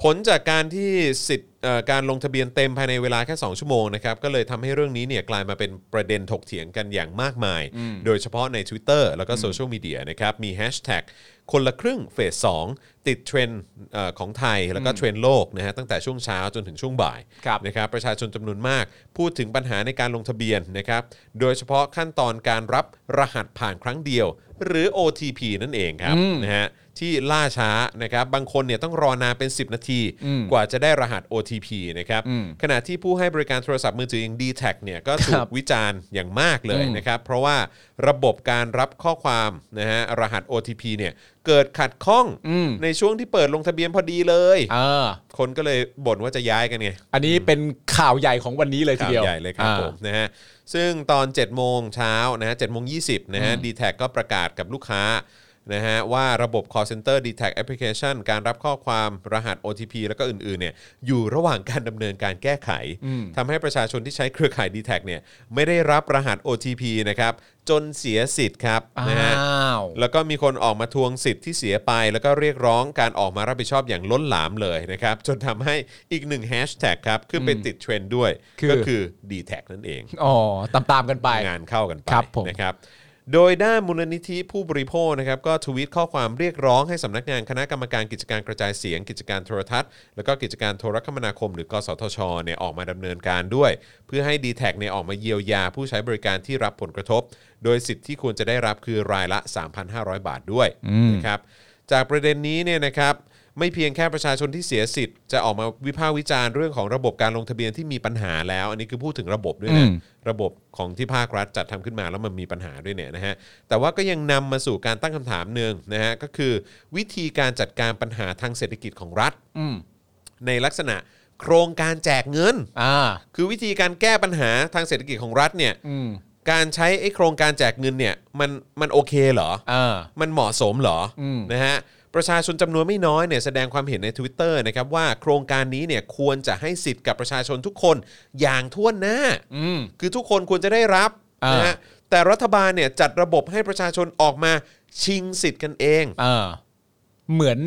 S2: ผลจากการที่สิทธิ์ เอ่อการลงทะเบียนเต็มภายในเวลาแค่ 2 ชั่วโมงนะครับ ก็เลยทำให้เรื่องนี้เนี่ยกลายมาเป็นประเด็นถกเถียงกันอย่างมากมาย โดยเฉพาะใน Twitter แล้วก็โซเชียลมีเดียนะครับ มีแฮชแท็กคนละครึ่งเฟส2ติดเทรนด์เอ่อของไทยแล้วก็เทรนด์โลกนะฮะตั้งแต่ช่วงเช้าจนถึงช่วงบ่าย
S3: ครับ
S2: นะครับประชาชนจำนวนมาก พูดถึงปัญหาในการลงทะเบียนนะครับโดยเฉพาะขั้นตอนการรับรหัสผ่านครั้งเดียว หรือ OTP นั่นเองครับนะฮะที่ล่าช้านะครับบางคนเนี่ยต้องรอนานเป็น 10 นาที กว่าจะได้รหัส OTP นะครับขณะที่ผู้ให้บริการโทรศัพท์มือถืออย่าง d t แทเนี่ยก็ถู
S3: ครับ
S2: กวิจารณ์อย่างมากเลยนะครับเพราะว่าระบบการรับข้อความนะฮะรหัส OTP เนี่ยเกิดขัดข้องในช่วงที่เปิดลงทะเบียนพอดีเลย
S3: เออ
S2: คนก็เลยบ่นว่าจะย้ายกันไง
S3: อันนี้เป็นข่าวใหญ่ของวันนี้เลยทีเดียว
S2: ข่าวใหญ่เลยครับ
S3: อ่า
S2: ผมนะฮะซึ่งตอน 7 โมงเช้านะฮะ7โมง20นะฮะ d t แทก็ประกาศกับลูกค้านะฮะว่าระบบ call center d t a c application การรับข้อความรหัส OTP แล้วก็อื่นๆเนี่ยอยู่ระหว่างการดำเนินการแก้ไขทำให้ประชาชนที่ใช้เครือข่าย d t แทเนี่ยไม่ได้รับรหัส OTP นะครับจนเสียสิทธิ์ครับนะฮะ
S3: อ้าว
S2: แล้วก็มีคนออกมาทวงสิทธิ์ที่เสียไป แล้วก็เรียกร้องการออกมารับผิดชอบอย่างล้นหลามเลยนะครับ จนทำให้อีกหนึ่งแฮชแท็กครับขึ้นไปติดเทรนด์ด้วย
S3: คือ
S2: ก็คือ d t แทนั่นเอง
S3: อ๋อตามตามๆกันไป
S2: งานเข้ากันไป
S3: ครับผม
S2: นะครับ โดยด้านมูลนิธิผู้บริโภคนะครับก็ทวีตข้อความเรียกร้องให้สำนักงานคณะกรรมการกิจการกระจายเสียง กิจการโทรทัศน์ แล้วก็กิจการโทรคมนาคม หรือกสทชเนี่ยออกมาดำเนินการด้วย เพื่อให้ d t แทเนี่ยออกมาเยียวยาผู้ใช้บริการที่รับผลกระทบ โดยสิทธิ์ที่ควรจะได้รับคือรายละ 3,500 บาทด้วยนะครับจากประเด็นนี้เนี่ยนะครับ ไม่เพียงแค่ประชาชนที่เสียสิทธิ์จะออกมาวิพากษ์วิจารณ์เรื่องของระบบการลงทะเบียนที่มีปัญหาแล้ว อันนี้คือพูดถึงระบบด้วยนะ
S3: อืม
S2: ระบบของที่ภาครัฐจัดทำขึ้นมาแล้วมันมีปัญหาด้วยเนี่ยนะฮะแต่ว่าก็ยังนำมาสู่การตั้งคำถามหนึ่งนะฮะก็คือวิธีการจัดการปัญหาทางเศรษฐกิจของรัฐ
S3: อืม
S2: ในลักษณะโครงการแจกเงิน
S3: อ่า
S2: คือวิธีการแก้ปัญหาทางเศรษฐกิจของรัฐเนี่ย
S3: อืม
S2: การใช้ไอ้โครงการแจกเงินเนี่ยมันมันโอเคเหรอ
S3: อ่า
S2: มันเหมาะสมเหรออ
S3: ม
S2: นะฮะประชาชนจำนวนไม่น้อยเนี่ยแสดงความเห็นใน Twitter นะครับว่าโครงการนี้เนี่ยควรจะให้สิทธิ์กับประชาชนทุกคนอย่างทั่วหน้า
S3: อืม
S2: คือทุกคนควรจะได้รับ
S3: อ่าน
S2: นะฮะแต่รัฐบาลเนี่ยจัดระบบให้ประชาชนออกมาชิงสิทธิ์กันเอง
S3: อ่าเหมือน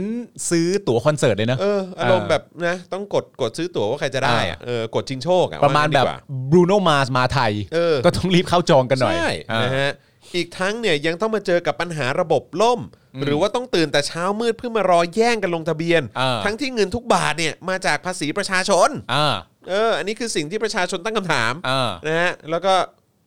S3: ซื้อตั๋วคอนเสิร์ตเลยนะ
S2: เอออารมณ์แบบนะต้องกดกดซื้อตั๋วว่าใครจะได้อะ
S3: อ่า
S2: เออกดชิงโชคอะ
S3: ประมาณ
S2: ว่
S3: แบบ
S2: งั้นดีกว่
S3: บรูโนมาสมาไทย
S2: เออ
S3: ก็ต้องรีบเข้าจองกันหน่อย
S2: ใช่
S3: อ่า
S2: นะฮะอีกทั้งเนี่ยยังต้องมาเจอกับปัญหาระบบล่ม หรือว่าต้องตื่นแต่เช้ามืดเพื่อมารอแย่งกันลงทะเบียน
S3: อ่า
S2: ทั้งที่เงินทุกบาทเนี่ยมาจากภาษีประชาชน
S3: อ่า
S2: เอออันนี้คือสิ่งที่ประชาชนตั้งคำถาม
S3: อ่า
S2: นะฮะแล้วก็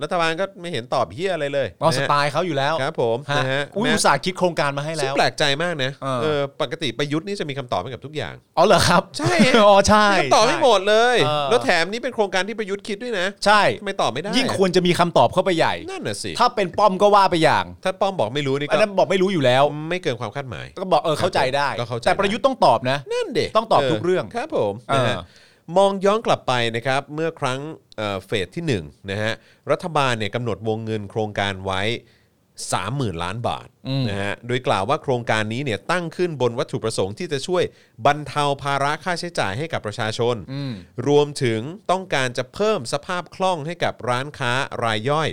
S2: รัฐบาลก็ไม่เห็นตอบเฮียอะไรเลย
S3: เอาส
S2: นะฮะ
S3: ไตล์เขาอยู่แล้ว
S2: ครับผม
S3: ฮะ
S2: นะฮะ
S3: อุ้ย
S2: แม้
S3: อุตส่าห์คิดโครงการมาให้
S2: ซึ่ง
S3: แล้ว
S2: แปลกใจมากนะ
S3: เออ
S2: เออปกติประยุทธ์นี่จะมีคำตอบให้กับทุกอย่าง
S3: อ๋อเหรอครับ
S2: ใช่
S3: อ๋อใช่
S2: มีคำตอบให้หมดเลย
S3: เออ
S2: แล้วแถมนี่เป็นโครงการที่ประยุทธ์คิดด้วยนะ
S3: ใช่
S2: ทำไมตอบไม่ได้
S3: ยิ่งควรจะมีคำตอบเข้าไปใหญ่
S2: นั่นน่ะสิ
S3: ถ้าเป็นป้อมก็ว่าไปอย่าง
S2: ถ้าป้อมบอกไม่รู้นี่
S3: อัน
S2: ก็
S3: นั้นบอกไม่รู้อยู่แล้ว
S2: ไม่เกินความคาดหมาย
S3: ก็บอกเออเข้าใจได้
S2: ก็เข้าใจ
S3: แต่ประยุทธ์ต้องตอบนะ
S2: นั่นเด็
S3: ต้องตอบทุกเรื่อง
S2: ครับผมนะฮะ
S3: เออ
S2: มองย้อนกลับไปนะครับเมื่อครั้งเอ่อเฟสที่1นะฮะรัฐบาลเนี่ยกำหนดวงเงินโครงการไว้ 30,000 ล้านบาท
S3: อืม
S2: นะฮะโดยกล่าวว่าโครงการนี้เนี่ยตั้งขึ้นบนวัตถุประสงค์ที่จะช่วยบรรเทาภาระค่าใช้จ่ายให้กับประชาชน รวมถึงต้องการจะเพิ่มสภาพคล่องให้กับร้านค้ารายย่อย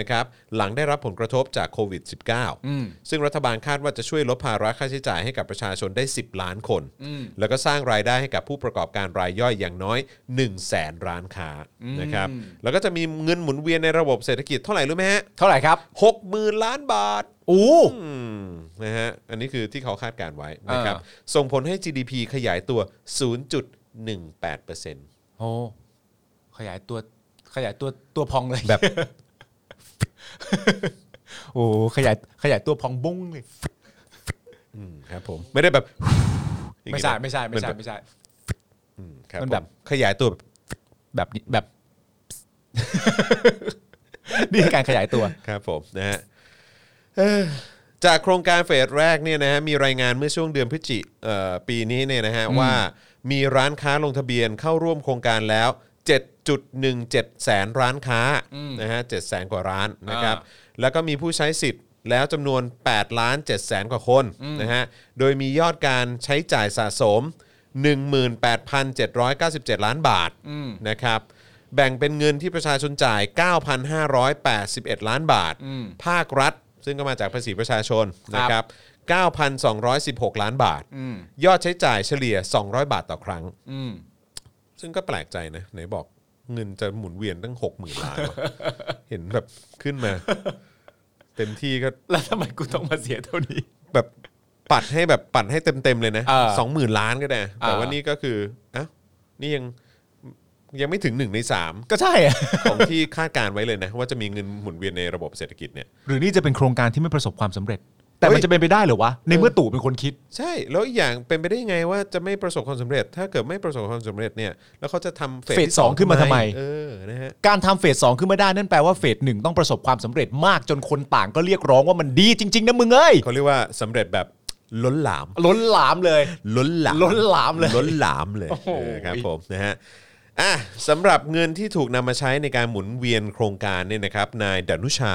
S2: นะครับหลังได้รับผลกระทบจากโควิด -19 ซึ่งรัฐบาลคาดว่าจะช่วยลดภาระค่าใช้จ่ายให้กับประชาชนได้ 10 ล้านคน แล้วก็สร้างรายได้ให้กับผู้ประกอบการรายย่อยอย่างน้อย 1 0 0 0 0แสนร้านค้านะครับแล้วก็จะมีเงินหมุนเวียนในระบบเศรษฐกิจเท่าไหร่รู้ไหมฮะ
S3: เท่าไหร่ครับ
S2: หกหมื่นล้านบาท
S3: อู้
S2: อืมนะฮะ อันนี้คือที่เขาคาดการณ์ไว้นะครับ
S3: อ่า
S2: ส่งผลให้ GDP ขยายตัว 0.18%
S3: โอ้ขยายตัวขยายตัวตัวพองเลย
S2: แบบ
S3: โอ้ขยายขยายตัวพองบุ้งเลย
S2: อืมครับผม ไม่ได้แบบ *laughs*
S3: ไม่ใช่ไม่ใช่ไม่ใช่ไม่ใช่
S2: อืมครับ
S3: มัน
S2: น
S3: แบ
S2: แบบ บขยายตัวแบ
S3: แบบ
S2: บ
S3: นี้แบบ *laughs* นี่คือการขยายตัว
S2: ครับผมนะฮะเอ้อจากโครงการเฟสแรกเนี่ยนะฮะมีรายงานเมื่อช่วงเดือนพฤศจิเอ่อปีนี้เนี่ยนะฮะว่ามีร้านค้าลงทะเบียนเข้าร่วมโครงการแล้ว 7.17 แสนร้านค้านะฮะ7แสนกว่าร้านนะครับ
S3: อ่า
S2: แล้วก็มีผู้ใช้สิทธิ์แล้วจำนวน 8 ล้าน7แสนกว่าคนนะฮะ โดยมียอดการใช้จ่ายสะสม 18,797 ล้านบาทนะครับ แบ่งเป็นเงินที่ประชาชนจ่าย 9,581 ล้านบาท ภาครัฐ ซึ่งก็มาจากภาษีประชาชนนะครับ 9,216 ล้านบาท ยอดใช้จ่ายเฉลี่ย 200 บาทต่อครั้ง ซึ่งก็แปลกใจนะไหนบอกเงินจะหมุนเวียนตั้งหกหมื่นล้านวะ *laughs* เห็นแบบขึ้นมา เต็มที่ก็
S3: แล้วทำไมกูต้องมาเสียเท่านี้
S2: แบบปัดให้แบบปัดให้เต็มๆเลยนะ
S3: อ่า
S2: สองหมื่นล้านก็ได้ แต่
S3: อ่า
S2: ว่านี่ก็คืออ่ะนี่ยังยังไม่ถึงหนึ่งในสาม
S3: ก็ใช่อะ
S2: ของที่คาดการณ์ไว้เลยนะ ว่าจะมีเงินหมุนเวียนในระบบเศรษฐกิจเนี่ย
S3: หรือนี่จะเป็นโครงการที่ไม่ประสบความสำเร็จ แต่
S2: เฮ้
S3: มัน
S2: ย
S3: จะเป็นไปได้เหรอวะในเมื่อตู่เป็นคนคิด
S2: ใช่แล้วอีกอย่างเป็นไปได้ยังไงว่าจะไม่ประสบความสำเร็จ ถ้าเกิดไม่ประสบความสำเร็จเนี่ยแล้วเขาจะทำเฟส
S3: เฟส
S2: ที่
S3: สองขึ้นมาทำไม
S2: เออนะฮะ
S3: การทำเฟสสองขึ้นมาได้นั่นแปลว่าเฟสหนึ่งต้องประสบความสำเร็จมากจนคนต่างก็เรียกร้องว่ามันดีจริงๆนะมึงเอ้ย
S2: เขาเรียกว่าสำเร็จแบบล้นหลาม
S3: ล้นหลามเลย
S2: ล้นหลาม
S3: ล้นหลามเลย
S2: ล้นหลามเลย
S3: โอ้โห
S2: เออครับผมนะฮะอ่ะสำหรับเงินที่ถูกนำมาใช้ในการหมุนเวียนโครงการเนี่ยนะครับนายดนุชา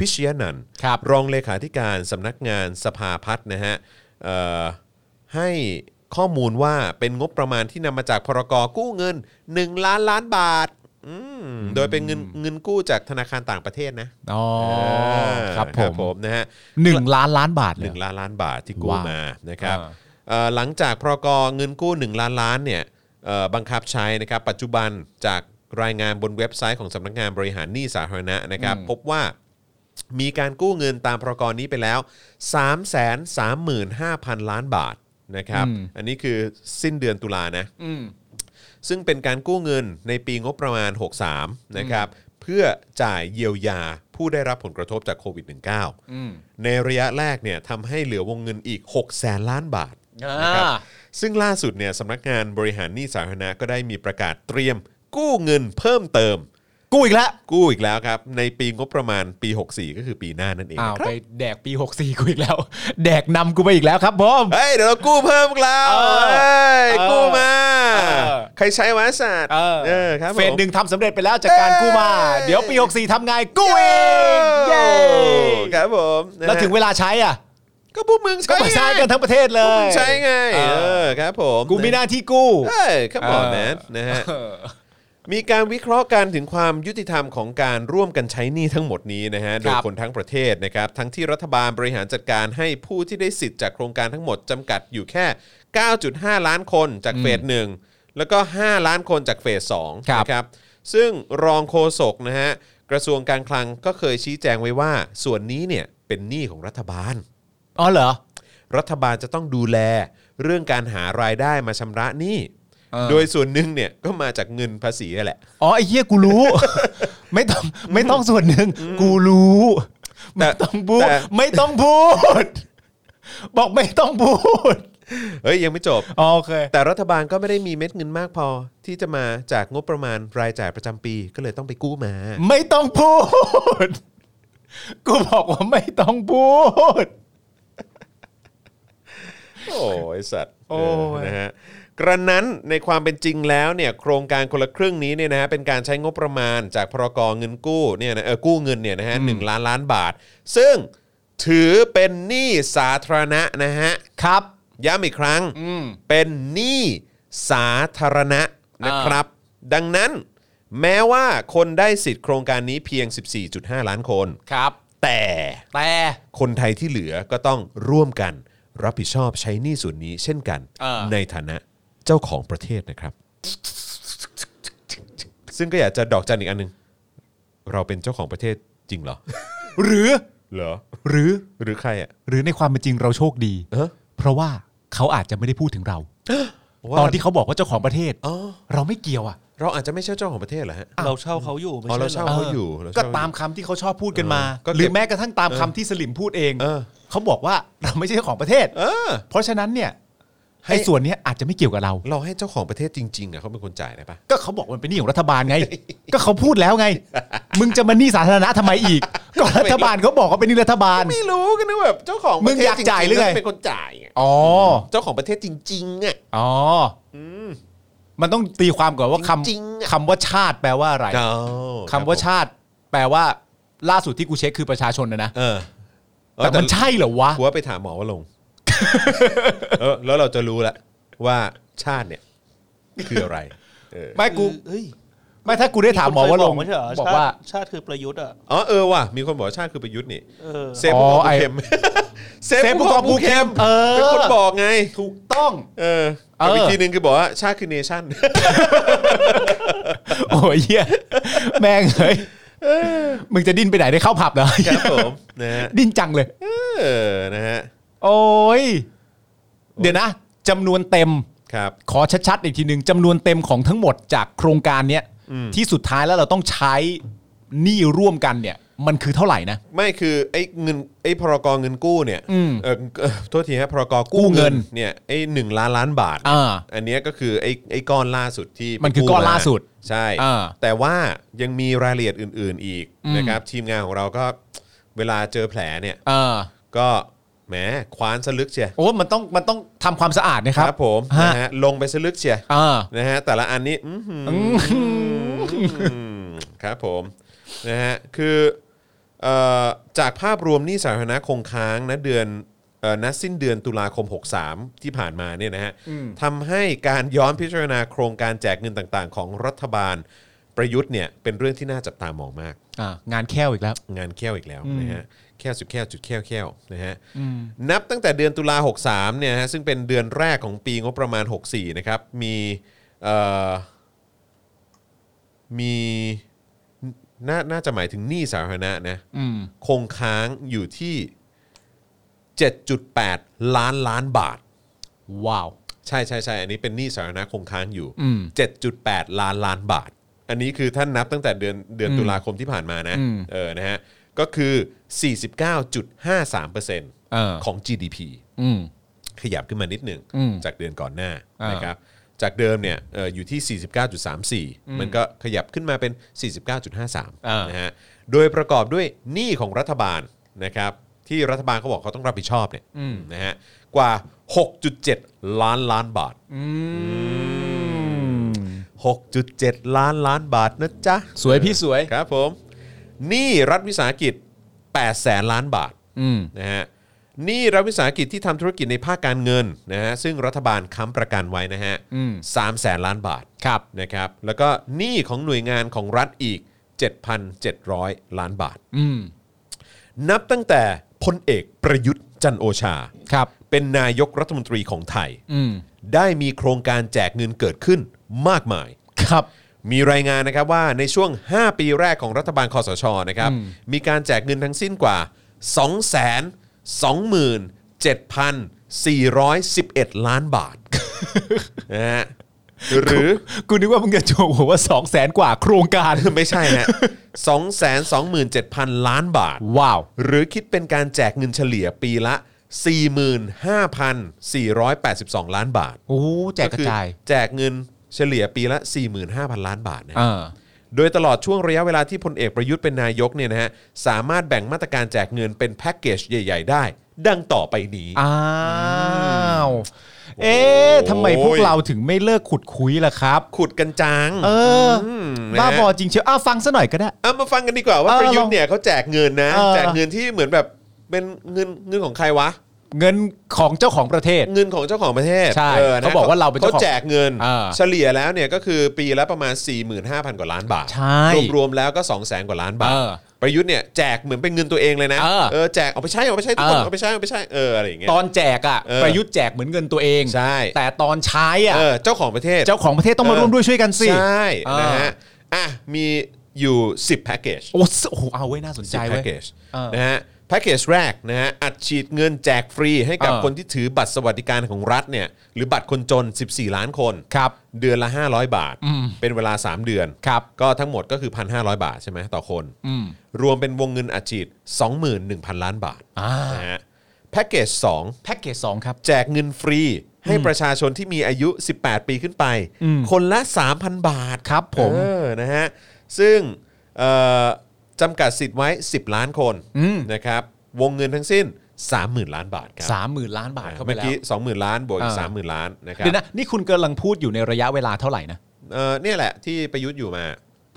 S2: พิชยนันท์
S3: ครับ
S2: รองเลขาธิการสำนักงานสภาพัฒน์นะฮะเอ่อให้ข้อมูลว่าเป็นงบประมาณที่นำมาจากพรกกู้เงิน 1 ล้านล้านบาทอืมโดยเป็นเงินเงินกู้จากธนาคารต่างประเทศนะ
S3: อ๋อ
S2: เออ
S3: ครับผม
S2: นะฮะ
S3: หนึ่งล้านล้านบาทเลย
S2: 1 ล้านล้านบาทที่กู้
S3: ว้าว
S2: มานะครับ
S3: อ่า
S2: เอ่อหลังจากพรกเงินกู้ 1 ล้านล้านเนี่ยเอ่อบังคับใช้นะครับปัจจุบันจากรายงานบนเว็บไซต์ของสำนักงานบริหารหนี้สาธารณะนะครับพบว่ามีการกู้เงินตามพรกนี้ไปแล้ว 3 3 5 0 0 0 ล้านบาทนะครับอันนี้คือสิ้นเดือนตุลานะ ซึ่งเป็นการกู้เงินในปีงบประมาณ 63 นะครับ เพื่อจ่ายเยียวยาผู้ได้รับผลกระทบจากโควิด -19 ในระยะแรกเนี่ยทำให้เหลือวงเงินอีก 6 แสนล้านบาทนะครับ
S3: อ่า
S2: ซึ่งล่าสุดเนี่ยสำนักงานบริหารหนี้สาธารณะก็ได้มีประกาศเตรียมกู้เงินเพิ่มเติม
S3: กู้อีกแล้ว
S2: กู้อีกแล้วครับ ในปีงบประมาณปี 64 ก็คือปีหน้านั่นเอง
S3: อ้าว
S2: นะครั
S3: ไป
S2: บ
S3: แดกปี 64 กูอีกแล้ว แดกนำกูไปอีกแล้วครับผม
S2: เฮ้ยเดี๋ยวเรากู้เพิ่มอีกแล้ว
S3: เออ
S2: เฮ้ย
S3: เออ
S2: กู้มา
S3: เออ
S2: ใครใช้วะสัตว์เออครับผม
S3: เฟสหนึ่งทำสำเร็จไปแล้วจากการกู้มา
S2: เย้
S3: เดี๋ยวปี 64ทำไงกู้เองเย้
S2: ครับผมนะฮะ
S3: แล้วถึงเวลาใช้อ่ะ
S2: ก็พวกมึง
S3: ก็
S2: ใช้
S3: มาใช้
S2: ไง
S3: กันทั้งประเทศเล
S2: พวกมึ
S3: ย
S2: งใช้ไง
S3: เอ
S2: เอ
S3: อ
S2: อครับผม
S3: กูมีหน้าที่กู้
S2: เฮ้ยครับผม
S3: เอ
S2: นะ
S3: อ
S2: นะฮะ มีการวิเคราะห์กันถึงความยุติธรรมของการร่วมกันใช้หนี้ทั้งหมดนี้นะฮะ โดยคนทั้งประเทศนะครับ ทั้งที่รัฐบาลบริหารจัดการให้ผู้ที่ได้สิทธิ์จากโครงการทั้งหมดจำกัดอยู่แค่ 9.5 ล้านคนจากเฟสหนึ่งแล้วก็ 5 ล้านคนจากเฟสสอง
S3: ครับ
S2: นะครับ ซึ่งรองโฆษกนะฮะกระทรวงการคลังก็เคยชี้แจงไว้ว่า ส่วนนี้เนี่ยเป็นหนี้ของรัฐบาล
S3: อ๋อเหรอ
S2: รัฐบาลจะต้องดูแลเรื่องการหารายได้มาชำระหนี้
S3: เออ
S2: โดยส่วนหนึ่งเนี่ยก็มาจากเงินภาษีนั่นแหละ
S3: อ๋อไอ้เหี้ยกู
S2: *laughs*
S3: รู้ ไม่ต้องไม่ต้องส่วนหนึ่งกูรู้
S2: แต่
S3: ไม่ต้องพูด
S2: แต่
S3: ไม่ต้องพูด บอกไม่ต้องพูด
S2: เฮ้ยยังไม่จบ
S3: อ๋อโอเค
S2: แต่รัฐบาลก็ไม่ได้มีเม็ดเงินมากพอ ที่จะมาจากงบประมาณรายจ่ายประจำปีก็เลยต้องไปกู้มา
S3: ไม่ต้องพูด กูบอกว่าไม่ต้องพูด
S2: โอ้ยสัตว์
S3: โอ้ย
S2: นะฮะกระนั้นในความเป็นจริงแล้วเนี่ยโครงการคนละครึ่งนี้เนี่ยนะฮะเป็นการใช้งบประมาณจากพรกเงินกู้เนี่ยนะเออกู้เงินเนี่ยนะฮะหนึ่งล้านล้านบาท ซึ่งถือเป็นหนี้สาธารณะนะฮะ
S3: ครับ
S2: ย้ำอีกครั้งเป็นหนี้สาธารณะนะครับ ดังนั้น แม้ว่าคนได้สิทธิ์โครงการนี้เพียง 14.5 ล้านคน
S3: ครับ
S2: แต่
S3: แต่
S2: คนไทยที่เหลือก็ต้องร่วมกันรับผิดชอบใช้หนี้ส่วนนี้เช่นกัน ในฐานะเจ้าของประเทศนะครับ ซึ่งก็อยากจะดอกจันอีกอันหนึง เราเป็นเจ้าของประเทศจริงเหรอ
S3: หรือ
S2: เหรอ
S3: หรือ
S2: หรือใครอ่ะ
S3: หรือในความเป็นจริงเราโชคดี
S2: เออ
S3: เพราะว่าเขาอาจจะไม่ได้พูดถึงเรา
S2: *gasps* ว่า
S3: ตอนที่เขาบอกว่าเจ้าของประเทศ
S2: อ๋อ
S3: เราไม่เกี่ยวอ่ะ
S2: เราอาจจะไม่ใช่เจ้าของประเทศเหรอฮะ
S4: เราเช่าเขาอยู่ไม่
S2: อ๋อ
S4: ใช่
S2: เรา
S4: เหร
S2: เช่า
S4: อ
S2: เขาอยู่เรเช่
S3: ก็
S2: เขอยู่
S3: ตามคำที่เขาชอบพูดกันมา
S2: ก็เก็บ
S3: หรือแม้กระทั่งตามคำที่สลิมพูดเอง
S2: เออ
S3: เขาบอกว่าเราไม่ใช่เจ้าของประเทศ
S2: เออ
S3: เพราะฉะนั้นเนี่ย
S2: ให้
S3: ไอ้ส่วนเนี้ยอาจจะไม่เกี่ยวกับเรา
S2: เราให้เจ้าของประเทศจริงๆอ่ะเขาเป็นคนจ่ายได้ปะ
S3: ก็เขาบอกมันเป็นหนี้ของรัฐบาล
S2: *laughs*
S3: ไง ก็เขาพูดแล้วไง มึงจะมาหนี้สาธารณะทำไมอีก ก็รัฐบาลเขาบอกว่าเป็นหนี้รัฐบาล
S2: ไม่รู้กันนะแบบเจ้าของประเทศ
S3: มึงอยากจ่ายหรือไง
S2: จๆก็เป็นคนจ่ายอ่ะ
S3: อ๋อ
S2: เจ้าของประเทศจริงๆอ่ะ
S3: อ๋ออมันต้องตีความก่อนว่าค
S2: จริงๆอะ
S3: ำคำว่าชาติแปลว่าอะไรคำว่าชาติ แปลว่า ล่าสุดที่กูเช็คคือประชาชนนะนะ
S2: เออเออ
S3: แต่มันใช่เหรอวะ
S2: กูว่าไปถามหมอว่าลงค์เออแล้วเราจะรู้ละว่าชาติเนี่ย คืออะไร เออ
S3: ไม่กู
S4: เฮ้ย
S3: ไม่ถ้ากูได้ถามหมอว่าลง
S4: คุณเคยบอกไม่ใช่เหรอ
S3: บอกว่า
S4: ชติชาติคือประยุทธ์อ่ะ
S2: อ๋อเออว่ะมีคนบอกว่าชาติคือประยุทธ์นี่
S4: เออ
S2: เซฟผู้ก
S3: อ๋
S2: อง
S3: อไอ้
S2: ผู้เข็มเซฟ
S3: เซฟ
S2: ผู้
S3: ผู้
S2: ก
S3: ก
S2: อ
S3: อง ง
S2: ผู้
S3: ผู้
S2: เข็
S3: เข้
S2: ม
S3: มเออ
S2: เป็นคนบอกไง
S3: ถูกต้อง
S2: เออ
S3: เออ
S2: แต่อีกทีหนึงคือบอกว่าชาติคือเนชั่น *laughs*
S3: โอ้ยเหี้ยแม่งเฮ้ยมึงจะดิ้นไปไหนได้เข้าผับเหรอ *laughs*
S2: ครับผมนะฮะ
S3: ดิ้นจังเลย
S2: เออนะฮะ
S3: โอ้ยเดี๋ยวนะจำนวนเต็ม
S2: ครับ
S3: ขอชัดๆอีกทีหนึ่งจำนวนเต็มของทั้งหมดจากโครงการเนี้ยที่สุดท้ายแล้วเราต้องใช้หนี้ร่วมกันเนี่ย มันคือเท่าไหร่นะ
S2: ไม่คือไอ้เงินไอ้พรกเงินกู้เนี่ย
S3: อืม
S2: เออเอ่อโทษทีฮะพรก
S3: กู้
S2: กู้
S3: เงิ
S2: เงิน
S3: น
S2: เนี่ยไอ้หนึ่งล้านล้านบาท
S3: อ่า
S2: อันเนี้ยก็คือไอ้ไอ้ก้อนล่าสุดที่
S3: มันคือก้อนล่าสุด
S2: ใช่
S3: อ่า
S2: แต่ว่ายังมีรายละเอียดอื่น ๆ อีก
S3: อืม
S2: นะครับทีมงานของเราก็เวลาเจอแผลเนี่ย
S3: เออ
S2: ก็แหมคว้านสลึกเชีย
S3: โอ้มันต้องมันต้องทำความสะอาดนะครับ
S2: ผม
S3: ฮะ
S2: นะฮะลงไปสลึกเชีย
S3: เออ
S2: นะฮะแต่ละอันนี้อื้อหืออ อืมครับผมนะฮะคือเอ่อจากภาพรวมหนี้สาธารณะคงค้างนะเดือนเอ่อณสิ้นเดือนตุลาคม 63 ที่ผ่านมาเนี่ยนะฮะทำให้การย้อนพิจารณาโครงการแจกเงินต่างๆ ของรัฐบาลประยุทธ์เนี่ยเป็นเรื่องที่น่าจับตามองมาก
S3: อ่างานแค่วอีกแล้ว
S2: งานแค่วอีกแล้วนะฮะแค่วสุดแค่วจุดแค่วแค่วนะฮะนับตั้งแต่เดือนตุลา63เนี่ยฮะซึ่งเป็นเดือนแรกของปีงบประมาณ 64นะครับมีเอ่อมีน่าน่าจะหมายถึงหนี้สาธารณะนะ
S3: อืม
S2: คงค้างอยู่ที่ 7.8 ล้านล้านบาท
S3: ว้าว
S2: ใช่ใช่ใช่อันนี้เป็นหนี้สาธารณะคงค้างอยู่
S3: อืม
S2: 7.8 ล้านล้านบาท อันนี้คือท่านนับตั้งแต่เดือนเดือน
S3: อืม
S2: ตุลาคมที่ผ่านมานะ
S3: อืม
S2: เออ นะฮะ ก็คือ 49.53%
S3: เออ
S2: ของ GDP
S3: อืม
S2: ขยับขึ้นมานิดหนึ่ง
S3: อืม
S2: จากเดือนก่อนหน้า
S3: อ่าน
S2: นะครับ จากเดิมเนี่ยเอ่ออยู่ที่ 49.34 มันก็ขยับขึ้นมาเป็น 49.53 นะฮะ โดยประกอบด้วยหนี้ของรัฐบาลนะครับ ที่รัฐบาลเขาบอกเขาต้องรับผิดชอบเนี่ยนะฮะ กว่า 6.7 ล้านล้านบาท 6.7 ล้านล้านบาทนะจ๊ะ
S3: สวยพี่สวย
S2: ครับผมหนี้รัฐวิสาหกิจ8แสนล้านบาท
S3: อืม
S2: นะฮะหนี้รัฐวิสาหกิจที่ทำธุรกิจในภาคการเงินนะฮะซึ่งรัฐบาลค้ำประกันไว้นะฮะ
S3: อืม
S2: สามแสนล้านบาท
S3: ครับ
S2: นะครับแล้วก็หนี้ของหน่วยงานของรัฐอีก 7,700 ล้านบาท
S3: อืม
S2: นับตั้งแต่พลเอกประยุทธ์จันทร์โอชา
S3: ครับ
S2: เป็นนายกรัฐมนตรีของไทย
S3: อืม
S2: ได้มีโครงการแจกเงินเกิดขึ้นมากมาย
S3: ครับ
S2: มีรายงานนะครับว่าในช่วง 5 ปีแรกของรัฐบาลคอสชนะครับมีการแจกเงินทั้งสิ้นกว่า 2 2 7 411 ล้านบา
S3: *laughs*
S2: ท นะฮะหรือ
S3: *laughs* กูนึกว่ามึงจะโจมผมว่าสองแสนกว่าโครงการ
S2: ไม่ใช่ฮะ2 2 7 0 0 ล้านบาท
S3: ว้าว
S2: หรือคิดเป็นการแจกเงินเฉลี่ยปีละ 45,482 ล้านบาท
S3: โอ้แจกกระ
S2: คือ
S3: จาย
S2: แจกเงินเฉลี่ยปีละ 45,000 ล้านบาทนะฮะ
S3: อ่า
S2: โดยตลอดช่วงระยะเวลาที่พลเอกประยุทธ์เป็นนายกเนี่ยนะฮะสามารถแบ่งมาตรการแจกเงินเป็นแพ็กเกจใหญ่ ๆ ได้ ดังต่อไปนี้
S3: อ้าวเอ๊ะทำไมพวกเราถึงไม่เลิกขุดคุยล่ะครับ
S2: ขุดกันจัง
S3: เอออ
S2: ม
S3: บ้าบอ
S2: นะฮะ
S3: จริงเชียวอ้าวฟังซะหน่อยก็ได้
S2: เอามาฟังกันดีกว่าว่า
S3: เออ
S2: ประยุทธ์เนี่ยเขาแจกเงินนะ
S3: เออ
S2: แจกเงินที่เหมือนแบบเป็นเงินเงินของใครวะ
S3: เงินของเจ้าของประเทศ
S2: เงินของเจ้าของประเทศ
S3: ใช่
S2: นะ
S3: เขาบอกว่าเราเป็นเจ้าของ
S2: เขาแจกเงิน
S3: อ่า
S2: เฉลี่ยแล้วเนี่ยก็คือปีละประมาณ 45,000 กว่าล้านบาท
S3: ใช่
S2: รวมๆแล้วก็ 200,000 กว่าล้านบาท
S3: เออ
S2: ประยุทธ์เนี่ยแจกเหมือนเป็นเงินตัวเองเลยนะ
S3: เออ
S2: เออแจกเอาไปใช้เอาไปใช้ทุกคน
S3: เออ
S2: เอาไปใช้เอาไปใช้เอออะไรอย่างเงี้ย
S3: ตอนแจกอ่ะ
S2: เออ
S3: ประยุทธ์แจกเหมือนเงินตัวเอง
S2: ใช่
S3: แต่ตอนใช้อ่ะ
S2: เออเจ้าของประเทศ
S3: เจ้าของประเทศต้องมาร่วมด้วยช่วยกันสิ
S2: ใช่
S3: เออ
S2: นะฮะอ่ะมีอยู่ 10แพ็กเกจ
S3: โอ้โหเอาไว้ยน่าสนใจ
S2: 10แพ็
S3: เว้
S2: ก
S3: ย
S2: เกจ
S3: เออ
S2: นะฮะแพ็กเกจแรกนะฮะอัดฉีดเงินแจกฟรีให้กับ
S3: เออ
S2: คนที่ถือบัตรสวัสดิการของรัฐเนี่ยหรือบัตรคนจน 14 ล้านคน
S3: ครับ
S2: เดือนละ 500 บาท เป็นเวลา 3 เดือน
S3: ครับ
S2: ก็ทั้งหมดก็คือ 1,500 บาทใช่ไหมต่อคน
S3: อืม
S2: รวมเป็นวงเงินอัดฉีด21,000 ล้านบาท
S3: อ่าน
S2: นะฮะแพ็กเกจ2
S3: แพ็กเกจสองครับ
S2: แจกเงินฟรีให้ประชาชนที่มีอายุ 18 ปีขึ้นไป คนละ 3,000 บาท
S3: ครับผม
S2: เออนะฮะ ซึ่งเอ่อจำกัดสิทธิ์ไว้ 10 ล้านคน
S3: อืม
S2: นะครับ วงเงินทั้งสิ้น 30,000 ล้านบาทครับ
S3: สามหมื่นล้านบาทเข้าไป
S2: เมื่อ
S3: แล้ว
S2: กี้ 20,000 ล้านบวกอีก
S3: อ่า
S2: 30,000 ล้านนะครับ
S3: เดี๋ยวนะนี่คุณกำลังพูดอยู่ในระยะเวลาเท่าไหร่นะ
S2: เออเนี่ยแหละที่ประยุทธ์อยู่มา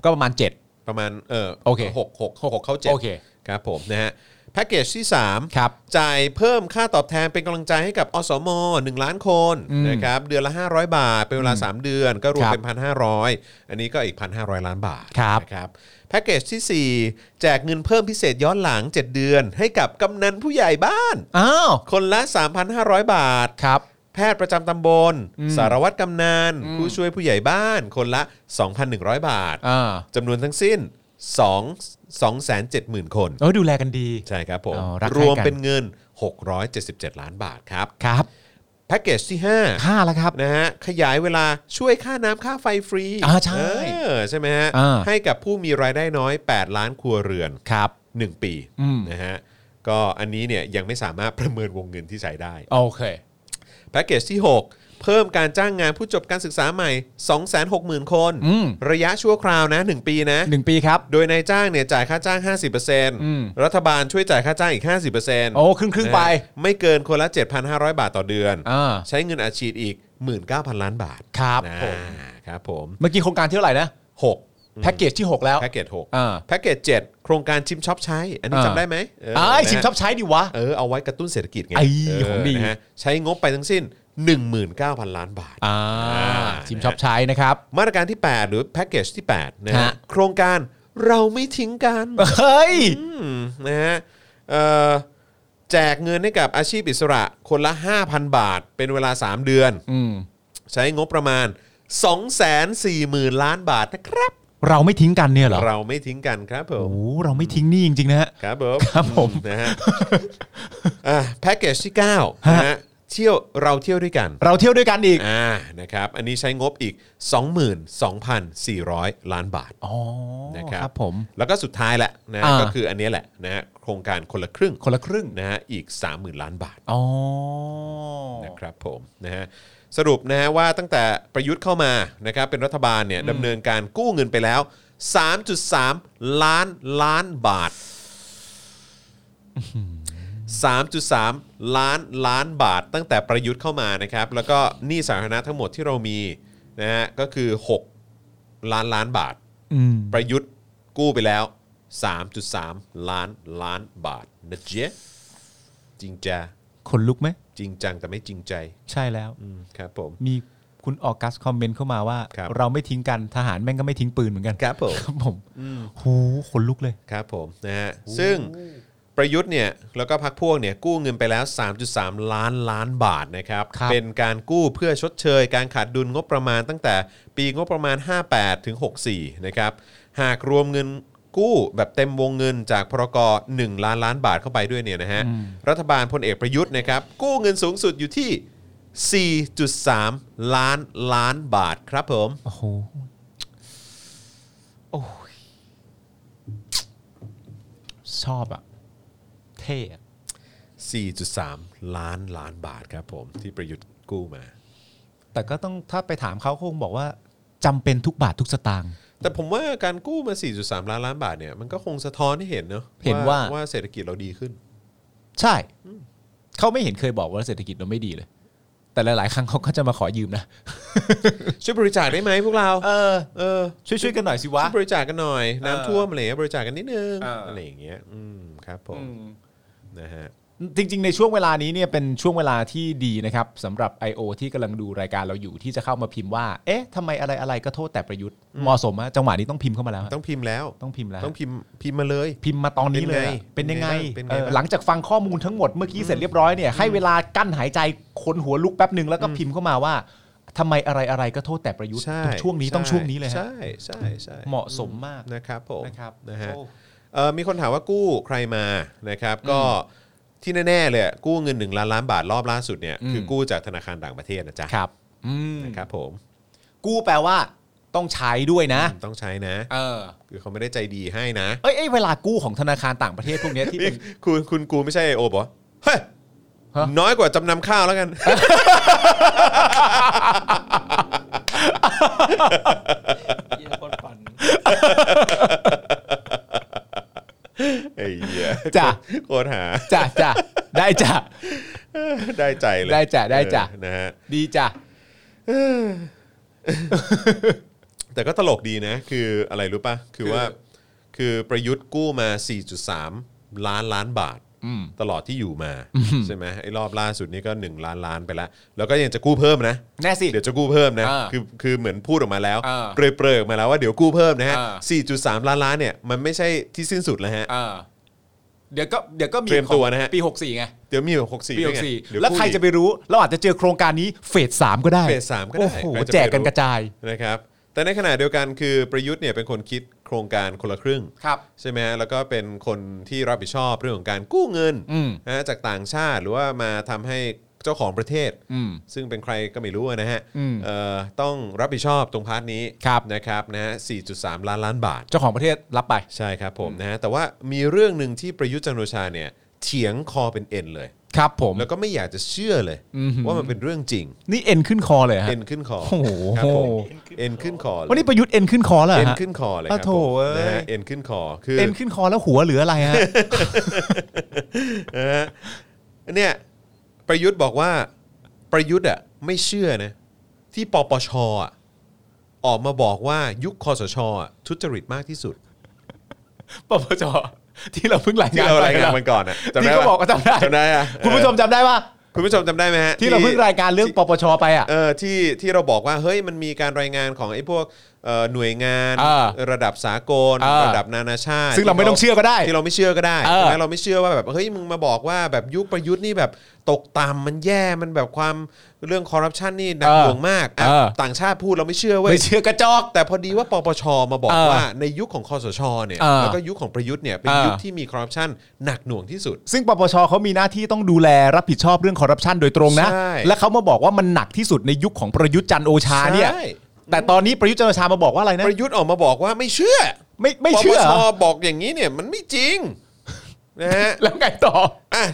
S3: ก็ประมาณ 7
S2: ประมาณเออ
S3: โอเค
S2: หกหกหกเข้าเจ็ด
S3: โอเค
S2: ครับผมนะฮะ แพ็กเกจที่ 3
S3: ครับ
S2: จ่ายเพิ่มค่าตอบแทนเป็นกำลังใจให้กับอสม 1 ล้านคน
S3: อืม
S2: นะครับเดือนละ 500 บาท เป็นเวลา 3 เดือนก็รวม
S3: ครับ
S2: เป็น 1,500 อันนี้ก็อีก 1,500 ล้านบาท
S3: ครับ
S2: นะครับแพ็กเกจทีสี่ 4 แจกเงินเพิ่มพิเศษย้อนหลัง 7 เดือน ให้กับกำนันผู้ใหญ่บ้าน
S3: อ้าว
S2: คนละ 3,500 บาท
S3: ครับ
S2: แพทย์ประจำตำบล
S3: อืม
S2: สารวัตรกำนัน
S3: อืม
S2: ผู้ช่วยผู้ใหญ่บ้าน คนละ 2,100 บาท
S3: อ่า
S2: จำนวนทั้งสิ้น 2 270,000 คน
S3: เออดูแลกันดี
S2: ใช่ครับผม
S3: อ๋อรักใครกัน
S2: รวมเป็นเงิน 677 ล้านบาทครับ
S3: ครับ
S2: แพ็กเกจที่
S3: ค่าแล้วครับ
S2: 5 นะฮะ ขยายเวลาช่วยค่าน้ำค่าไฟฟรี
S3: อ่าใช่
S2: เออใช่ไหมฮะ
S3: อ่า
S2: ให้กับผู้มีรายได้น้อย 8 ล้านครัวเรือน
S3: ครับ
S2: 1 ปี
S3: อืม
S2: นะฮะ ก็อันนี้เนี่ยยังไม่สามารถประเมินวงเงินที่ใช้ได้
S3: โอเค
S2: แพ็กเกจที่ 6 เพิ่มการจ้างงานผู้จบการศึกษาใหม่ 260,000 คน
S3: อืม
S2: ระยะชั่วคราวนะ 1 ปีนะ
S3: หนึ่งปีครับ
S2: โดยนายจ้างเนี่ยจ่ายค่าจ้าง
S3: ม
S2: 50%รัฐบาลช่วยจ่ายค่าจ้างอีก 50%
S3: โอ้ครึ่งครึ่งๆไป
S2: นะฮะไม่เกินคนละ 7,500 บาทต่อเดือน
S3: อ่า
S2: ใช้เงินอัดฉีดอีก 19,000 ล้านบาท
S3: ครับ
S2: นะ
S3: ผม
S2: ครับผม
S3: เมื่อกี้โครงการที่เท่าไหร่นะ
S2: 6
S3: แพ็กเกจที่ 6 แล้ว
S2: แพ็กเกจ
S3: อ่า
S2: 6แพ็กเกจ7โครงการชิมช็อปใช้ อันนี้
S3: อ่า
S2: จำได้ไหมเ
S3: ไอ้
S2: นะฮะ
S3: ชิมช็อปใช้ดิวะ
S2: เออเอาไว้กระตุ้นเศรษฐกิจไง
S3: ไอ้
S2: เ
S3: ของดี
S2: นะฮะใช้งบไปทั้งสิ้น 19,000 ล้านบาท
S3: อ่า
S2: อ่า
S3: ชิมช็อปใช้นะครับ
S2: มาตรการที่ 8 หรือแพ็กเกจที่8นะฮะ
S3: ฮะ
S2: โครงการเราไม่ทิ้งกัน
S3: เฮ้ย
S2: อืมนะฮะเอ่อแจกเงินให้กับอาชีพอิสระคนละ 5,000 บาท เป็นเวลา 3 เดือน
S3: อืม
S2: ใช้งบประมาณ 240,000 ล้านบาทนะครับ
S3: เราไม่ทิ้งกันเนี่ยเหรอ
S2: เราไม่ทิ้งกันครับผ
S3: โอ้
S2: ม
S3: เราไม่ทิ้งนี่จริงๆนะฮะ
S2: ครับผม
S3: ครับผม
S2: นะฮะอ่ะแพ็กเกจที่9
S3: ฮะ
S2: นะฮะเที่ยวเราเที่ยวด้วยกัน
S3: เราเที่ยวด้วยกันอีก
S2: อ่านะครับ อันนี้ใช้งบอีก 22,400 ล้านบาท
S3: อ๋อ
S2: นะครับ
S3: ครับผม
S2: แล้วก็สุดท้ายแหละนะ
S3: อ่า
S2: ก็คืออันเนี้ยแหละนะฮะโครงการคนละครึ่ง
S3: คนละครึ่ง
S2: นะฮะอีก 30,000 ล้านบาท
S3: อ๋อ
S2: นะครับผมนะฮะสรุปนะฮะว่าตั้งแต่ประยุทธ์เข้ามานะครับเป็นรัฐบาลเนี่ยดำเนินการกู้เงินไปแล้ว 3.3 ล้านล้านบาท 3.3 ล้านล้านบาท ตั้งแต่ประยุทธ์เข้ามานะครับแล้วก็หนี้สาธารณะทั้งหมดที่เรามีนะฮะก็คือ 6 ล้านล้านบาท
S3: อืม
S2: ประยุทธ์กู้ไปแล้ว 3.3 ล้านล้านบาทนะเจ๊ะจริงจ้า
S3: คนลุกไหม
S2: จริงจังแต่ไม่จริงใจ
S3: ใช่แล้ว
S2: อืมครับผม
S3: มีคุณออกัสคอมเมนต์เข้ามาว่า
S2: ครับ
S3: เราไม่ทิ้งกันทหารแม่งก็ไม่ทิ้งปืนเหมือนกัน
S2: ครับผม
S3: ครับผมโหขนลุกเลย
S2: ครับผมนะฮะซึ่งประยุทธ์เนี่ยแล้วก็พักพวกเนี่ยกู้เงินไปแล้ว 3.3 ล้านล้านบาทนะครับ
S3: ครับ
S2: เป็นการกู้เพื่อชดเชย การขาดดุลงบประมาณตั้งแต่ปีงบประมาณ 58 ถึง 64 นะครับ หากรวมเงินกู้แบบเต็มวงเงินจากพรกร1ล้านล้านบาทเข้าไปด้วยเนี่ยนะฮะ
S3: อืม
S2: รัฐบาลพลเอกประยุทธ์นะครับกู้เงินสูงสุดอยู่ที่ 4.3 ล้านล้านบาทครับผม
S3: โอ้โห โอ้ย ชอบอะเท่อะ
S2: 4.3 ล้านล้านบาทครับผมที่ประยุทธ์กู้มา
S3: แต่ก็ต้องถ้าไปถามเขาเขาคงบอกว่าจำเป็นทุกบาททุกสตางค์
S2: แต่ผมว่าการกู้มา 4.3 ล้านล้านบาทเนี่ยมันก็คงสะท้อนให้เห็นเนาะ
S3: เห็นว่า
S2: ว่าเศรษฐกิจเราดีขึ้น
S3: ใช่ เขาไม่เห็นเคยบอกว่าเศรษฐกิจเราไม่ดีเลย แต่หลาย ๆ ครั้งเขาก็จะมาขอยืมนะ
S2: ช่วยบริจาคได้ไหมพวกเรา
S3: เออ
S2: เออ
S3: ช่วยๆกันหน่อยสิวะ
S2: ช่วยบริจาคกันหน่อย น้ำท่วมอะไรเงี้ยบริจาคกันนิดนึง
S3: เอออ
S2: อะไรอย่างเงี้ยอืมครับผมนะฮะ
S3: จริง ๆ ในช่วงเวลานี้เนี่ยเป็นช่วงเวลาที่ดีนะครับสำหรับ I.O. ที่กำลังดูรายการเราอยู่ที่จะเข้ามาพิมพ์ว่า เอ๊ะทำไมอะไรอะไรๆก็โทษแต่ประยุทธ์เหมาะสมอะจังหวะนี้ต้องพิมพ์เข้ามาแล้วฮะ
S2: ต้องพิมพ์แล้ว
S3: ต้องพิมพ์แล้ว
S2: ต้องพิมพ์พิมพ์มาเลย
S3: พิมพ์มาตอนนี้เลยอะ
S2: เป็
S3: เป็น น
S2: ไง
S3: ยังไง
S2: เป็นไง
S3: เออ
S2: บ้าง
S3: หลังจากฟังข้อมูลทั้งหมดเมื่อกี้เสร็จเรียบร้อยเนี่ยให้เวลากั้นหายใจคนหัวลุกแป๊บหนึ่งแล้วก็พิมพ์เข้ามาว่าทำไมอะไรอะไรๆก็โทษแต่ประยุทธ์
S2: ใช่
S3: ต้องช่วงนี้ต้องช่วงนี้เลยฮะ
S2: ใช่ใช่ใช่
S3: เหมาะสมมาก
S2: นะครับผม
S3: นะครับ
S2: นะฮะ
S3: โอ้
S2: เอ่อมีคนถามว่ากู้ใครมานะครับก็ที่แน่ๆเลยกู้เงิน 1 ล้านล้านบาทรอบล่าสุดเนี่ย
S3: อืม
S2: คือกู้จากธนาคารต่างประเทศนะจ๊ะ
S3: ครับอืม
S2: นะครับผม
S3: กู้แปลว่า ต้องใช้ด้วยนะ
S2: ต้องใช้นะ
S3: เออ
S2: คือเขาไม่ได้ใจดีให้นะ
S3: เอ้ยเอ้ยเวลากู้ของธนาคารต่างประเทศพวกเนี้ยที่เป็น
S2: คุณคุณกูไม่ใช่โอบอกว่าเฮ้ย
S3: ฮะ
S2: น้อยกว่าจำนำข้าวแล้วกัน *laughs*
S4: เหี้ยโคตรปั่น
S2: ไอ้เหี้ย
S3: จ้ะ
S2: โคตรหา *laughs*
S3: จ้ะจ้ะได้จ้ะ
S2: ได้ใจเลย
S3: ได้จ้ะได้จ้ะ
S2: เออนะฮะ
S3: ดีจ้ะ
S2: แต่ก็ตลกดีนะ คืออะไรรู้ป่ะ คือว่า คือประยุทธ์กู้มา 4.3 ล้านล้านบาท
S3: อืม
S2: ตลอดที่อยู่มาใช่ไหมไอ้รอบล่าสุดนี้ก็ 1 ล้านล้านไปแล้ว แล้วก็ยังจะกู้เพิ่มนะ
S3: แน่สิ
S2: เดี๋ยวจะกู้เพิ่มนะ
S3: อ่า
S2: คือคือเหมือนพูดออกมาแล้ว
S3: อ่า
S2: เปรยๆออกมาแล้วว่าเดี๋ยวกู้เพิ่มนะฮะ
S3: อ่า
S2: 4.3 ล้านล้านเนี่ยมันไม่ใช่ที่สิ้นสุดแล้วฮะ
S3: อ่าเดี๋ยวก็เดี๋ยวก็มี
S2: เตรียมตัวนะ
S3: ข
S2: ฮะ
S3: องปี64ไง
S2: เดี๋ยวมีแบบ64
S3: ปี
S2: ด้วยไง
S3: 64
S2: เดี๋ย
S3: แล้วใคร
S2: กู้อีก
S3: จะไปรู้ เราอาจจะเจอโครงการนี้เฟสสามก็ได้
S2: เฟสสามก็ได้
S3: โอ้โห
S2: ใครจะไปรู้
S3: แจกกันกระจาย
S2: นะครับ แต่ในขณะเดียวกันคือประยุทธ์เนี่ยเป็นคนคิดโครงการคนละครึ่ง
S3: ครับ
S2: ใช่ไหมฮะแล้วก็เป็นคนที่รับผิดชอบเรื่องของการกู้เงิน
S3: อืม
S2: นะฮะจากต่างชาติหรือว่ามาทำให้เจ้าของประเทศ
S3: อืม
S2: ซึ่งเป็นใครก็ไม่รู้นะฮะ
S3: อืม
S2: เอ่อต้องรับผิดชอบตรงพาร์ทนี้
S3: ครับ
S2: นะครับนะฮะ4.3 ล้านล้านบาท
S3: เจ้าของประเทศรับไป
S2: ใช่ครับผมนะฮะแต่ว่ามีเรื่องหนึ่งที่ประยุทธ์จันทร์โอชาเนี่ยเถียงคอเป็นเอ็นเลย
S3: ครับผม
S2: แล้วก็ไม่อยากจะเชื่อเลย
S3: อือหือ
S2: ว่ามันเป็นเรื่องจริง
S3: นี่เอ็นขึ้นคอเลยฮะ
S2: เอ็นขึ้นคอ
S3: โอ้โห
S2: ครับผมเอ็นขึ้นคอเลย
S3: วันนี้ประยุทธ์เอ็นขึ้นคอแล้ว
S2: เอ็น
S3: ฮะ
S2: ขึ้นคอเลยครับ
S3: อ่ะโถ
S2: ผม
S3: เอ้ย
S2: นะฮะเอ็นขึ้นคอคือ
S3: เอ็นขึ้นคอแล้วหัวเหลืออะไร
S2: *laughs*
S3: ฮะ
S2: นะฮะเนี่ยประยุทธ์บอกว่าประยุทธ์อ่ะไม่เชื่อนะที่ปปชอ่ะออกมาบอกว่ายุคคอสชอ่ะทุจริตมากที่สุด
S3: ปปชที่เราเพิ่งราย
S2: ที่
S3: งาน
S2: เรา
S3: ไป
S2: รายงานมันก่อนอ่ะจำได้
S3: ที่เขาบอก
S2: ปะ
S3: ก็จำได้
S2: จำได้อะ
S3: คุณผู้ชมจำได้ปะ
S2: คุณผู้ชมจำได้ไหมฮะ
S3: ที่เราเพิ่งรายการเรื่องปปชไปอ่ะ
S2: เออที่ที่เราบอกว่าเฮ้ยมันมีการรายงานของไอ้พวกเอ่อหน่วยงาน
S3: อ่า
S2: ระดับสากล
S3: อ่า
S2: ระดับนานาชาติ
S3: ซึ่งเราไม่ต้องเชื่อก็ได้
S2: ที่เราไม่เชื่อก็ได้
S3: เออ
S2: ใช่ไหมเราไม่เชื่อว่าแบบเฮ้ยมึงมาบอกว่าแบบยุคประยุทธ์นี่แบบตกต่ำมันแย่มันแบบความเรื่องคอร์รัปชันนี่หนัก
S3: เออ
S2: หน่วงมากอ่ะ
S3: เออ
S2: ต่างชาติพูดเราไม่เชื่อเว้ย
S3: ไม่เชื่อกระจอก
S2: แต่พอดีว่าปปชมาบอก
S3: เออ
S2: ว่าในยุคของคอสชเนี่ย
S3: เออ
S2: แล้วก็ยุคของประยุทธ์เนี่ยเป็น
S3: เออ
S2: ยุคที่มีคอร์รัปชันหนักหน่วงที่สุด
S3: ซึ่งปปชเขามีหน้าที่ต้องดูแลรับผิดชอบเรื่องคอร์รัปชันโดยตรงนะ
S2: ใช่
S3: และเขามาบอกว่ามันหนักที่สุดในยุคของประยุทธ์จันทร์โอชาเนี่ย
S2: ใช่
S3: แต่ตอนนี้ประยุทธ์จันทร์โอชามาบอกว่าอะไรนะ
S2: ประยุทธ์ออกมาบอกว่าไม่เชื่อ
S3: ไม่ไม่เชื่อ
S2: ปป
S3: เหร
S2: ช
S3: อ
S2: บอกอย่างนี้เนี่ยมันไม่จริงนะฮะ *laughs*
S3: แล้วไงต่อ
S2: อ่ะ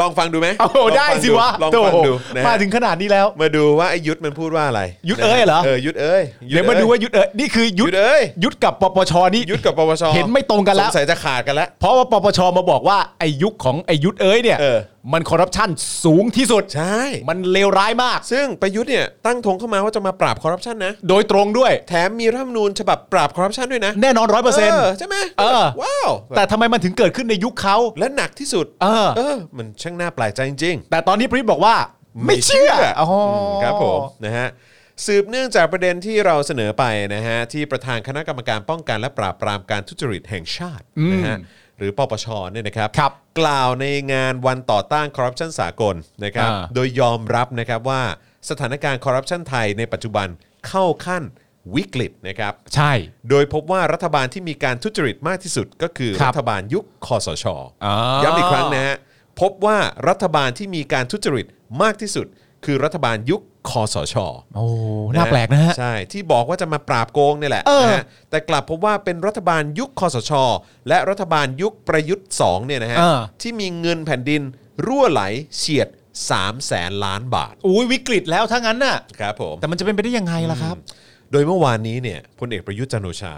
S2: ลองฟังดูไหม
S3: โอ้โหได้สิวะ
S2: ลองฟังดู
S3: โถ่
S2: นะฮะ
S3: มาถึงขนาดนี้แล้ว
S2: มาดูว่าไอ้ยุทธมันพูดว่าอะไร
S3: ยุทธเอ้ยเหรอ
S2: เออยุทธเอ้ยทธ
S3: เดี๋ยวมาดูว่ายุทธเอ๋ยนี่คือยุท
S2: ยุท
S3: ธ
S2: ธเอ้ย
S3: ยุทธกับปปชนี่
S2: ยุทธกับปปช
S3: เห็นไม่ตรงกันแล้ว
S2: สงสัยจะขาดกันแล้ว
S3: เพราะว่าปปชมาบอกว่าไอ้ยุคของไอ้ยุทธเอ้ยเนี่ย
S2: เออ
S3: มันคอร์รัปชันสูงที่สุด
S2: ใช่
S3: มันเลวร้ายมาก
S2: ซึ่งประยุทธ์เนี่ยตั้งธงเข้ามาว่าจะมาปราบคอร์รัปชันนะ
S3: โดยตรงด้วย
S2: แถมมีรัฐธรรมนูญฉบับปราบคอร์รัปชันด้วยนะ
S3: แน่นอนร้อยเปอร์เซ็นต์
S2: ใช่ไหม
S3: เออ
S2: ว้าว
S3: แต่ทำไมมันถึงเกิดขึ้นในยุคเขา
S2: และหนักที่สุด
S3: เออ
S2: มันช่างน่าแปลกใจจริง
S3: แต่ตอนนี้ประวิทย์บอกว่า
S2: ไม่
S3: ไม่
S2: เชื่
S3: เชื่
S2: อ
S3: ออ๋ออ
S2: ๆ ครับผมนะฮะสืบเนื่องจากประเด็นที่เราเสนอไปนะฮะที่ประธานคณะกรรมการป้องกันและปราบปรามการทุจริตแห่งชาตินะฮะหรือปปชเนี่ยนะครับ
S3: ครับ
S2: กล่าวในงานวันต่อต้านคอร์รัปชันสากลนะครับ
S3: อ่า
S2: โดยยอมรับนะครับว่าสถานการณ์คอร์รัปชันไทยในปัจจุบันเข้าขั้นวิกฤตนะครับ
S3: ใช่
S2: โดยพบว่ารัฐบาลที่มีการทุจริตมากที่สุดก็คือ
S3: ครับ
S2: รัฐบาลยุคคอสช
S3: อ่า
S2: ย้ำอีกครั้งนะฮะ พบว่ารัฐบาลที่มีการทุจริตมากที่สุด คือรัฐบาลยุคคอสช
S3: โอ้น่าแปลกนะฮะ
S2: ใช่ ที่บอกว่าจะมาปราบโกงเนี่ยแหละ
S3: เออ
S2: นะฮะแต่กลับพบว่าเป็นรัฐบาลยุคคอสช และรัฐบาลยุคประยุทธ์2เนี่ยนะฮะ
S3: เออ
S2: ที่มีเงินแผ่นดินรั่วไหลเฉียด 3 0 0แสนล้านบาท
S3: อุ้ยวิกฤตแล้วถ้างั้นน่ะ
S2: ครับผม
S3: แต่มันจะเป็นไปได้ยังไงล่ะครับ
S2: โดยเมื่อวานนี้เนี่ยพลเอกประยุทธ์จันทร์โอชา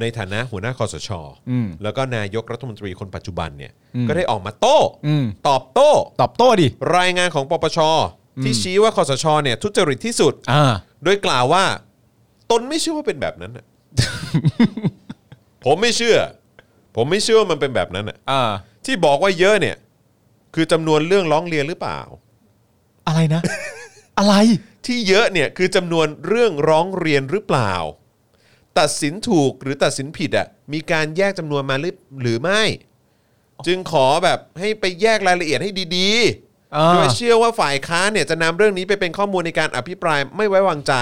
S2: ในฐานะหัวหน้าคอสช
S3: อืม
S2: แล้วก็นายกรัฐมนตรีคนปัจจุบันเนี่ย
S3: อืม
S2: ก็ได้ออกมาโต้
S3: อืม
S2: ตอบโต้
S3: ตอบโต้ดิ
S2: รายงานของปปช ที่ชี้ว่าคอสชเนี่ยทุจริตที่สุด
S3: อ่า
S2: โดยกล่าวว่า ตนไม่เชื่อว่าเป็นแบบนั้น
S3: *laughs*
S2: น่ะ ผมไม่เชื่อ ผมไม่เชื่อว่ามันเป็นแบบนั้นน่ะ
S3: อ่า
S2: ที่บอกว่าเยอะเนี่ย คือจำนวนเรื่องร้องเรียนหรือเปล่า
S3: อะไรนะ *laughs* อะไร
S2: ที่เยอะเนี่ยคือจำนวนเรื่องร้องเรียนหรือเปล่า ตัดสินถูกหรือตัดสินผิดอะ่ะมีการแยกจำนวนมาหรือหรือไม่ จึงขอแบบให้ไปแยกรายละเอียดให้ดี
S3: อ่า
S2: ๆโดยเชื่อว่าฝ่ายค้านเนี่ยจะนำเรื่องนี้ไปเป็นข้อมูลในการอภิปรายไม่ไว้วางใจ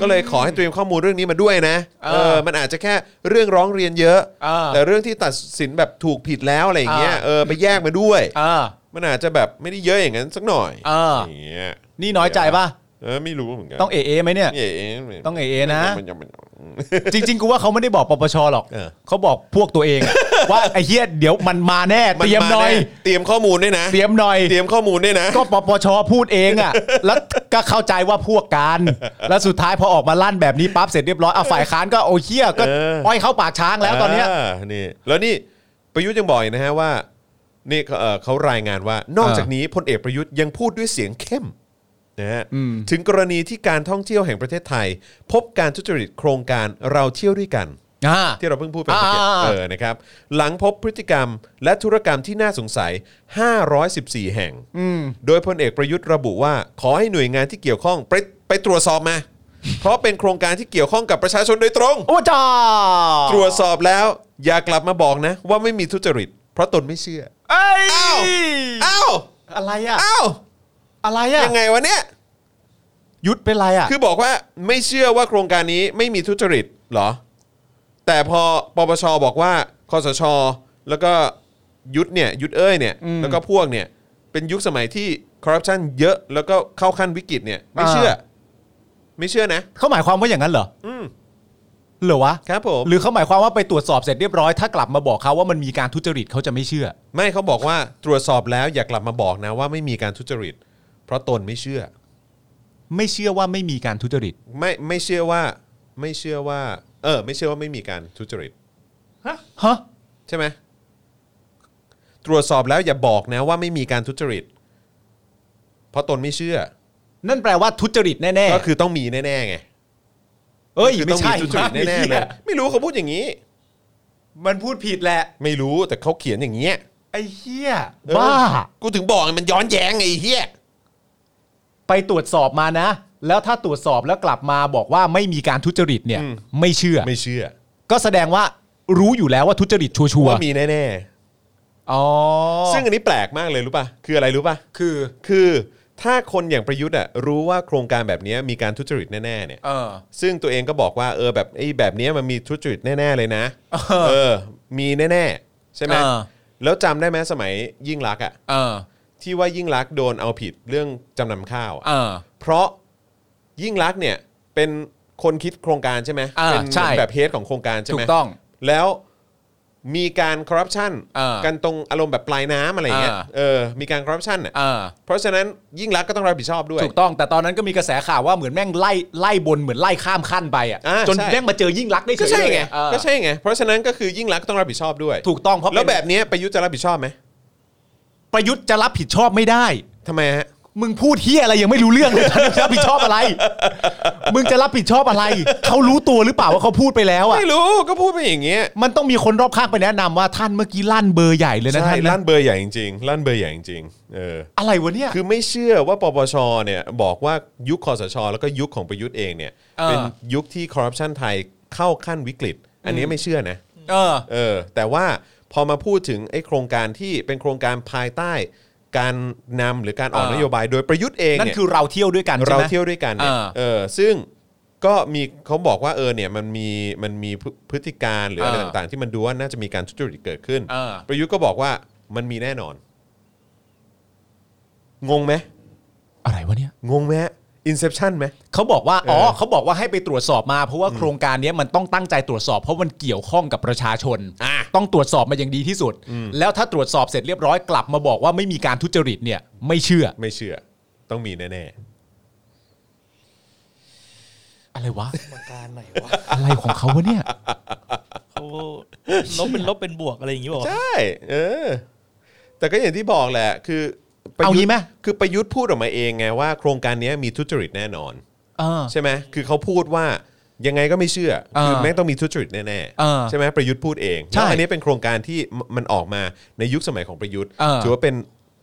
S2: ก็เลยขอให้เตรียมข้อมูลเรื่องนี้มาด้วยนะ
S3: เออ
S2: เออมันอาจจะแค่เรื่องร้องเรียนเยอะ
S3: อ่า
S2: แต่เรื่องที่ตัดสินแบบถูกผิดแล้วอะไรอย่างเงี้ย
S3: อ่า
S2: เออไปแยกมาด้วย
S3: อ่า
S2: มันอาจจะแบบไม่ได้เยอะอย่างนั้นสักหน่อย
S3: อ่า
S2: ย่างเงี้ย
S3: นี่น้อยใจป่ะ
S2: เออไม่รู้เหมือนกัน
S3: ต้องเอเอไหมเนี่ย
S2: เอ๋
S3: ต้องเอเอนะ
S2: มันยังมัน
S3: จริง ๆ กูว่าเขาไม่ได้บอกปปชหรอก
S2: เออ
S3: เขาบอกพวกตัวเองอะ ว่าไอ้เฮียเดี๋ยวมันมาแน่ เตรียมหน่อย
S2: แเตรียมข้อมูลด้วยนะ
S3: เตรียมหน่อย
S2: เตรียมข้อมูลด้วยนะ
S3: ก็ปปชพูดเองอ่ะ แล้วก็เข้าใจว่าพวกกัน แล้วสุดท้ายพอออกมาลั่นแบบนี้ปั๊บเสร็จเรียบร้อยเอาฝ่ายค้านก็โอเคียก็
S2: เออ
S3: อ้อยเข้าปากช้างแล้วตอนเนี้ย
S2: านี่แล้วนี่ประยุทธ์ยังบอกอีกนะฮะว่านี่เอ่อเขารายงานว่านอกจากนี้พลเอกประยุทธ์ยังพูดด้วยเสียงเข้มนะฮะ
S3: อืม
S2: ถึงกรณีที่การท่องเที่ยวแห่งประเทศไทย พบการทุจริตโครงการเราเที่ยวด้วยกัน
S3: อ่า
S2: ที่เราเพิ่งพูดไปเมื่อกี้
S3: อ่า
S2: เออนะครับหลังพบพฤติกรรมและธุรกรรมที่น่าสงสัย 514 แห่ง โดยพลเอกประยุทธ์ระบุว่า ขอให้หน่วยงานที่เกี่ยวข้องไปไปตรวจสอบมา เพราะเป็นโครงการที่เกี่ยวข้องกับประชาชนโดยตรง
S3: โอ้จ้า
S2: ตรวจสอบแล้วอย่ากลับมาบอกนะ ว่าไม่มีทุจริต เพราะตนไม่เชื่อ
S3: เอ้ย
S2: อ้าว อ้าว
S3: อะไรอ่ะ
S2: อ้าว
S3: อะไรอ่ะ
S2: ยังไงวะเนี่ย
S3: ยุทธเป็นไรอ่ะ
S2: คือบอกว่าไม่เชื่อว่าโครงการนี้ไม่มีทุจริตเหรอ แต่พอปปชบอกว่าคอสช แล้วก็ยุทธเนี่ยยุทธเอ้ยเนี่ยแล้วก็พวกเนี่ยเป็นยุคสมัยที่คอร์รัปชันเยอะแล้วก็เข้าขั้นวิกฤตเนี่ยไม่เชื่ออไม่เชื่อนะ
S3: เขาหมายความว่าอย่างนั้นเหรออ
S2: ม
S3: เหรอวะ
S2: ครับผม
S3: หรือเขาหมายความว่าไปตรวจสอบเสร็จเรียบร้อยถ้ากลับมาบอกเขาว่ามันมีการทุจริตเขาจะไม่เชื่อ
S2: ไม่เขาบอกว่าตรวจสอบแล้วอย่ากลับมาบอกนะว่าไม่มีการทุจริต เพราะตนไม่เชื่อ
S3: ไม่เชื่อว่าไม่มีการทุจริต
S2: ไม่ไม่เชื่อว่าไม่เชื่อว่า เออ ไม่เชื่อว่าไม่มีการทุจริต
S3: ฮะ
S2: ใช่ไหมตรวจสอบแล้วอย่าบอกนะว่าไม่มีการทุจริต เพราะตนไม่เชื่อ
S3: นั่นแปลว่าทุจริตแน่ๆ
S2: ก็คือต้องมีแน่ๆไง
S3: เอ้ย
S2: คือ
S3: ไม่
S2: ต้องมี
S3: ใช่
S2: ทุจริตแน่ๆเลยไม่รู้เขาพูดอย่างนี้
S3: มันพูดผิดแหละ
S2: ไม่รู้แต่เขาเขียนอย่างเงี้ย
S3: ไอ้เหี้ย
S2: เออ
S3: บ้า
S2: กูถึงบอกไงมันย้อนแย้งไงไอ้เฮีย
S3: ไปตรวจสอบมานะ แล้วถ้าตรวจสอบแล้วกลับมาบอกว่าไม่มีการทุจริตเนี่ย ไม่เชื่อ
S2: ไม่เชื่อ
S3: ก็แสดงว่ารู้อยู่แล้วว่าทุจริตชัวร์
S2: ว่ามีแน่
S3: ๆอ๋อ
S2: ๆ ซึ่งอันนี้แปลกมากเลยรู้ป่ะคืออะไรรู้ป่ะ
S3: คือ
S2: คือถ้าคนอย่างประยุทธ์อะรู้ว่าโครงการแบบเนี้ยมีการทุจริตแน่ๆเนี่ย
S3: เออ
S2: ซึ่งตัวเองก็บอกว่าเออแบบไอ้แบบเนี้ยมันมีทุจริตแน่ ๆ เลยนะ เออ มีแน่ ๆ ใช่ไหม
S3: เออ
S2: แล้วจำได้ไหมสมัยยิ่งรักษณ์อ่ะ
S3: เออ
S2: ที่ว่ายิ่งรักษณ์โดนเอาผิดเรื่องจำนำข้าวอะ
S3: เออ
S2: เพราะยิ่งรักษณ์เนี่ยเป็นคนคิดโครงการใช่ไหม
S3: อ่า
S2: เป็น
S3: ใช่
S2: แบบเฮดของโครงการใช่
S3: ถู
S2: ไหม
S3: กต้อง
S2: แล้วมีการคอร์รัปชัน
S3: เออ
S2: กันตรงอารมณ์แบบปลายน้ำอะไรอย่างเงี้ย
S3: เออ
S2: เออมีการคอร์รัปชันอ่ะ
S3: เออ
S2: เพราะฉะนั้นยิ่งรักษณ์ก็ต้องรับผิดชอบด้วย
S3: ถูกต้อง แต่ตอนนั้นก็มีกระแสข่าวว่าเหมือนแม่งไล่ไล่บนเหมือนไล่ข้ามขั้นไปอ่ะ
S2: อ่า
S3: จน
S2: ใช่
S3: แม่งมาเจอยิ่งรักษณ์ได้เฉ
S2: ก็
S3: ย
S2: ใช่
S3: เลย
S2: ไง
S3: อะเออ
S2: ก็ใช่ไงเพราะฉะนั้นก็คือยิ่งรักษณ์ต้องรับผิดชอบด้วย
S3: ถูกต้องเพราะ
S2: แล้ว
S3: เป็น
S2: แบบเนี้ยประยุทธ์จะรับผิดชอบไหม
S3: ประยุทธ์จะรับผิดชอบไม่ได้
S2: ทำไมฮะ
S3: มึงพูดเฮียอะไรยังไม่รู้เรื่องเลย จะรับผิดชอบอะไร มึงจะรับผิดชอบอะไร เขารู้ตัวหรือเปล่าว่าเขาพูดไปแล้วอ่ะ
S2: ไม่รู้ก็พูดไปอย่างเงี้ย
S3: มันต้องมีคนรอบข้างไปแนะนำว่าท่านเมื่อกี้ลั่นเบอร์ใหญ่เลยนะ
S2: ใช่
S3: ท่านนะ
S2: ลั่นเบอร์ใหญ่จริงๆลั่นเบอร์ใหญ่จริงๆเออ
S3: อะไรวะเนี่ย
S2: คือไม่เชื่อว่าปปชเนี่ยบอกว่ายุคคอสช แล้วก็ยุคของประยุทธ์เองเนี่ย
S3: เออ
S2: เป็นยุคที่คอร์รัปชันไทยเข้าขั้นวิกฤต อันนี้ไม่เชื่อนะ
S3: เออ
S2: เออแต่ว่าพอมาพูดถึงไอ้โครงการที่เป็นโครงการภายใต้การนำหรือการออก
S3: เออ
S2: นโยบายโดยประยุทธ์เอง
S3: นั่น
S2: เนี่ย
S3: คือเราเที่ยวด้วยกันใช่
S2: เรา
S3: ไหม
S2: เที่ยวด้วยกันเนี่ย
S3: อ่า
S2: เออซึ่งก็มีเขาบอกว่าเออเนี่ยมันมีมันมีพฤพฤติการหรืออะไร
S3: อ่า
S2: ต่างๆ ที่มันดูว่าน่าจะมีการทุจริตเกิดขึ้น
S3: อ่า
S2: ประยุทธ์ก็บอกว่ามันมีแน่นอน งงไหม
S3: อะไรวะเนี่ย
S2: งงไหมอินเซ t ชันไหม
S3: เขาบอกว่าอ๋อ
S2: เออ
S3: เขาบอกว่าให้ไปตรวจสอบมาเพราะว่าโครงการเนี้ยมันต้องตั้งใจตรวจสอบ เพราะมันเกี่ยวข้องกับประชาชน
S2: อ่ะ
S3: ต้องตรวจสอบมาอย่างดีที่สุด แล้วถ้าตรวจสอบเสร็จเรียบร้อยกลับมาบอกว่าไม่มีการทุจริตเนี่ย ไม่เชื่อ
S2: ไม่เชื่อ ต้องมีแน่
S3: อะไรวะ
S4: ประการไหนวะ
S3: อะไรของเขาวะเนี่ย
S4: เขาลบเป็นลบเป็นบวกอะไรอย่างนี้บอ
S2: ๆ
S4: กว่า
S2: ใช่เออ แต่ก็อย่างที่บอกแหละ คือประ
S3: เอา
S2: ยุ
S3: งี้
S2: ทธ์
S3: ไหม
S2: คือประยุทธ์พูดออกมาเองไงว่าโครงการเนี้ยมีทุจริตแน่นอน
S3: เออ
S2: ใช่ไหมคือเขาพูดว่ายังไงก็ไม่เชื่อ คือ
S3: เออ
S2: แม่งต้องมีทุจริตแน่
S3: เออ
S2: ๆ ใช่ไหมประยุทธ์พูดเอง
S3: ใช่
S2: แล้วอันนี้เป็นโครงการที่มมันออกมาในยุคสมัยของประยุทธ์
S3: เออ
S2: ถือว่าเป็น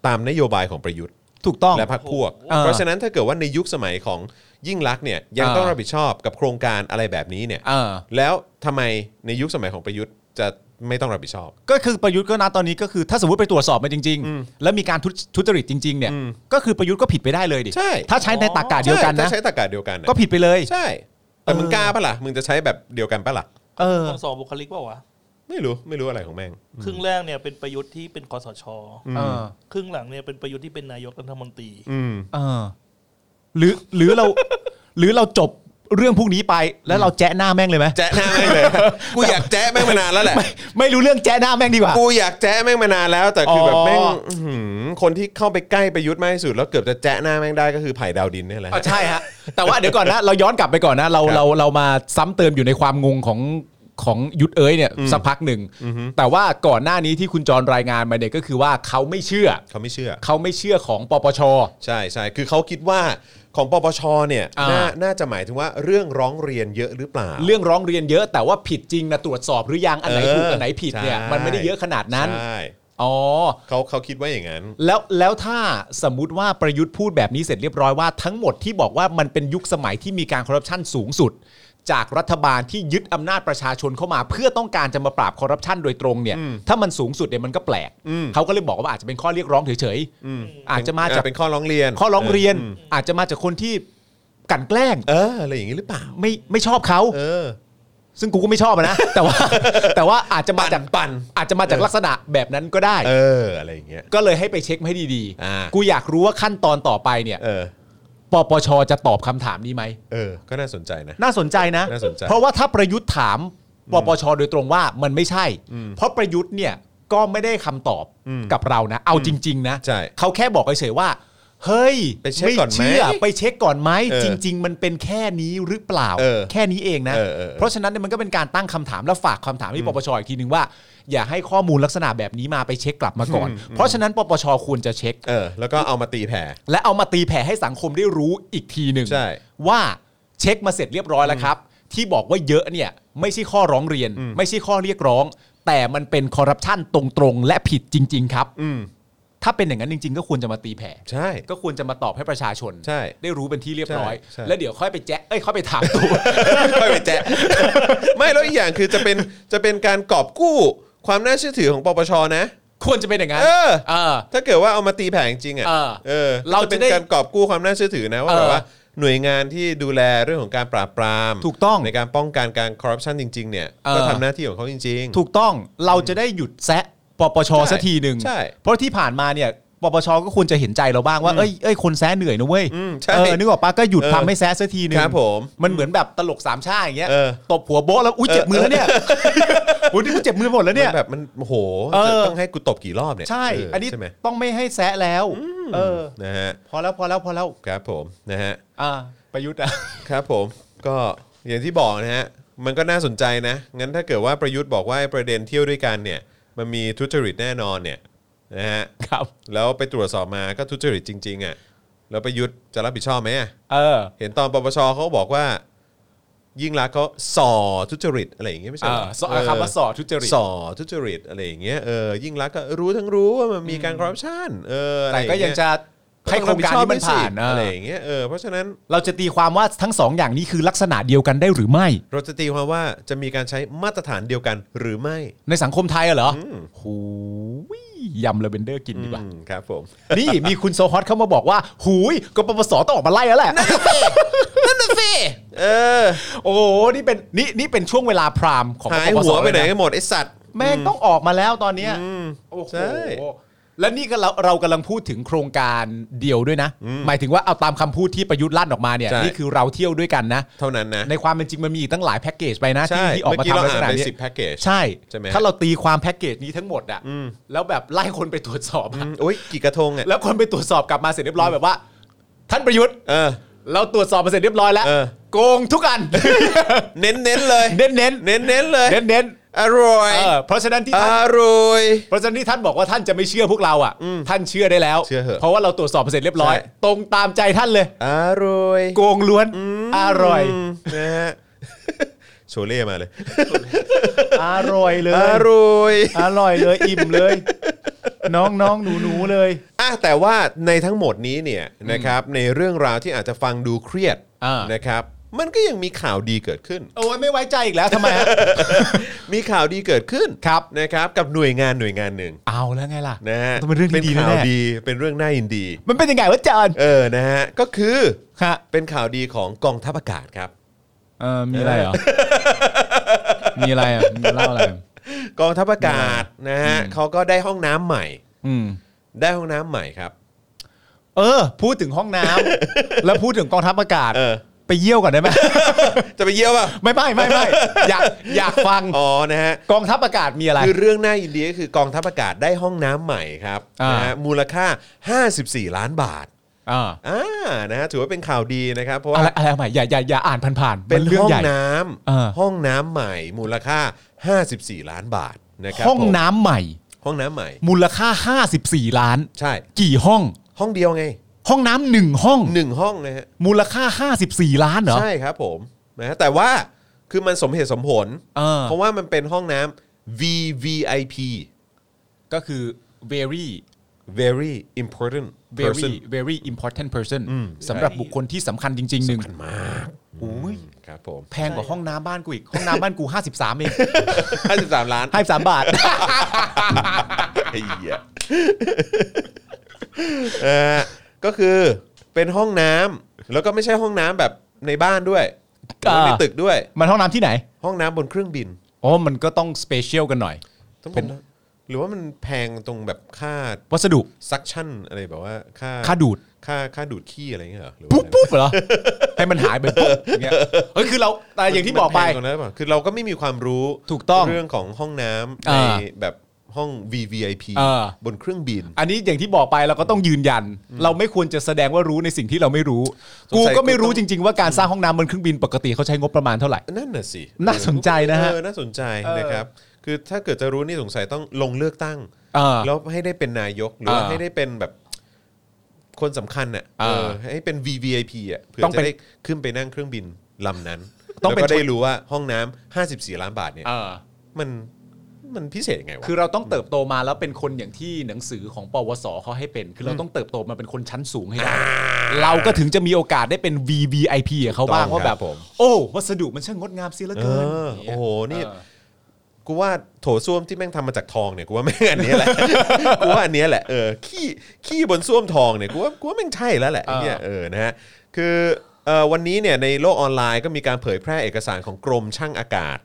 S2: ตามนโยบายของประยุทธ์
S3: ถูกต้อง
S2: และพรรคพวก
S3: เออ
S2: เพราะฉะนั้นถ้าเกิดว่าในยุคสมัยของยิ่งรักษณ์เนี่ยยัง
S3: เออ
S2: ต้องรับผิดชอบกับโครงการอะไรแบบนี้เนี่ย
S3: เออ
S2: แล้วทำไมในยุคสมัยของประยุทธ์จะไม่ต้องรับผิดชอบ
S3: ก็คือประยุทธ์ก็นะตอนนี้ก็คือถ้าสมมติไปตรวจสอบมาจริง ๆ แล้วมีการทุจทุจริตจริง ๆ เนี่ย ก็คือประยุทธ์ก็ผิดไปได้เลยดิ
S2: ใช่
S3: ถ้าใช้ในตากาเดียวกัน
S2: ใช่ถ้า
S3: นะ
S2: ใช้ตากาเดียวกันน่ะ
S3: ก็ผิดไปเลย
S2: ใช่ แต่มึง
S3: เออ
S2: กล้าปะล่ะมึงจะใช้แบบเดียวกันปะล่ะ
S3: เออ
S4: ของสองบุคลิกเปล่าวะ
S2: ไม่รู้ไม่รู้อะไรของแม่ง
S4: ครึ่งแรกเนี่ยเป็นประยุทธ์ที่เป็นคอสช
S3: เออ
S4: ครึ่งหลังเนี่ยเป็นประยุทธ์ที่เป็นนายกรัฐมนตรี
S2: อืม
S3: เออ หรือหรือเรา หรือเราจบเรื่องพวกนี้ไปแล้วเราแจ๊ะหน้าแม่งเลยไหม
S2: แจ๊ะหน้าแม่งเลย *laughs* กูอยากแจ๊ะแม่งมานานแล้วแหละ
S3: ไม่ไม่รู้เรื่องแจ๊ะหน้าแม่งดีกว่า
S2: กูอยากแจ๊ะแม่งมานานแล้ว แต่คืออ
S3: อ
S2: แบบแม่งอื้อหือคนที่เข้าไปใกล้ประยุทธ์มากที่สุด แล้วเกือบจะแจ๊ะหน้าแม่งได้ก็คือไผ่ดาวดินเนี่ยแหละ
S3: อ่ะใช่ฮะ แต่ว่าเดี๋ยวก่อนนะ เราย้อนกลับไปก่อนนะ เรา
S2: ครับ
S3: เราเรามาซ้ำเติมอยู่ในความงงของ ของยุทธเอ้ยเนี่ยสักพักหนึ่ง แต่ว่าก่อนหน้านี้ที่คุณจรรายงานมาเนี่ยก็คือว่าเขาไม่เชื่อ
S2: เขาไม่เชื่อ
S3: เขาไม่เชื่อของปปช
S2: ใช่ใช่คือเขาคิดว่าของปปชเนี่ย
S3: อ่า
S2: นาน่าจะหมายถึงว่าเรื่องร้องเรียนเยอะหรือเปล่า
S3: เรื่องร้องเรียนเยอะแต่ว่าผิดจริงนะตรวจสอบหรือยังอันไหนถูก
S2: เอออั
S3: อันไหนผิดเนี่ย
S2: ใช่
S3: มันไม่ได้เยอะขนาดนั้น
S2: ใช่
S3: อ๋อ
S2: เขาเขาคิดว่าอย่างนั้น
S3: แล้วแล้วถ้าสมมติว่าประยุทธ์พูดแบบนี้เสร็จเรียบร้อยว่าทั้งหมดที่บอกว่ามันเป็นยุคสมัยที่มีการคอร์รัปชันสูงสุด จากรัฐบาลที่ยึดอำนาจประชาชนเข้ามา เพื่อต้องการจะมาปราบคอร์รัปชันโดยตรงเนี่ย ถ้ามันสูงสุดเนี่ยมันก็แปลก
S2: อืม
S3: เขาก็เลยบอกว่าอาจจะเป็นข้อเรียกร้องเฉยๆอาจจะมาจาก
S2: เป็นข้อร้องเรียน
S3: ข้อร้องเรียน อาจจะมาจากคนที่กลันแกล้ง
S2: เอออะไรอย่างนี้หรือเปล่า
S3: ไม่ไม่ชอบเขา
S2: เออ
S3: ซึ่งกูก็ไม่ชอบอะ *laughs* นะ แต่ว่า แต่ว่าอาจจะมาจาก
S2: ปั่น
S3: อาจจะมาจากลักษณะแบบนั้นก็ได้
S2: เอออะไรอย่างเงี้ย
S3: ก็เลยให้ไปเช็คให้ดี
S2: อ่ากู
S3: กูอยากรู้ว่าขั้นตอนต่อไปเนี่ย
S2: เออ
S3: ปปชจะตอบคำถามนี้ไหม
S2: เออ ก็น่าสนใจนะ
S3: น่าสนใจนะ
S2: น่าสนใจ
S3: เพราะว่าถ้าประยุทธ์ถามปปชโดยตรงว่ามันไม่ใช่ เพราะประยุทธ์เนี่ยก็ไม่ได้คำตอบ
S2: อืม
S3: กับเรานะ เอาจริง ๆ นะ
S2: ใช่
S3: เขาแค่บอกเฉยๆว่า เฮ้ย
S2: ไปเช็คก่อนไหม
S3: เชื่อไปเช็คก่อนไหม
S2: เออ
S3: จริง ๆ มันเป็นแค่นี้หรือเปล่า
S2: เออ
S3: แค่นี้เองนะ
S2: เออเออเออ
S3: ราะฉะนั้นเนี่ยมันก็เป็นการตั้งคำถามและฝากคำถามที่ปปชอีกทีนึงว่าอย่าให้ข้อมูลลักษณะแบบนี้มาไปเช็คกลับมาก่อน เพราะฉะนั้นปปชควรจะเช็ค
S2: เออ แล้วก็เอามาตีแผ่
S3: และเอามาตีแผ่ให้สังคมได้รู้อีกทีหนึ่ง
S2: ใช่
S3: ว่าเช็คมาเสร็จเรียบร้อยแล้วครับ ที่บอกว่าเยอะเนี่ยไม่ใช่ข้อร้องเรียน ไม่ใช่ข้อเรียกร้อง แต่มันเป็นคอร์รัปชันตรงๆ และผิดจริง ๆ ครับ
S2: อืม
S3: ถ้าเป็นอย่างนั้นจริง ๆ ก็ควรจะมาตีแผ่
S2: ใช่
S3: ก็ควรจะมาตอบให้ประชาชน
S2: ใช่
S3: ได้รู้เป็นที่เรียบร้อย
S2: ใช่ใช่
S3: แล้วเดี๋ยวค่อยไปแจ๊ะเอ้ยค่อยไปถามตัว *laughs*
S2: ค่อยไปแจะ *laughs* ไม่แล้วอีกอย่างคือจะเป็นจะเป็นการกอบกู้ความน่าเชื่อถือของปปชนะ
S3: ควรจะเป็นอย่างนั้น
S2: เออ
S3: เออ
S2: ถ้าเกิดว่าเอามาตีแผ่จริงๆอ่ะ
S3: เออ
S2: เออ
S3: เราจะ
S2: ก็เป็น
S3: ได้
S2: การกอบกู้ความน่าเชื่อถือนะว่า
S3: เออ
S2: แบบว่าหน่วยงานที่ดูแลเรื่องของการปราบปราม
S3: ถูกต้อง
S2: ในการป้องกันการคอร์รัปชันจริง ๆ เนี่ย
S3: เออ
S2: ก็ทำหน้าที่ของเขาจริง
S3: ถูกต้องเราจะได้หยุดแซะปปช
S2: ใช่
S3: สักทีหนึ่ง
S2: ใช่
S3: เพราะที่ผ่านมาเนี่ยปปชก็ควรจะเห็นใจเราบ้างว่าเอ้ยเอ้ยคนแซะเหนื่อยนะเว้ย
S2: อืมใช่
S3: เออนึกออกปะก็หยุด
S2: เออ
S3: ทำให้แซะสักทีหนึ่ง
S2: ครับผม
S3: มันเหมือนแบบตลกสามชาติอย่างเงี้ย
S2: เออ
S3: ตบหัวโบ๊ะแล้วอุ้ยเจ็บมือแล้วเนี่ยอุ้ยนี่กูเจ็บมือหมดแล้วเนี่ย
S2: มันแบบมันโอ้โห
S3: เออ
S2: จะต้องให้กูตบกี่รอบเนี่ย
S3: ใช่
S2: เ
S3: อันนี้
S2: ใช่ไหม
S3: ต้องไม่ให้แซะแล้วเออ
S2: นะฮะ
S3: พอแล้วพอแล้วพอแล้ว
S2: ครับผมนะฮะ
S3: อ่าประยุทธ์อ่ะ
S2: ครับผมก็อย่างที่บอกนะฮะมันก็น่าสนใจนะ งั้นถ้าเกิดว่าประยุทธ์บอกว่าไอ้ประเด็นเที่ยวด้วยกันเนี่ย มันมีทุจริตแน่นอนเนี่ยนะฮะ
S3: ครับ
S2: แล้วไปตรวจสอบมาก็ทุจริตจริง ๆอ่ะแล้วประยุทธ์จะรับผิดชอบไหมอะ
S3: เออ
S2: เห็นตอนปปชเขาบอกว่า ยิ่งรักษณ์เขาสอทุจริตอะไรอย่างเงี้ยไม่ใช่
S3: อ่า
S2: เหรอ
S3: สอคำว่าสอทุจริต
S2: สอทุจริตอะไรอย่างเงี้ยเออยิ่งรักษณ์ก็รู้ทั้งรู้ว่ามันมีการคอร์รัปชันเอออะไร
S3: แต่
S2: อา
S3: ก็ยัง
S2: เ
S3: จะให้โครงการนี้มันผ่าน
S2: อะ
S3: อะไร
S2: อย่างเงี้ยเออเพราะฉะนั้น
S3: เราจะตีความว่าทั้งสองอย่างนี้คือลักษณะเดียวกันได้หรือไม่
S2: เราจะตีความว่าจะมีการใช้มาตรฐานเดียวกันหรือไม่
S3: ในสังคมไทยอะเหรออหูยยำลาเวนเดอร์กินดีกว่า
S2: อืมครับผม
S3: นี่มีคุณโซฮอตเข้ามาบอกว่า หูยกปปสต้องออกมาไล่แล้วแหละ นั่นน่ะสิ
S2: เออ
S3: โอ้โหนี่เป็นนี่นี่เป็นช่วงเวลาพรามของ
S2: หาย
S3: ปปส
S2: หัวไปไหน
S3: แล้ะ
S2: กันหมดไอสัตว์
S3: แม่งต้องออกมาแล้วตอนเนี้ยโอ้โห
S2: ใช่
S3: และนี่ก็เราเรากำลังพูดถึงโครงการเดียวด้วยนะ หมายถึงว่าเอาตามคำพูดที่ประยุทธ์ลั่นออกมาเนี่ย
S2: ใช่
S3: นี่คือเราเที่ยวด้วยกันนะ
S2: เท่านั้นนะ
S3: ในความเป็นจริงมันมีอีกตั้งหลายแพ็กเกจไปนะที่
S2: ใช่
S3: ที่ออกมา
S2: เมื่อกี้เรา
S3: ทำลักษณะ
S2: อ่านไป
S3: เนี้ย
S2: 10แพ็กเกจ
S3: ใช่
S2: ใช่ไหมฮะ
S3: ถ้าเราตีความแพ็กเกจนี้ทั้งหมดอ่ะแล้วแบบไล่คนไปตรวจสอบอะ
S2: อืมโอ้ยกี่กระทงอ่ะ
S3: แล้วคนไปตรวจสอบกลับมาเสร็จเรียบร้อยแบบว่า ท่านประยุทธ์
S2: เออ
S3: เราตรวจสอบมาเสร็จเรียบร้อยแล้ว
S2: เออ
S3: โกงทุกอัน
S2: เน้นเน้นๆเลย
S3: เน้นเน้น
S2: เน้นเน้นๆเลย
S3: เน้นเน้น
S2: อร่อย
S3: เออเพราะฉะนั้นที่
S2: อ
S3: ท่าน
S2: ร่อย
S3: เพราะฉะนั้นที่ท่านบอกว่าท่านจะไม่เชื่อพวกเราอ่ะท่านเชื่อได้แล้ว
S2: เชื่อเถอะ
S3: ราะว่าเราตรวจสอบมาเสร็จเรียบร้อย
S2: ใช่
S3: ตรงตามใจท่านเลย
S2: อร่อย
S3: โกงล้วนอร่อย
S2: มนะฮะ โชเล่มาเลย
S3: อร่อยเล
S2: อย ร่อย
S3: อร่อยเลยอิ่มเลย น้องน้องหนูหนูเลย
S2: อ่ะแต่ว่าในทั้งหมดนี้เนี่ยนะครับ ในเรื่องราวที่อาจจะฟังดูเครียด
S3: อ่าน
S2: นะครับ มันก็ยังมีข่าวดีเกิดขึ้น
S3: โอ้ยไม่ไว้ใจอีกแล้วทำไมฮะ
S2: มีข่าวดีเกิดขึ้น
S3: ครับ
S2: นะครับ กับหน่วยงานหน่วยงานหนึ่ง
S3: เอาแล้วไงล่ะ
S2: นะฮะ
S3: ต้องเป็นเรื่องที่ดี
S2: ข่าว
S3: แน่
S2: ดีเป็นเรื่องน่ายินดี
S3: ๆมันเป็นยังไงวะจอน
S2: เออนะฮะก็คือ
S3: ฮะ
S2: เป็นข่าวดีของกองทัพอากาศครับ
S3: เออมีอะไรเหร *laughs* อ มีอะไรอ่ะมีเล่าอะไร
S2: กองทัพอากาศนะฮะเขาก็ได้ห้องน้ำใหม่
S3: อืม
S2: ได้ห้องน้ำใหม่ครับ
S3: เออ พูดถึงห้องน้ำ *laughs* แล้วพูดถึงกองทัพอากาศ
S2: เออ
S3: ไปเยี่ยวก่อน *laughs* ได้ไหม
S2: จะไปเยี่ยมป่ะ
S3: ไม่ไม่ไม่ไม่อยากอยากฟัง
S2: อ๋อนะฮะ
S3: กองทัพอากาศมีอะไร
S2: คือเรื่องน่ายินดีก็คือกองทัพอากาศได้ห้องน้ำใหม่ครับ
S3: อ่าน
S2: นะฮะมูลค่า 54 ล้านบาท
S3: อ่า
S2: อ่านะฮะถือว่าเป็นข่าวดีนะครับ เพราะ
S3: อะ
S2: ว่า
S3: ไรอะไรใหม่อย่าอย่าอย่าอ่านผ่านๆ
S2: เป็น
S3: มั
S2: ห้อง
S3: ใหญ่
S2: น้
S3: อ่า
S2: ำห้องน้ำใหม่มูลค่า 54 ล้านบาทนะครับ
S3: ห้อง
S2: ผม
S3: น้ำใหม่
S2: ห้องน้ำใหม่
S3: มูลค่า 54 ล้าน
S2: ใช่
S3: กี่ห้อง
S2: ห้องเดียวไง
S3: ห้องน้ำหนึ่งห้อง
S2: หนึ่งห้องนะฮะ
S3: มูลค่า 54 ล้านเหรอ
S2: ใช่ครับผมนะฮะแต่ว่าคือมันสมเหตุสมผล
S3: เออ
S2: เพราะว่ามันเป็นห้องน้ำ VVIP
S3: ก็คือ very
S2: very important
S3: very
S2: person
S3: very important person สำหรับบุคคลที่สำคัญจริงๆหนึ่ง
S2: อุ้ยครับ *laughs* ผม
S3: แพงกว่าห้องน้ำบ้านกูอีก ห้องน้ำบ้านกู 53 *laughs* เอง
S2: 53 ล้าน
S3: 53 บาท
S2: ไอ้เหี้ยเออก็คือเป็นห้องน้ำแล้วก็ไม่ใช่ห้องน้ำแบบในบ้านด้วยหรือว่าในตึกด้วย
S3: *laughs* มันห้องน้ำที่ไหน
S2: ห้องน้ำบนเครื่องบิน
S3: อ๋อ มันก็ต้อง special กันหน่อย
S2: ต้อง
S3: เป็
S2: เป็น
S3: น
S2: หรือว่ามันแพงตรงแบบค่า
S3: วัสดุ
S2: suction อะไรแบบว่าค่า
S3: ค่าดูด
S2: ค่าค่าดูดขี้อะไรอย่างเงี้ยเหรอหรือว่า
S3: ปุ๊บ
S2: อะ
S3: ปุ๊บเหร
S2: ไร
S3: อ ให้มันหายไปปุ๊บอย่างเงี้ยเฮ้ยคือเราแต่อย่างที่บอกไป
S2: มันแพงรงนั้นหรือเปล่าคือเราก็ไม่มีความรู้
S3: ถูกต้อง
S2: เรื่องของห้องน้ำ
S3: อ่
S2: ใน
S3: า
S2: แบบห้อง VVIP
S3: อ่า
S2: บนเครื่องบิน
S3: อันนี้อย่างที่บอกไปเราก็ต้องยืนยัน เราไม่ควรจะแสดงว่ารู้ในสิ่งที่เราไม่รู้
S2: สง
S3: กู
S2: สัย
S3: ก็ไม่รู้
S2: กูต้
S3: จ
S2: อง
S3: ริง ๆ ว่าการสร้างห้องน้ำบนเครื่องบินปกติเขาใช้งบประมาณเท่าไหร่
S2: นั่นน่ะสิ
S3: น่าสนใจนะฮะ
S2: เออน่าสนใจ
S3: เออ
S2: นะครับ คือถ้าเกิดจะรู้นี่สงสัยต้องลงเลือกตั้ง
S3: เออ
S2: แล้วให้ได้เป็นนายก หรือว่า
S3: เออ
S2: ให้ได้เป็นแบบคนสำคัญน่ะ
S3: เออ
S2: เออให้เป็น VVIP อ่ะเพื่อ
S3: ต้องเป็
S2: จะ
S3: น
S2: ได้ขึ้นไปนั่งเครื่องบินลำนั้น
S3: ต้
S2: แล้
S3: อ
S2: ว
S3: งเป็น
S2: ก็ได้
S3: คน
S2: รู้ว่าห้องน้ำ54 ล้านบาทเนี่ย
S3: เออ
S2: มันมันพิเศษยังไงวะ
S3: คือเราต้องเติบโตมาแล้วเป็นคนอย่างที่หนังสือของปวสเขาให้เป็น คือเราต้องเติบโตมาเป็นคนชั้นสูงให้ได้เราก็ถึงจะมีโอกาสได้เป็น VVIP กับเขาบ้าง
S2: ถูกต้อง
S3: ว่าแบบ
S2: ครับผม
S3: โอ้วัสดุมันช่างงดงามเสียเหลือ
S2: เอ
S3: เกิน
S2: อ
S3: เ
S2: โอ้โหนี่
S3: เออ
S2: กูว่าโถส้วมที่แม่งทำมาจากทองเนี่ยกูว่าแม่งอันเนี้ยแหละ *laughs* กูว่าอันเนี้ยแหละเออขี้ขี้บนส้วมทองเนี่ยกูว่ากูว่าแม่งใช่แล้วแหละไอ้เนี่ยเออนะฮะคือเอ่อวันนี้เนี่ยในโลกออนไลน์ก็มีการเผยแพร่เอกสารของกรมช่างอากาศ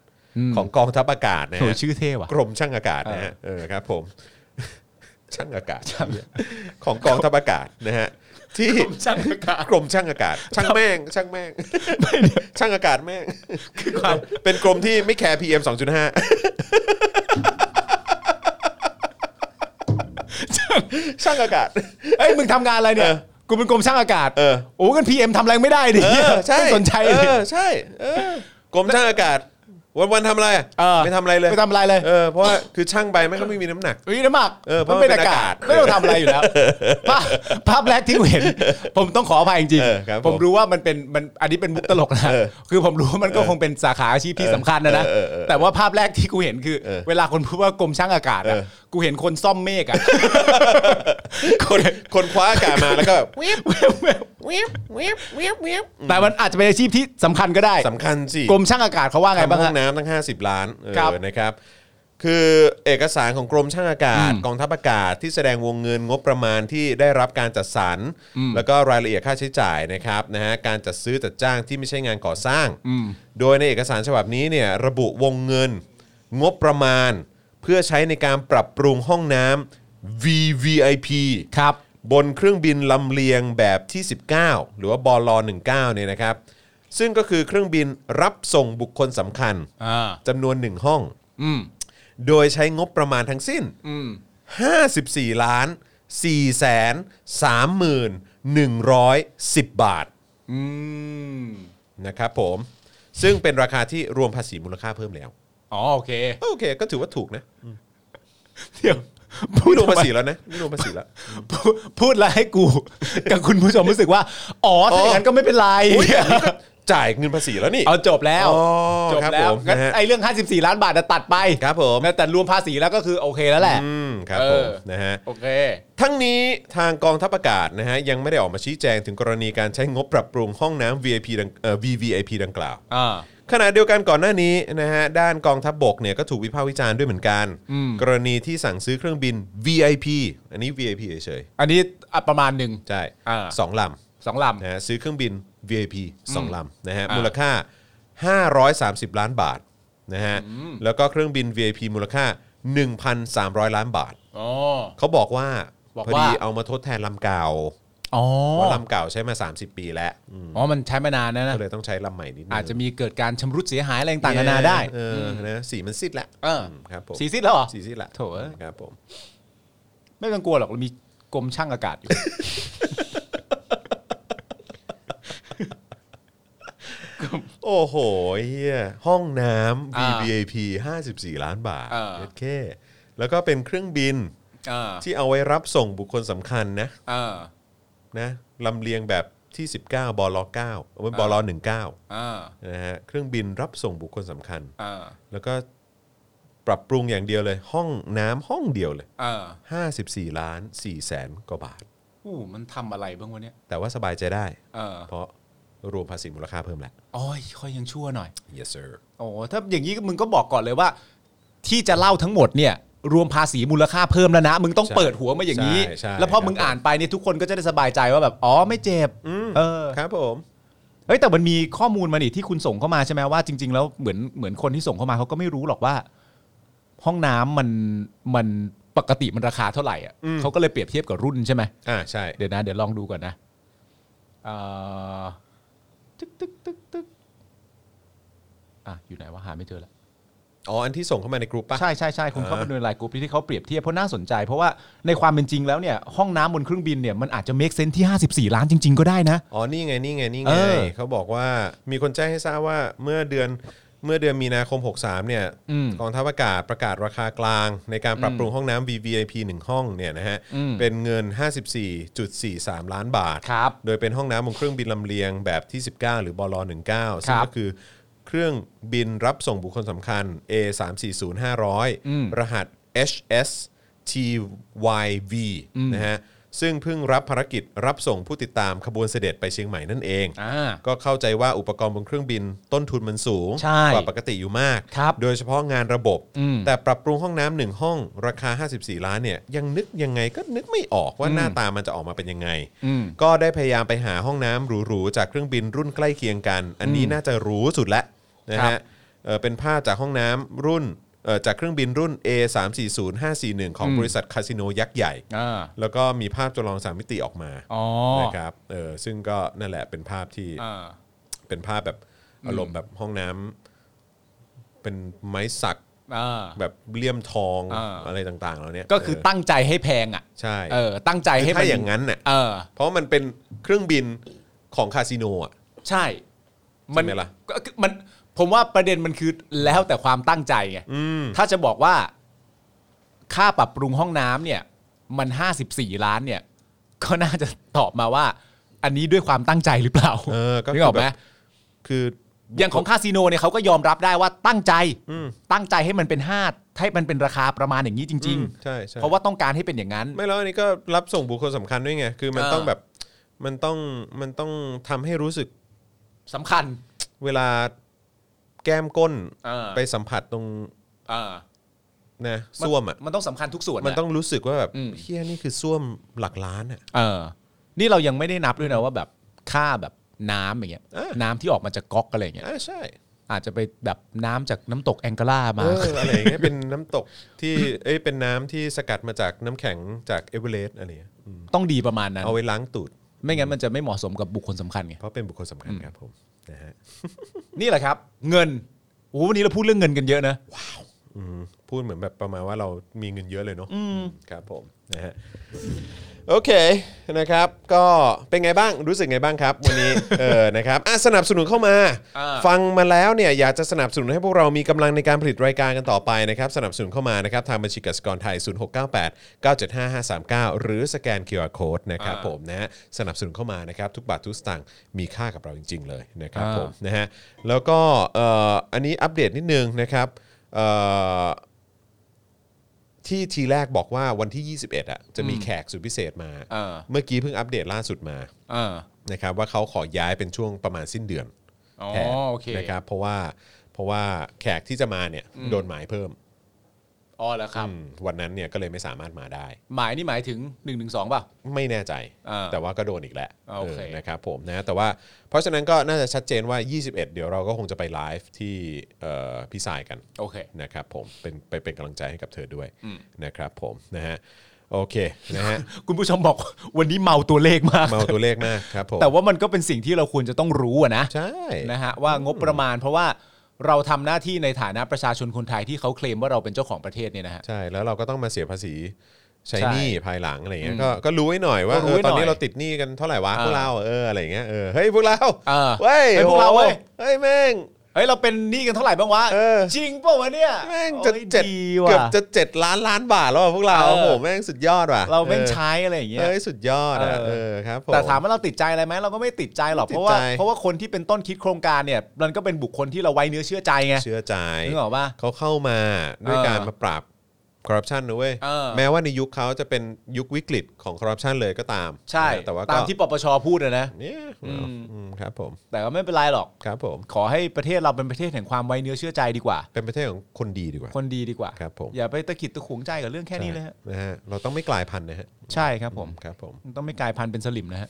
S2: ของกองทัพอากาศนะ
S3: โห
S2: ฮะ
S3: ชื่อเท่ว่ะ
S2: กรมช่างอากาศนะฮะเออครับผม ช่างอากาศของกองทัพอากาศนะฮะที่
S3: กรมช่างอากาศ
S2: กรมช่างอากาศ ช่างแม่ง ช่างแม่ง *laughs* ช่างอากาศแม่งเป็นกรมที่ไม่แคร์ PM 2.5 *laughs* ช่างอากาศ
S3: เอ้ยมึงทำงานอะไรเนี่ย กูเป็นกรมช่างอากาศ
S2: เออ
S3: โอ้กันพีเอ็มทำอะไรไม่ได้ดิ
S2: เออใช่
S3: ไม่สนใจ
S2: เอ
S3: ดิ
S2: อใช่เออกรมช่างอากาศ วันวันๆทำอะไรอ่ะ
S3: เออ
S2: ไม่ทำอะไรเลย
S3: ไม่ทำอะไรเลย
S2: เออเพราะว่าคือช่างไปมันก็ไม่มีน้ำหนัก
S3: อุ้ยน้ำหมัก
S2: เออเพ
S3: มั
S2: ราะ
S3: นเป็น
S2: มันเป็น
S3: อากาศ
S2: อากาศ
S3: ไม่ต้องทำอะไรอยู่แล้วภาพภาพแรกที่เห็น ผมต้องขออภัยจริง
S2: เออครับ
S3: ๆ
S2: ผ
S3: ผม มรู้ว่ามันเป็นมันอันนี้เป็นมุกตลกนะ
S2: เออ
S3: คือผมรู้ว่ามันก็คงเป็นสาขาอาชีพที่สำคัญนะนะ
S2: เออเออเออ
S3: แต่ว่าภาพแรกที่กูเห็นคือ
S2: เออ
S3: เวลาคนพูดว่ากรมช่างอากาศอะ
S2: เออ
S3: กูเห็นคนซ่อมเมฆอะคน
S2: คนคว้าอากาศมาแล้วก็แบบ *laughs*
S3: วิบวิบวิบวิบวิบวิบแต่มันอาจจะเป็นอาชีพที่สำคัญก็ได้
S2: สำคัญสิ
S3: กรมช่างอากาศเขาว่าไง
S2: ทำ
S3: บ้าง
S2: ห้อ
S3: ฮะ
S2: งน้ำตั้ง 50 ล้านเอ
S3: ครับ
S2: อนะครับ คือเอกสารของกรมช่างอากาศ กองทัพอากาศที่แสดงวงเงินงบประมาณที่ได้รับการจัดสรรแล้วก็รายละเอียดค่าใช้จ่ายนะครับนะฮะการจัดซื้อจัดจ้างที่ไม่ใช่งานก่อสร้าง
S3: อืม
S2: โดยในเอกสารฉบับนี้เนี่ยระบุวงเงิน งบประมาณ เพื่อใช้ในการปรับปรุงห้องน้ำ VVIP
S3: ครับ
S2: บนเครื่องบินลำเลียงแบบที่ 19 หรือว่าบอล19เนี่ยนะครับ ซึ่งก็คือเครื่องบินรับส่งบุคคลสำคัญ
S3: อ่า
S2: จำนวน 1 ห้อง
S3: อืม
S2: โดยใช้งบประมาณทั้งสิ้น
S3: อืม
S2: 54 ล้าน4แสน3หมื่น110 บาท
S3: อืม
S2: นะครับผม ซึ่งเป็นราคาที่รวมภาษีมูลค่าเพิ่มแล้ว
S3: อ๋อโอเค
S2: โอเค ก็ถือว่าถูกนะ
S3: เดี๋ยวพูด
S2: ไม่รวม
S3: ทำไ
S2: ภาษีแล้วนะไม่รวมภาษีแล้ว
S3: พูดพูดแล้วให้กู *laughs* กับคุณผู้ชมรู้สึกว่า อ๋อถ้า *laughs* อย่างนั้นก็ไม่เป็นไร
S2: อุ๊ยอันนี้ก็จ่ายเงินภาษีแล้วนี่
S3: เอาจบแล้ว
S2: อ๋อ
S3: จบ
S2: ครับ
S3: แล้
S2: ผ
S3: ว
S2: ม
S3: งั้น
S2: นะฮะ
S3: ไอ้เรื่อง 54 ล้านบาทน่ะตัดไป
S2: ครับผม
S3: แต่รวมภาษีแล้วก็คือโอเคแล้วแหละ
S2: อืมครับผม
S3: เออ
S2: นะฮะ
S3: โอเค
S2: ทั้งนี้ทางกองทัพอากาศนะฮะยังไม่ได้ออกมาชี้แจงถึงกรณีการใช้งบปรับปรุงห้องน้ำ VIP ดังเอ่อ VVIP ดังกล่าว
S3: อ่า
S2: ขณะเดียวกันก่อนหน้านี้นะฮะด้านกองทัพบกเนี่ยก็ถูกวิพากษ์วิจารณ์ด้วยเหมือนกัน กรณีที่สั่งซื้อเครื่องบิน VIP อันนี้ VIP เฉย
S3: อันนี้อ่ะประมาณหนึ่ง
S2: ๆใช่
S3: อ่า
S2: สองลำ
S3: สองลำ
S2: นะฮะซื้อเครื่องบิน VIP 2 ลำนะฮะ
S3: อ่า
S2: มูลค่า 530 ล้านบาทนะฮะแล้วก็เครื่องบิน VIP มูลค่า 1,300 ล้านบาท
S3: อ๋อ
S2: เขาบอกว่า
S3: บอก
S2: พอ
S3: ว่า
S2: ดีเอามาทดแทนลำเก่า
S3: อ๋อ
S2: เพราะลำเก่าใช้มา 30 ปีแล้วอืม
S3: อ๋อมันใช้มานานนะนะ
S2: ก็เลยต้องใช้ลำใหม่นิดนึง
S3: อาจจะมีเกิดการชำรุดเสียหายอะไรต่างๆนานาได้
S2: เออนะสีมันซิดละ
S3: เอออื
S2: มครับผม
S3: สีซิดแล้วเหรอ
S2: สีซิดละ
S3: โถ่เอ้ย
S2: ครับผม
S3: ไม่ต้องกลัวหรอกเรามีกรมช่างอากาศอยู่
S2: โอ้โหเฮียห้องน้ำ
S3: อ่า
S2: VVIP 54 ล้านบาท
S3: เออ
S2: โอเคแล้วก็เป็นเครื่องบิน
S3: อ่า
S2: ที่เอาไว้รับส่งบุคคลสำคัญนะ
S3: อ่า
S2: นะลำเลียงแบบที่ 19 บล9เอ้ยบล19
S3: อ่า
S2: นะฮะเครื่องบินรับส่งบุคคลสำคัญ
S3: อ่า
S2: แล้วก็ปรับปรุงอย่างเดียวเลย ห้องน้ำห้องเดียวเลย
S3: อ่า
S2: 54 ล้าน4แสนกว่าบาท
S3: อู้มันทำอะไรบ้างวะเนี่ย
S2: แต่ว่าสบายใจได้
S3: เออ
S2: เพราะรวมภาษีมูลค่าเพิ่มแล้ว
S3: โอ้ยค่อยยังชั่วหน่อย
S2: yes sir
S3: โอ้ถ้าอย่างนี้มึงก็บอกก่อนเลยว่า ที่จะเล่าทั้งหมดเนี่ย รวมภาษีมูลค่าเพิ่มแล้วนะ มึงต้อง
S2: ใช่
S3: เปิดหัวมาอย่างนี้
S2: ใช่ใช่
S3: แล้วพอมึง
S2: ครับ
S3: อ่านไปเนี่ยทุกคนก็จะได้สบายใจว่าแบบอ๋อไม่เจ็บเออ
S2: ครับผม
S3: เอ้ยแต่มันมีข้อมูลมานี่ที่คุณส่งเข้ามาใช่ไหมว่าจริง ๆ แล้วเหมือนเหมือนคนที่ส่งเข้ามาเขาก็ไม่รู้หรอกว่า ห้องน้ำมันมันปกติมันราคาเท่าไหร่อ่ะ
S2: อืม
S3: เขาก็เลยเปรียบเทียบกับรุ่นใช่ไหม
S2: อ่าใช่
S3: เดี๋ยวนะ เดี๋ยวลองดูก่อนนะเอ่อตึ๊กตึ๊กตึ๊กตึ๊กอ่ะอยู่ไหนวะหาไม่เจอละ
S2: อ๋อ อันที่ส่งเข้ามาในกลุ่มปะ
S3: ใช่ใช่ใช่คุณเข้าไป
S2: อ่า
S3: ดูในไลน์กลุ่มที่เขาเปรียบเทียบเพราะน่าสนใจ เพราะว่าในความเป็นจริงแล้วเนี่ยห้องน้ำบนเครื่องบินเนี่ยมันอาจจะเมคเซนที่ 54 ล้านจริง ๆ ก็ได้นะ
S2: อ๋อ นี่ไง นี่ไง นี่
S3: เอ
S2: ไง
S3: อ
S2: เขาบอกว่า มีคนแจ้งให้ทราบว่า เมื่อเดือน เมื่อเดือนมีนาคม 63 เนี่ย
S3: อืม
S2: กองทัพอากาศประกาศราคากลาง ในการปรับปรุงห้องน้ำ VVIP 1 ห้องเนี่ยนะฮะ
S3: อืม
S2: เป็นเงิน 54.43 ล้านบาท
S3: ครับ
S2: โดยเป็นห้องน้ำบนเครื่องบินลำเลียงแบบที่ 19 หรือบล19 ซึ่ง
S3: ครับ
S2: ก็คือเครื่องบินรับส่งบุคคลสำคัญ A 3 4 0
S3: อืม
S2: 500 รหัส HS TYV นะฮะ ซึ่งเพิ่งรับภารกิจรับส่งผู้ติดตามขบวนเสด็จไปเชียงใหม่นั่นเอง
S3: อ่า
S2: ก็เข้าใจว่าอุปกรณ์บนเครื่องบินต้นทุนมันสูง
S3: ใช่
S2: กว่าปกติอยู่มาก
S3: ครับ
S2: โดยเฉพาะงานระบบ
S3: อืม
S2: แต่ปรับปรุงห้องน้ำหนึ่งห้องราคา 54 ล้านเนี่ยยังนึกยังไงก็นึกไม่ออกว่า
S3: อืม
S2: หน้าตามันจะออกมาเป็นยังไง
S3: อืม
S2: ก็ได้พยายามไปหาห้องน้ำหรูๆจากเครื่องบินรุ่นใกล้เคียงกัน อันนี้น่าจะหรู้สุดแล้วนะครับ ฮะเอ่อเป็นภาพจากห้องน้ำรุ่นเอ่อจากเครื่องบินรุ่น A 3 4 0 5 4 1ของ
S3: อืม
S2: บริษัทคาสิโนยักษ์ใหญ่
S3: อ่า
S2: แล้วก็มีภาพจำลองสามมิติออกมา
S3: อ๋อ
S2: นะครับเออซึ่งก็นั่นแหละเป็นภาพที่
S3: อ่า
S2: เป็นภาพแบบอารมณ์แบบห้องน้ำเป็นไม้สัก
S3: อ่า
S2: แบบเลี่ยมทอง
S3: อ่า
S2: อะไรต่างๆแล้วเนี่ย
S3: ก็คือ
S2: เ
S3: ตั้งใจให้แพงอ่ะ
S2: ใช่
S3: เออ ตั้งใจให้
S2: คือ
S3: มั
S2: ถ้าอย่างนั้นน่ะ
S3: เออ
S2: เพราะมันเป็นเครื่องบินของคาสิโนอ่ะ
S3: ใช่
S2: ใช่ไหมล่ะ
S3: ก็ก็มัน ผมว่าประเด็นมันคือแล้วแต่ความตั้งใจไง
S2: อืม
S3: ถ้าจะบอกว่า ค่าปรับปรุงห้องน้ำเนี่ย มัน 54 ล้านเนี่ย ก็น่าจะตอบมาว่า อันนี้ด้วยความตั้งใจหรือเปล่า
S2: เออก็
S3: นึกออกไหม
S2: คือแบบ คือ
S3: อย่างของคาสิโนเนี่ยเขาก็ยอมรับได้ว่าตั้งใจ
S2: อืม
S3: ตั้งใจให้มันเป็นห้าให้มันเป็นราคาประมาณอย่างนี้จริง
S2: อืมใช่ใช่
S3: ๆ เพราะว่าต้องการให้เป็นอย่างนั้น
S2: ไม่แล้วอันนี้ก็รับส่งบุคคลสำคัญด้วยไง คือมัน
S3: เออ
S2: ต้องแบบมันต้องมันต้องทำให้รู้สึก
S3: สำคัญ
S2: เวลาแก้มก้น
S3: เออ
S2: ไปสัมผัสตรง
S3: เออ
S2: นะส้วมอ่ะ
S3: มันต้องสำคัญทุกส่วน
S2: มัน
S3: นะ
S2: ต้องรู้สึกว่าแบบ
S3: อืม
S2: เฮียนี่คือส้วมหลักล้านอ่ะ
S3: เออ นี่เรายังไม่ได้นับด้วยนะว่าแบบค่าแบบน้ำอย่างเงี้ย
S2: เออ
S3: น้ำที่ออกมาจากก๊อกอะไรอย่างเงี้ย
S2: อ่าใช่
S3: อาจจะไปแบบน้ำจากน้ำตกแองกล่ามา
S2: เอ
S3: *laughs*
S2: ออะไรอย่างเงี้ย เป็นน้ำตกที่ เอ้ย เป็นน้ำที่สกัดมาจากน้ำแข็งจากเอเวอเรสต์อะไรเงี้ยอืม
S3: ต้องดีประมาณนั้น
S2: เอาไว้ล้างตูด
S3: ไม่งั้นมันจะไม่เหมาะสมกับบุคคลสำคัญไง
S2: เพราะเป็นบุคคลสำคัญครับผม นะฮะ
S3: นี่แหละครับ เงินโอ้โหวันนี้เราพูดเรื่องเงินกันเยอะนะ
S2: อืมพูดเหมือนแบบประมาณว่าเรามีเงินเยอะเลยเนาะครับผม นะฮะ โอเค นะครับ ก็เป็นไงบ้าง รู้สึกไงบ้างครับ วัน
S3: *laughs*
S2: นี้ เออ นะครับอ่ะสนับสนุนเข้ามา
S3: อ่า
S2: ฟังมาแล้วเนี่ยอยากจะสนับสนุนให้พวกเรามีกำลังในการผลิตรายการกันต่อไปนะครับ สนับสนุนเข้ามานะครับ ทางบัญชีกสิกรไทย 0698 975 539 หรือสแกน QR Code นะครับผมนะฮะสนับสนุนเข้ามานะครับ ทุกบาททุกสตางค์มีค่ากับเราจริง ๆ เลยนะครับ
S3: อ่า
S2: ผมนะฮะแล้วก็เอ่ออันนี้อัปเดตนิดนึงนะครับเอ่อที่ทีแรกบอกว่าวันที่ 21อ่ะจะมีแขกสุดพิเศษมา
S3: เออ
S2: เมื่อกี้เพิ่งอัปเดตล่าสุดมา
S3: เออ
S2: นะครับว่าเขาขอย้ายเป็นช่วงประมาณสิ้นเดือน
S3: อ๋อ
S2: แทน
S3: โอเค
S2: นะครับเพราะว่าเพราะว่าแขกที่จะมาเนี่ยโดนหมายเพิ่ม
S3: อ๋อแล้วครับ
S2: อืมวันนั้นเนี่ยก็เลยไม่สามารถมาได้
S3: หมายนี่หมายถึง1นึป่ะ
S2: ไม่แน่ใจ
S3: อ่า
S2: แต่ว่าก็โดนอีกแหละ
S3: อ่าโอเค
S2: เออนะครับผมนะแต่ว่าเพราะฉะนั้นก็น่าจะชัดเจนว่า 21 เดี๋ยวเราก็คงจะไปไลฟ์ที่เอ่อพี่สายกัน
S3: โอเค
S2: นะครับผมเป็นไปเป็นกำลังใจให้กับเธอด้วยนะครับผมนะฮะโอเคนะฮะ *laughs*
S3: คุณผู้ชมบอก *laughs* วันนี้เมาตัวเลขมาก
S2: เมาตัวเลขมากครับผม
S3: แต่ว่ามันก็เป็นสิ่งที่เราควรจะต้องรู้อะนะ
S2: ใช่
S3: นะฮะว่างบประมาณเพราะว่าเราทำหน้าที่ในฐานะประชาชนคนไทยที่เขาเคลมว่าเราเป็นเจ้าของประเทศเนี่ยนะฮะ
S2: ใช่แล้วเราก็ต้องมาเสียภาษี ใช้หนี้ภายหลังอะไรเงี้ย
S3: อืม
S2: ก็ก็รู้ไว้หน่อยว่า
S3: ก็รู้
S2: เออ
S3: ไว้หน่อย
S2: ตอนนี้เราติดหนี้กันเท่าไหร่วะ
S3: อ่า
S2: พวกเราเอออะไรเงี้ยเออเฮ้ยพวกเรา
S3: อ่า
S2: เว้ย
S3: เฮ้ยพวกเราเว้ย
S2: เฮ้ยแม่ง
S3: เฮ้ยเราเป็นหนี้กันเท่าไหร่บ้างวะ
S2: เออ
S3: จริงเปล่าวะเนี่ย
S2: แม่งจะ
S3: โอ้ย
S2: เจ็ด
S3: ว่ะ
S2: เกือบจะเจ็ดล้านล้านบาทแล้วอะพวกเรา
S3: เออ
S2: โอ้โหแม่งสุดยอดว่ะ
S3: เราแม่ง
S2: ออ
S3: ใช้อะไรอย่างเงี้ย
S2: เอ้ยสุดยอดอะ
S3: เอ
S2: เอ
S3: อ
S2: อครับผ
S3: แต่ถามว่าเราติดใจอะไรไหมเราก็ไม่ติดใจหรอก
S2: ไม่ติ
S3: เพราะ
S2: ด
S3: ว่า
S2: ใจ
S3: เพราะว่าคนที่เป็นต้นคิดโครงการเนี่ย มันก็เป็นบุคคลที่เราไว้เนื้อเชื่อใจไง
S2: เชื่อใจ
S3: นึกออกปะ
S2: เขาเข้ามาด้วย
S3: เออ
S2: การมาปราบคอร์รัปชันนะเว้ย
S3: เออ
S2: แม้ว่าในยุคเขาจะเป็นยุควิกฤตของคอร์รัปชันเลยก็ตาม
S3: ใช่
S2: นะแต่ว่าก็
S3: ตามที่ปปชพูดอะนะ
S2: เนี่ย
S3: อืม
S2: อืมครับผม
S3: แต่ก็ไม่เป็นไรหรอก
S2: ครับผม
S3: ขอให้ประเทศเราเป็นประเทศแห่งความไว้เนื้อเชื่อใจดีกว่า
S2: เป็นประเทศของคนดีดีกว่า
S3: คนดีดีกว่า
S2: ครับผม
S3: อย่าไปตะขิดตะขวงใจกับเรื่องแค่นี้เลยฮะ
S2: ใช่นะฮะเราต้องไม่กลายพันธุ์นะฮะ
S3: ใช่ครับผม
S2: ครับผม
S3: ต้องไม่กลายพันธุ์เป็นสลิมนะฮะ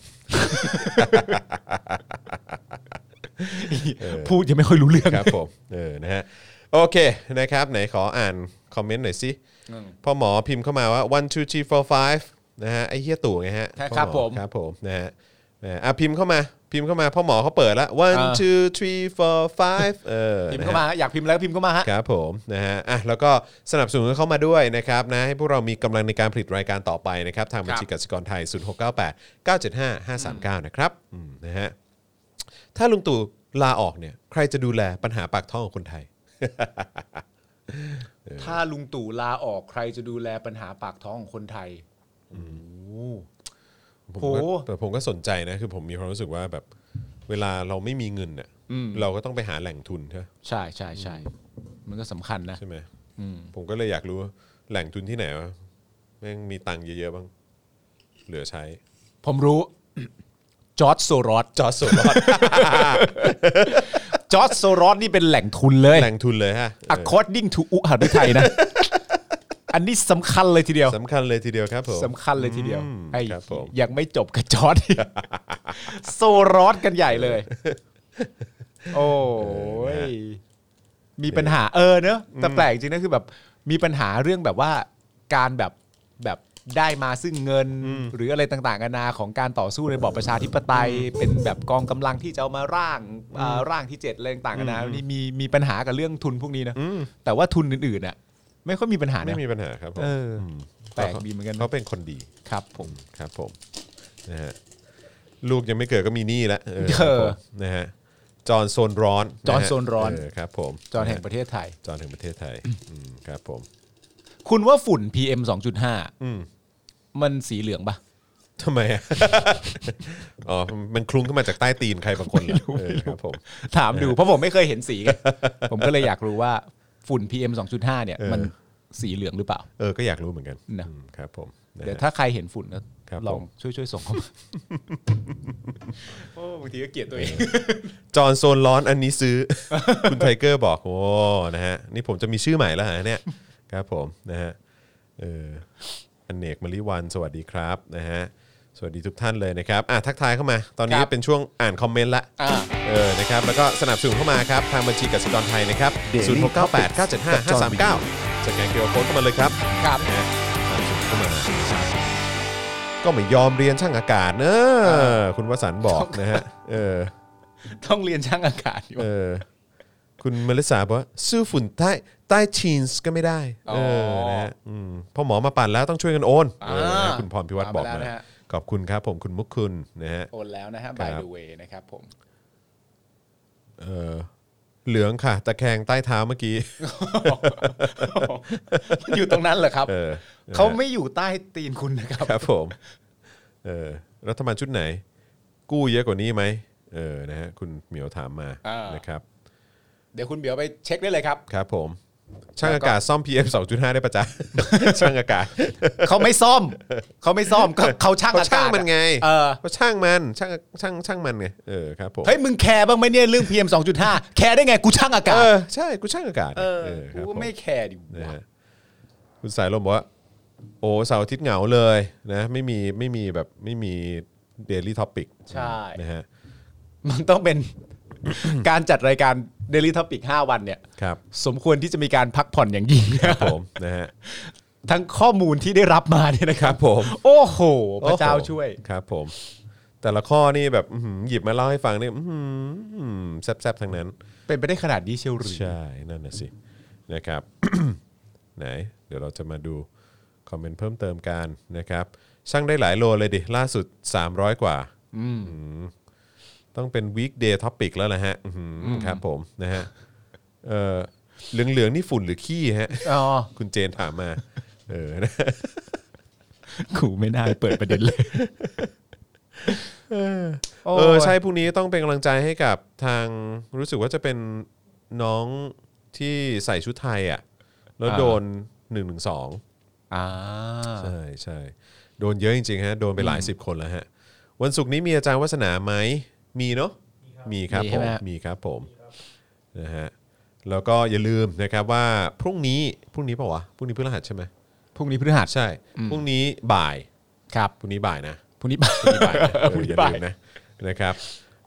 S3: พูดยังไม่ค่อยรู้เรื่อง
S2: ครับผมเออนะฮะโอเคนะครับไหนขออ่านคอมเมนต์หน่อยสิพ่อหมอพิมพ์เข้ามาว่า one two three four five นะฮะไอ้เฮียตู่ไงฮะ
S3: ครับ
S2: พ่อหอ
S3: ผม
S2: ครับผมนะฮะนะอ่ะพิมพ์เข้ามาพิมพ์เข้ามาพ่อหมอเขาเปิดละ one
S3: อ่า
S2: two three four five เออ
S3: พิมพ์
S2: นะฮะ
S3: เข้ามาฮะอยากพิมพ์แล้วพิมพ์เข้ามาฮะ
S2: ครับผมนะฮะอ่ะแล้วก็สนับสนุนเข้ามาด้วยนะครับนะให้พวกเรามีกำลังในการผลิตรายการต่อไปนะครับ ทางบัญชีกสิกรไทย 0698 975 539 นะครับอืมนะฮะถ้าลุงตู่ลาออกเนี่ย ใครจะดูแลปัญหาปากท้องของคนไทย
S3: ถ้าลุงตู่ลาออกใครจะดูแลปัญหาปากท้องของคนไทย
S2: ผม
S3: โห
S2: ก็แต่ผมก็สนใจนะ คือผมมีความรู้สึกว่าแบบเวลาเราไม่มีเงินเนี่ย
S3: อืม
S2: เราก็ต้องไปหาแหล่งทุนใช่ไหม
S3: ใช่ใช่ใช่มันก็สำคัญนะ
S2: ใช่ไหม
S3: อืม
S2: ผมก็เลยอยากรู้ว่าแหล่งทุนที่ไหนวะแม่งมีตังค์เยอะๆบ้าง เหลือใช้
S3: ผมรู้ *coughs* จอร์จโซรอสจ *coughs* อร์จโซรอสจอร์จโซรอสนี่เป็นแหล่งทุนเลย
S2: แหล่งทุนเลย
S3: *laughs*
S2: ฮะ
S3: according to อุหฤทัยนะ *laughs* อันนี้สำคัญเลยทีเดียว
S2: สำคัญเลยทีเดียวครับผม
S3: สำคัญเลยทีเดียว
S2: อืม
S3: ไอ้
S2: ครับผม
S3: ยังไม่จบกับจอร์จ *laughs* โซรอสกันใหญ่เลย โอ้ยมีปัญหาเออเนอะแต่แปลกจริงนะคือแบบ มีปัญหาเรื่องแบบว่าการแบบแบบได้มาซึ่งเงินหรืออะไรต่างๆกันานาของการต่อสู้ในระบอบประชาธิปไตย เป็นแบบกองกำลังที่จะเอามาร่างอ่าร่างที่เจ็ดอะไรต่างๆกันานานี่มีมีปัญหากับเรื่องทุนพวกนี้นะแต่ว่าทุนอื่นๆน่ะ ไม่ค่อยมีปัญหา
S2: ไม่
S3: นะ
S2: มีปัญหาครับผม
S3: เอออื
S2: ม
S3: แปลกดีเหมือนกันนะ
S2: เขาเป็นคนดี
S3: ครับผม
S2: ครับผมนะฮะลูกยังไม่เกิดก็มีหนี้แล้วเออ
S3: เออ
S2: ครับผมนะฮะจอนโซนร้อน
S3: จอห์นะ
S2: ฮะ
S3: โซนร้อน
S2: เครับผม
S3: จอห์นแห่งประเทศไทย
S2: จอนแห่งประเทศไทยอืมครับผม
S3: คุณว่าฝุ่น PM 2.5
S2: อืม
S3: มันสีเหลืองปะ
S2: ทำไมอะ อ๋อมันคลุ้งขึ้นมาจากใต้ตีนใครบางคนเหรอเออครับผม
S3: ถาม
S2: *laughs*
S3: ดูเพราะผมไม่เคยเห็นสีไง ผมก็เลยอยากรู้ว่าฝุ่น PM 2.5 เนี่ย
S2: เออ
S3: มันสีเหลืองหรือเปล่า
S2: เออก็อยากรู้เหมือนกัน
S3: นะ
S2: อืมครับผมนะฮะ
S3: เดี๋ยวถ้าใครเห็นฝุ่นก็
S2: ครับ
S3: ลอง
S2: ผม
S3: ช่วยช่วยๆส่งเข้ามาโอ้บางทีก็เกลียดตัวเอง
S2: จอนโซนร้อนอันนี้ซื้อ *laughs* คุณไทเกอร์บอกโอ้นะฮะนี่ผมจะมีชื่อใหม่แล้วฮะเนี่ยครับผมนะฮะเอออเนกมลิวันสวัสดีครับนะฮะสวัสดีทุกท่านเลยนะครับอ่ะทักทายเข้ามา ตอนนี้
S3: ครับ
S2: เป็นช่วงอ่านคอมเมนต์ละ
S3: อ่า
S2: เออนะครับแล้วก็สนับสนุนเข้ามาครับ ทางบัญชีกสิกรไทยนะครับ
S1: Daily
S2: 0 6 9 8 9 7 5 5 3 9สแกนเกียวโค้ดเข้ามาเลยครับ
S3: ครับ *laughs*
S2: นะฮะสนับสนุนเข้ามาก็ไม่ยอมเรียนช่างอากาศเนอะคุณวสันต์บอกนะฮะเออ
S3: ต้องเรียนช่างอากาศอยู่
S2: เออคุณมลิสาบอกว่าสู้ฝุ่นใต้ใต้ชีนส์ก็ไม่ได้
S3: อ๋อ
S2: เออนะฮะอืมพ่อหมอมาปั่นแล้วต้องช่วยกันโอนเออนะฮะ
S3: อ่า
S2: คุณพรพิวัตรบอก
S3: ตาม
S2: มา
S3: ไปแล้วนะฮะ
S2: ขอบคุณครับผมคุณมุกคุณนะฮะ
S3: โอนแล้วนะฮะ
S2: ครับ
S3: by the way นะครับผม *laughs*
S2: เออเหลืองค่ะ ตะแคงใต้เท้าเมื่อกี้
S3: อยู่ตรงนั้นเหรอครับ
S2: เออ
S3: เขาไม่อยู่ใต้ตีนคุณนะครับ
S2: ครับผมเออรัฐบาลชุดไหน กู้เยอะกว่านี้ไหมเออนะฮะคุณเหมียวถามมา
S3: อ่าน
S2: นะครับ
S3: เดี๋ยวคุณเบียวไปเช็คได้เลยครับ
S2: ครับผม ช่างอากาศซ่อม PM 2.5 ได้ประ *laughs* จ๊ะ ช่างอากาศ
S3: เขาไม่ซ่อม เขาไม่ซ่อมเขาเขาช่าง
S2: เขา
S3: อากาศ
S2: ช่างมันไง
S3: เออ
S2: เขาช่างมันช่างช่างช่างมันไงเออครับผม
S3: เฮ้ยมึงแคร์บ้างไหมเนี่ยเรื่อง PM 2.5 แคร์ได้ไงกูช่างอากาศ
S2: เออใช่กูช่างอากาศ
S3: เออ
S2: เออค
S3: กู
S2: รับผ
S3: ก็
S2: ม
S3: ไม่แคร์ดิ
S2: นะ
S3: วะ
S2: ฮะคุณสายลมบอกว่า โอ้เสาร์อาทิตย์เหงาเลยนะไม่มีไม่มีแบบไม่มีเดลี่ท็อปิก
S3: ใช่
S2: นะฮะ
S3: มันต้องเป็น การจัดรายการ Daily Topic 5 วันเนี่ย
S2: ครับ
S3: สมควรที่จะมีการพักผ่อนอย่าง *laughs* ยิ่งนะ
S2: ผม นะฮะ
S3: ทั้งข้อมูลที่ได้รับมาเนี่ยนะครับ
S2: ผม
S3: โอ้โห พระเจ้าช่วย
S2: ครับผม แต่ละข้อนี่แบบอื้อหือหยิบมาเล่าให้ฟังนี่อื้อหืออื้อหือแซ่บๆทั้งนั้น
S3: เป็นไปได้ขนาดนี้เชียวหรือ
S2: *coughs* ใช่ นั่นน่ะสิ นะครับ ไหน เดี๋ยวเราจะมาดู คอมเมนต์เพิ่มเติมกันนะครับช่างได้หลายโลเลยดิ ล่าสุด 300 กว่า อืมต้องเป็น weekday topic แล้วนะฮะอื้อหืออครับผมนะฮะเอ่อเหลืองๆ นี่ฝุ่นหรือขี้ฮะ *laughs*
S3: อ๋อ
S2: คุณเจนถามมา เออนะ
S3: กูไม่น่าเปิดประเด็นเลย
S2: เออใช่พรุ่งนี้ต้องเป็นกำลังใจให้กับทางรู้สึกว่าจะเป็นน้องที่ใส่ชุดไทยอ่ะ แล้วโดน1นึ
S3: อ่า
S2: ใช่ใช่โดนเยอะจริงๆฮะ โดนไปหลายสิบคนแล้วฮะ วันศุกร์นี้มีอาจารย์วัฒนาไหม มีเนาะมีครับผมมีครับผมนะฮะแล้วก็อย่าลืมนะครับว่าพรุ่งนี้พรุ่งนี้เปล่าวะพรุ่งนี้พฤหัสใช่ไหม
S3: พรุ่งนี้พฤหัส
S2: ใช่พรุ่งนี้บ่าย
S3: ครับ
S2: พรุ่งนี้บ่ายนะ
S3: พรุ่งนี้บ่าย
S2: พรุ่งนี้บ่ายนะเออ
S3: พรุ่งนี้
S2: อย่า
S3: บ่าย
S2: ลืมนะนะครับ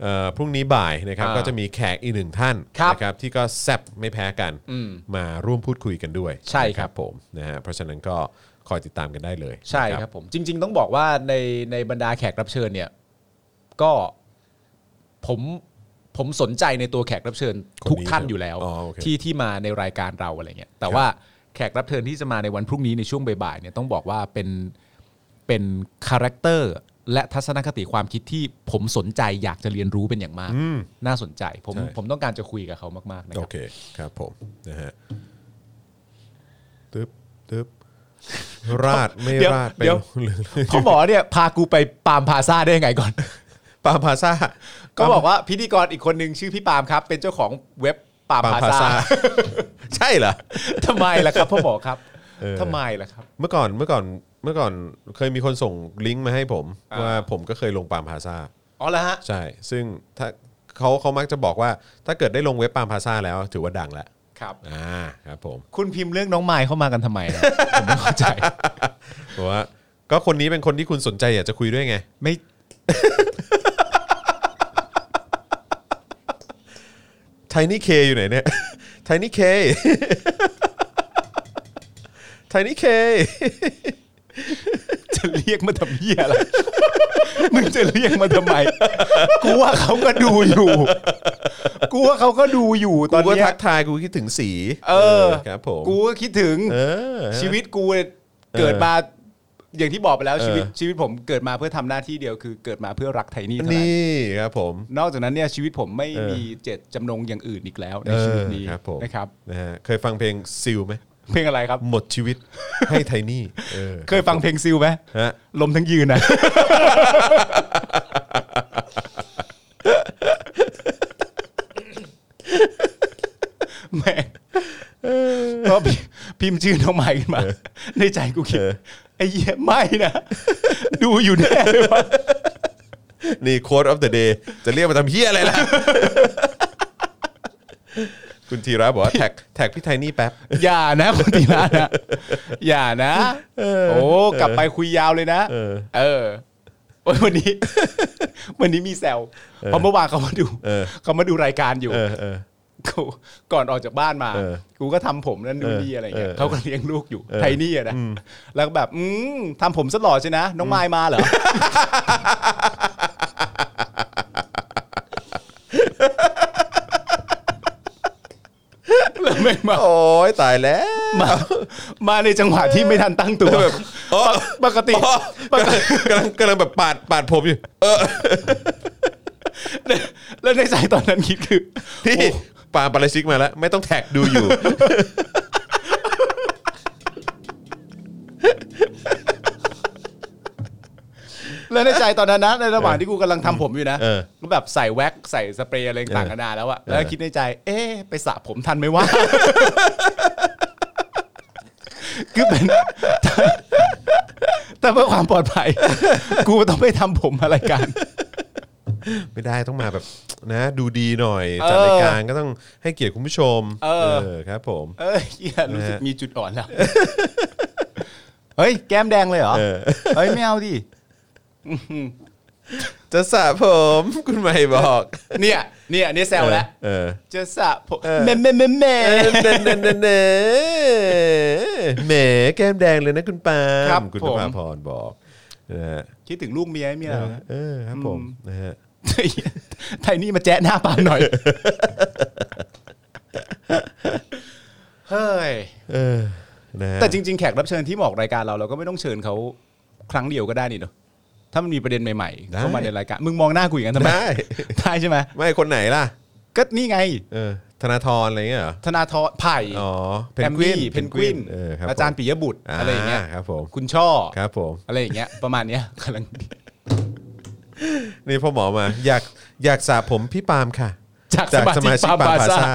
S2: เอ่อพรุ่งนี้บ่ายนะครับ
S3: อ่า
S2: ก็จะมีแขกอีกหนึ่งท่าน
S3: ครับ
S2: นะครับที่ก็แซบไม่แพ้กัน
S3: อืม
S2: มาร่วมพูดคุยกันด้วย
S3: ใช่ครับ
S2: นะผมนะฮะเพราะฉะนั้นก็คอยติดตามกันได้เลย
S3: ใช่
S2: นะครับ
S3: ผมจริง ๆ ต้องบอกว่าในในบรรดาแขกรับเชิญเนี่ย ก็ผมผมสนใจในตัวแขกรับเชิญทุกท่านอยู่แล้ว
S2: อ๋อโอเค
S3: ที่ที่มาในรายการเราอะไรเงี้ยแต่ว่าแขกรับเชิญที่จะมาในวันพรุ่งนี้ในช่วงบ่ายๆเนี่ยต้องบอกว่าเป็นเป็นคาแรคเตอร์และทัศนคติความคิดที่ผมสนใจอยากจะเรียนรู้เป็นอย่างมาก
S2: อืม
S3: น่าสนใจผม
S2: ใช่
S3: ผมต้องการจะคุยกับเขามากๆนะค
S2: โอ
S3: รับ
S2: เคครับผมนะฮะตึ๊บตึ๊บราดไม่ราดไป
S3: เดี๋ยว
S2: หรือ
S3: พ่อหมอเนี่ยพากูไปปาล์มพลาซาได้ยังไงก่อน
S2: ปาล์มพลาซ่า
S3: ก็บอกว่าพิธีกรอีกคนหนึ่งชื่อพี่ปาล์มครับ เป็นเจ้าของเว็บปาล์ม
S2: ปาล์ม
S3: พา
S2: พลา
S3: ซา *laughs*
S2: ซ่าใช่เหรอ
S3: ทำไมล่ะครับพ่อหมอครับ
S2: เออ
S3: ทำไมล่ะครับ
S2: เมื่อก่อนเมื่อก่อนเมื่อก่อนเคยมีคนส่งลิงก์มาให้ผม
S3: อ่า
S2: ว่าผมก็เคยลงปาล์มพลาซ่า
S3: อ๋อแล้วฮะ
S2: ใช่ ซึ่งถ้าเขาเขามักจะบอกว่าถ้าเกิดได้ลงเว็บปาล์มพลาซ่าแล้ว ถือว่าดังแล้ว
S3: ครับ
S2: อ่าครับผม
S3: คุณพิมพ์เรื่องน้องไมล์เข้ามากันทำไมนะผมไม่เข้าใจ
S2: เพราะว่าก็คนนี้เป็นคนที่คุณสนใจอยากจะคุยด้วยไง
S3: ไม่
S2: ไทนี่เคอยู่ไหนเนี่ย ไทนี่เค ไทนี่เค
S3: จะเรียกมาทำเหี้ยอะไรมึงจะเรียกมาทำไมกูว่าเขาก็ดูอยู่ กูว่าเขาก็ดูอยู่ต
S2: กู
S3: อน
S2: ก็
S3: เนี้ย
S2: ทักทายกูคิดถึงสี
S3: เออ
S2: ครับผม
S3: กูก็คิดถึง
S2: เออ
S3: ชีวิตกูเนี่ยเกิดมาอย่างที่บอกไปแล้วชีวิต
S2: เออ
S3: ชีวิตผมเกิดมาเพื่อทำหน้าที่เดียวคือเกิดมาเพื่อรักไทนี่เท่านั้น
S2: นี่ครับผม
S3: นอกจากนั้นเนี่ยชีวิตผมไม่
S2: เออ
S3: มีเจตจำนงอย่างอื่นอีกแล้ว ใน
S2: เออ
S3: ชีวิตนี้
S2: ครับผม
S3: นะครับ
S2: นะฮะเคยฟังเพลงซิลไหม
S3: เพลงอะไรครับ
S2: หมดชีวิตให้ไทนี่เออ
S3: เคยฟังเพลงซิลไหม
S2: ฮะ
S3: ลมทั้งยืนนะ *laughs* แม่งพอพิพิมพ์ชื่อน้องใหม่ขึ้นมา ในใจกูคิดไอ้เหี้ยไม่นะ ดูอยู่แน่เลยวะ
S2: นี่โค้ดออฟเดอะเดย์จะเรียกมาทำเฮียอะไรล่ะ คุณธีระบอกว่าแท็กแท็กพี่ไทนี่แป๊บ
S3: *laughs* อย่านะคุณตีละนะอย่านะโอ้กลับไปคุยยาวเลยนะ
S2: เออ
S3: เออโอ้ยวันนี้ *laughs* วันนี้มีแซวเพราะเมื่อวานเขามาดู
S2: เออ
S3: เขามาดูรายการอยู่
S2: เออเออ
S3: กูก่อนออกจากบ้านมา
S2: เออ
S3: กูก็ทำผมนั่นดูนี่อะไรเงี้ย
S2: เออ
S3: เขาก็เลี้ยงลูกอยู่
S2: เออ
S3: ไทนี่อะนะแล้วก็แบบ อืมทำผมสลอใช่นะ น้องไมายมาเหรอ *laughs* แล้วไม่งมา
S2: โอ้ยตายแล้ว
S3: มา
S2: *laughs*
S3: มาในจังหวะที่ไม่ทันตั้งตัว
S2: โอ้
S3: ปกติ *laughs*
S2: อ๋อกำลังกำลังกำลังแบบปาดปาดผมอยู่ เออ
S3: แล้วในใจตอนนั้นคิดคือ
S2: พี่ปาปาราชิกมาแล้ว ไม่ต้องแท็กดูอยู่
S3: แล้วในใจตอนนั้นนะในระหว่างที่กูกำลังทำผมอยู่นะ
S2: เออ
S3: ก็แบบใส่แว็กซ์ใส่สเปรย์อะไรต่างๆนานาแล้วอะแล้ว
S2: เออ
S3: คิดในใจ เอ๊ะไปสระผมทันไหม
S2: *laughs*
S3: วะ คือเป็น *laughs* แต่เพื่อความปลอดภัย กูต้องไปทำผมอะไรกัน
S2: ไม่ได้ต้องมาแบบนะดูดีหน่อย
S3: เออ
S2: จัดรายการก็ต้องให้เกียรติคุณผู้ชม
S3: เออ
S2: ครับผม
S3: เอ้ยเหี้ยรู้สึกมีจุดอ่อนแล้ว เฮ้ย แก้มแดงเลยเหรอ
S2: เออ
S3: เฮ้ยไม่เอาดิ
S2: จะสระผมคุณไม่บอก
S3: เนี่ย เนี่ยเนี่ยแซวแล้ว
S2: เออ
S3: จะสระผมแม่แม่แม่แม่
S2: เออเนเนเนเนแหมแก้มแดงเลยนะคุณปาล์ม
S3: ครับ
S2: คุณ
S3: ผม
S2: ภาพรบอกนะฮะ
S3: คิดถึงลูกเมียไอ้เมียเหรอ
S2: เออครับผมนะฮะ
S3: ไอ้เหี้ย *laughs* ไทยนี่มาแจ๊ะหน้าปาล์มหน่อย เฮ้ย
S2: เออนะฮะ นะ
S3: แต่จริง ๆ แขกรับเชิญที่มาออกรายการเราเราก็ไม่ต้องเชิญเขาครั้งเดียวก็ได้นี่เนาะถ้ามันมีประเด็นใหม่ๆ
S2: ได้
S3: เข้ามาในรายการมึงมองหน้ากูอย่างนั้นทำไม
S2: ได้
S3: ได้ใช่ไหม
S2: ไม่คนไหนล่ะ
S3: ก็นี่ไง
S2: เออ ธนาธรอะไรเงี้ยเหรอ
S3: ธนาธรไผ่
S2: อ๋อเพ
S3: แอน ม
S2: กวิน
S3: มี่เพนกวิน
S2: เออครับ
S3: อาจารย์ปิยบุตร
S2: ผม
S3: อะไรอย่างเงี้ย
S2: ครับผม
S3: คุณช่อ
S2: ครับผม
S3: อะไรอย่างเงี้ยประมาณเนี้ยกำลัง
S2: นี่พ่อหมอมา อยากอยากสระผมพี่ปาล์มค่ะ
S3: จาก
S2: จาก
S3: ส
S2: ส
S3: มา
S2: มา
S3: ชิ
S2: ชิ
S3: ก
S2: ก
S3: ปา
S2: ปาล์ม
S3: บา
S2: พา
S3: ซ่า
S2: ซา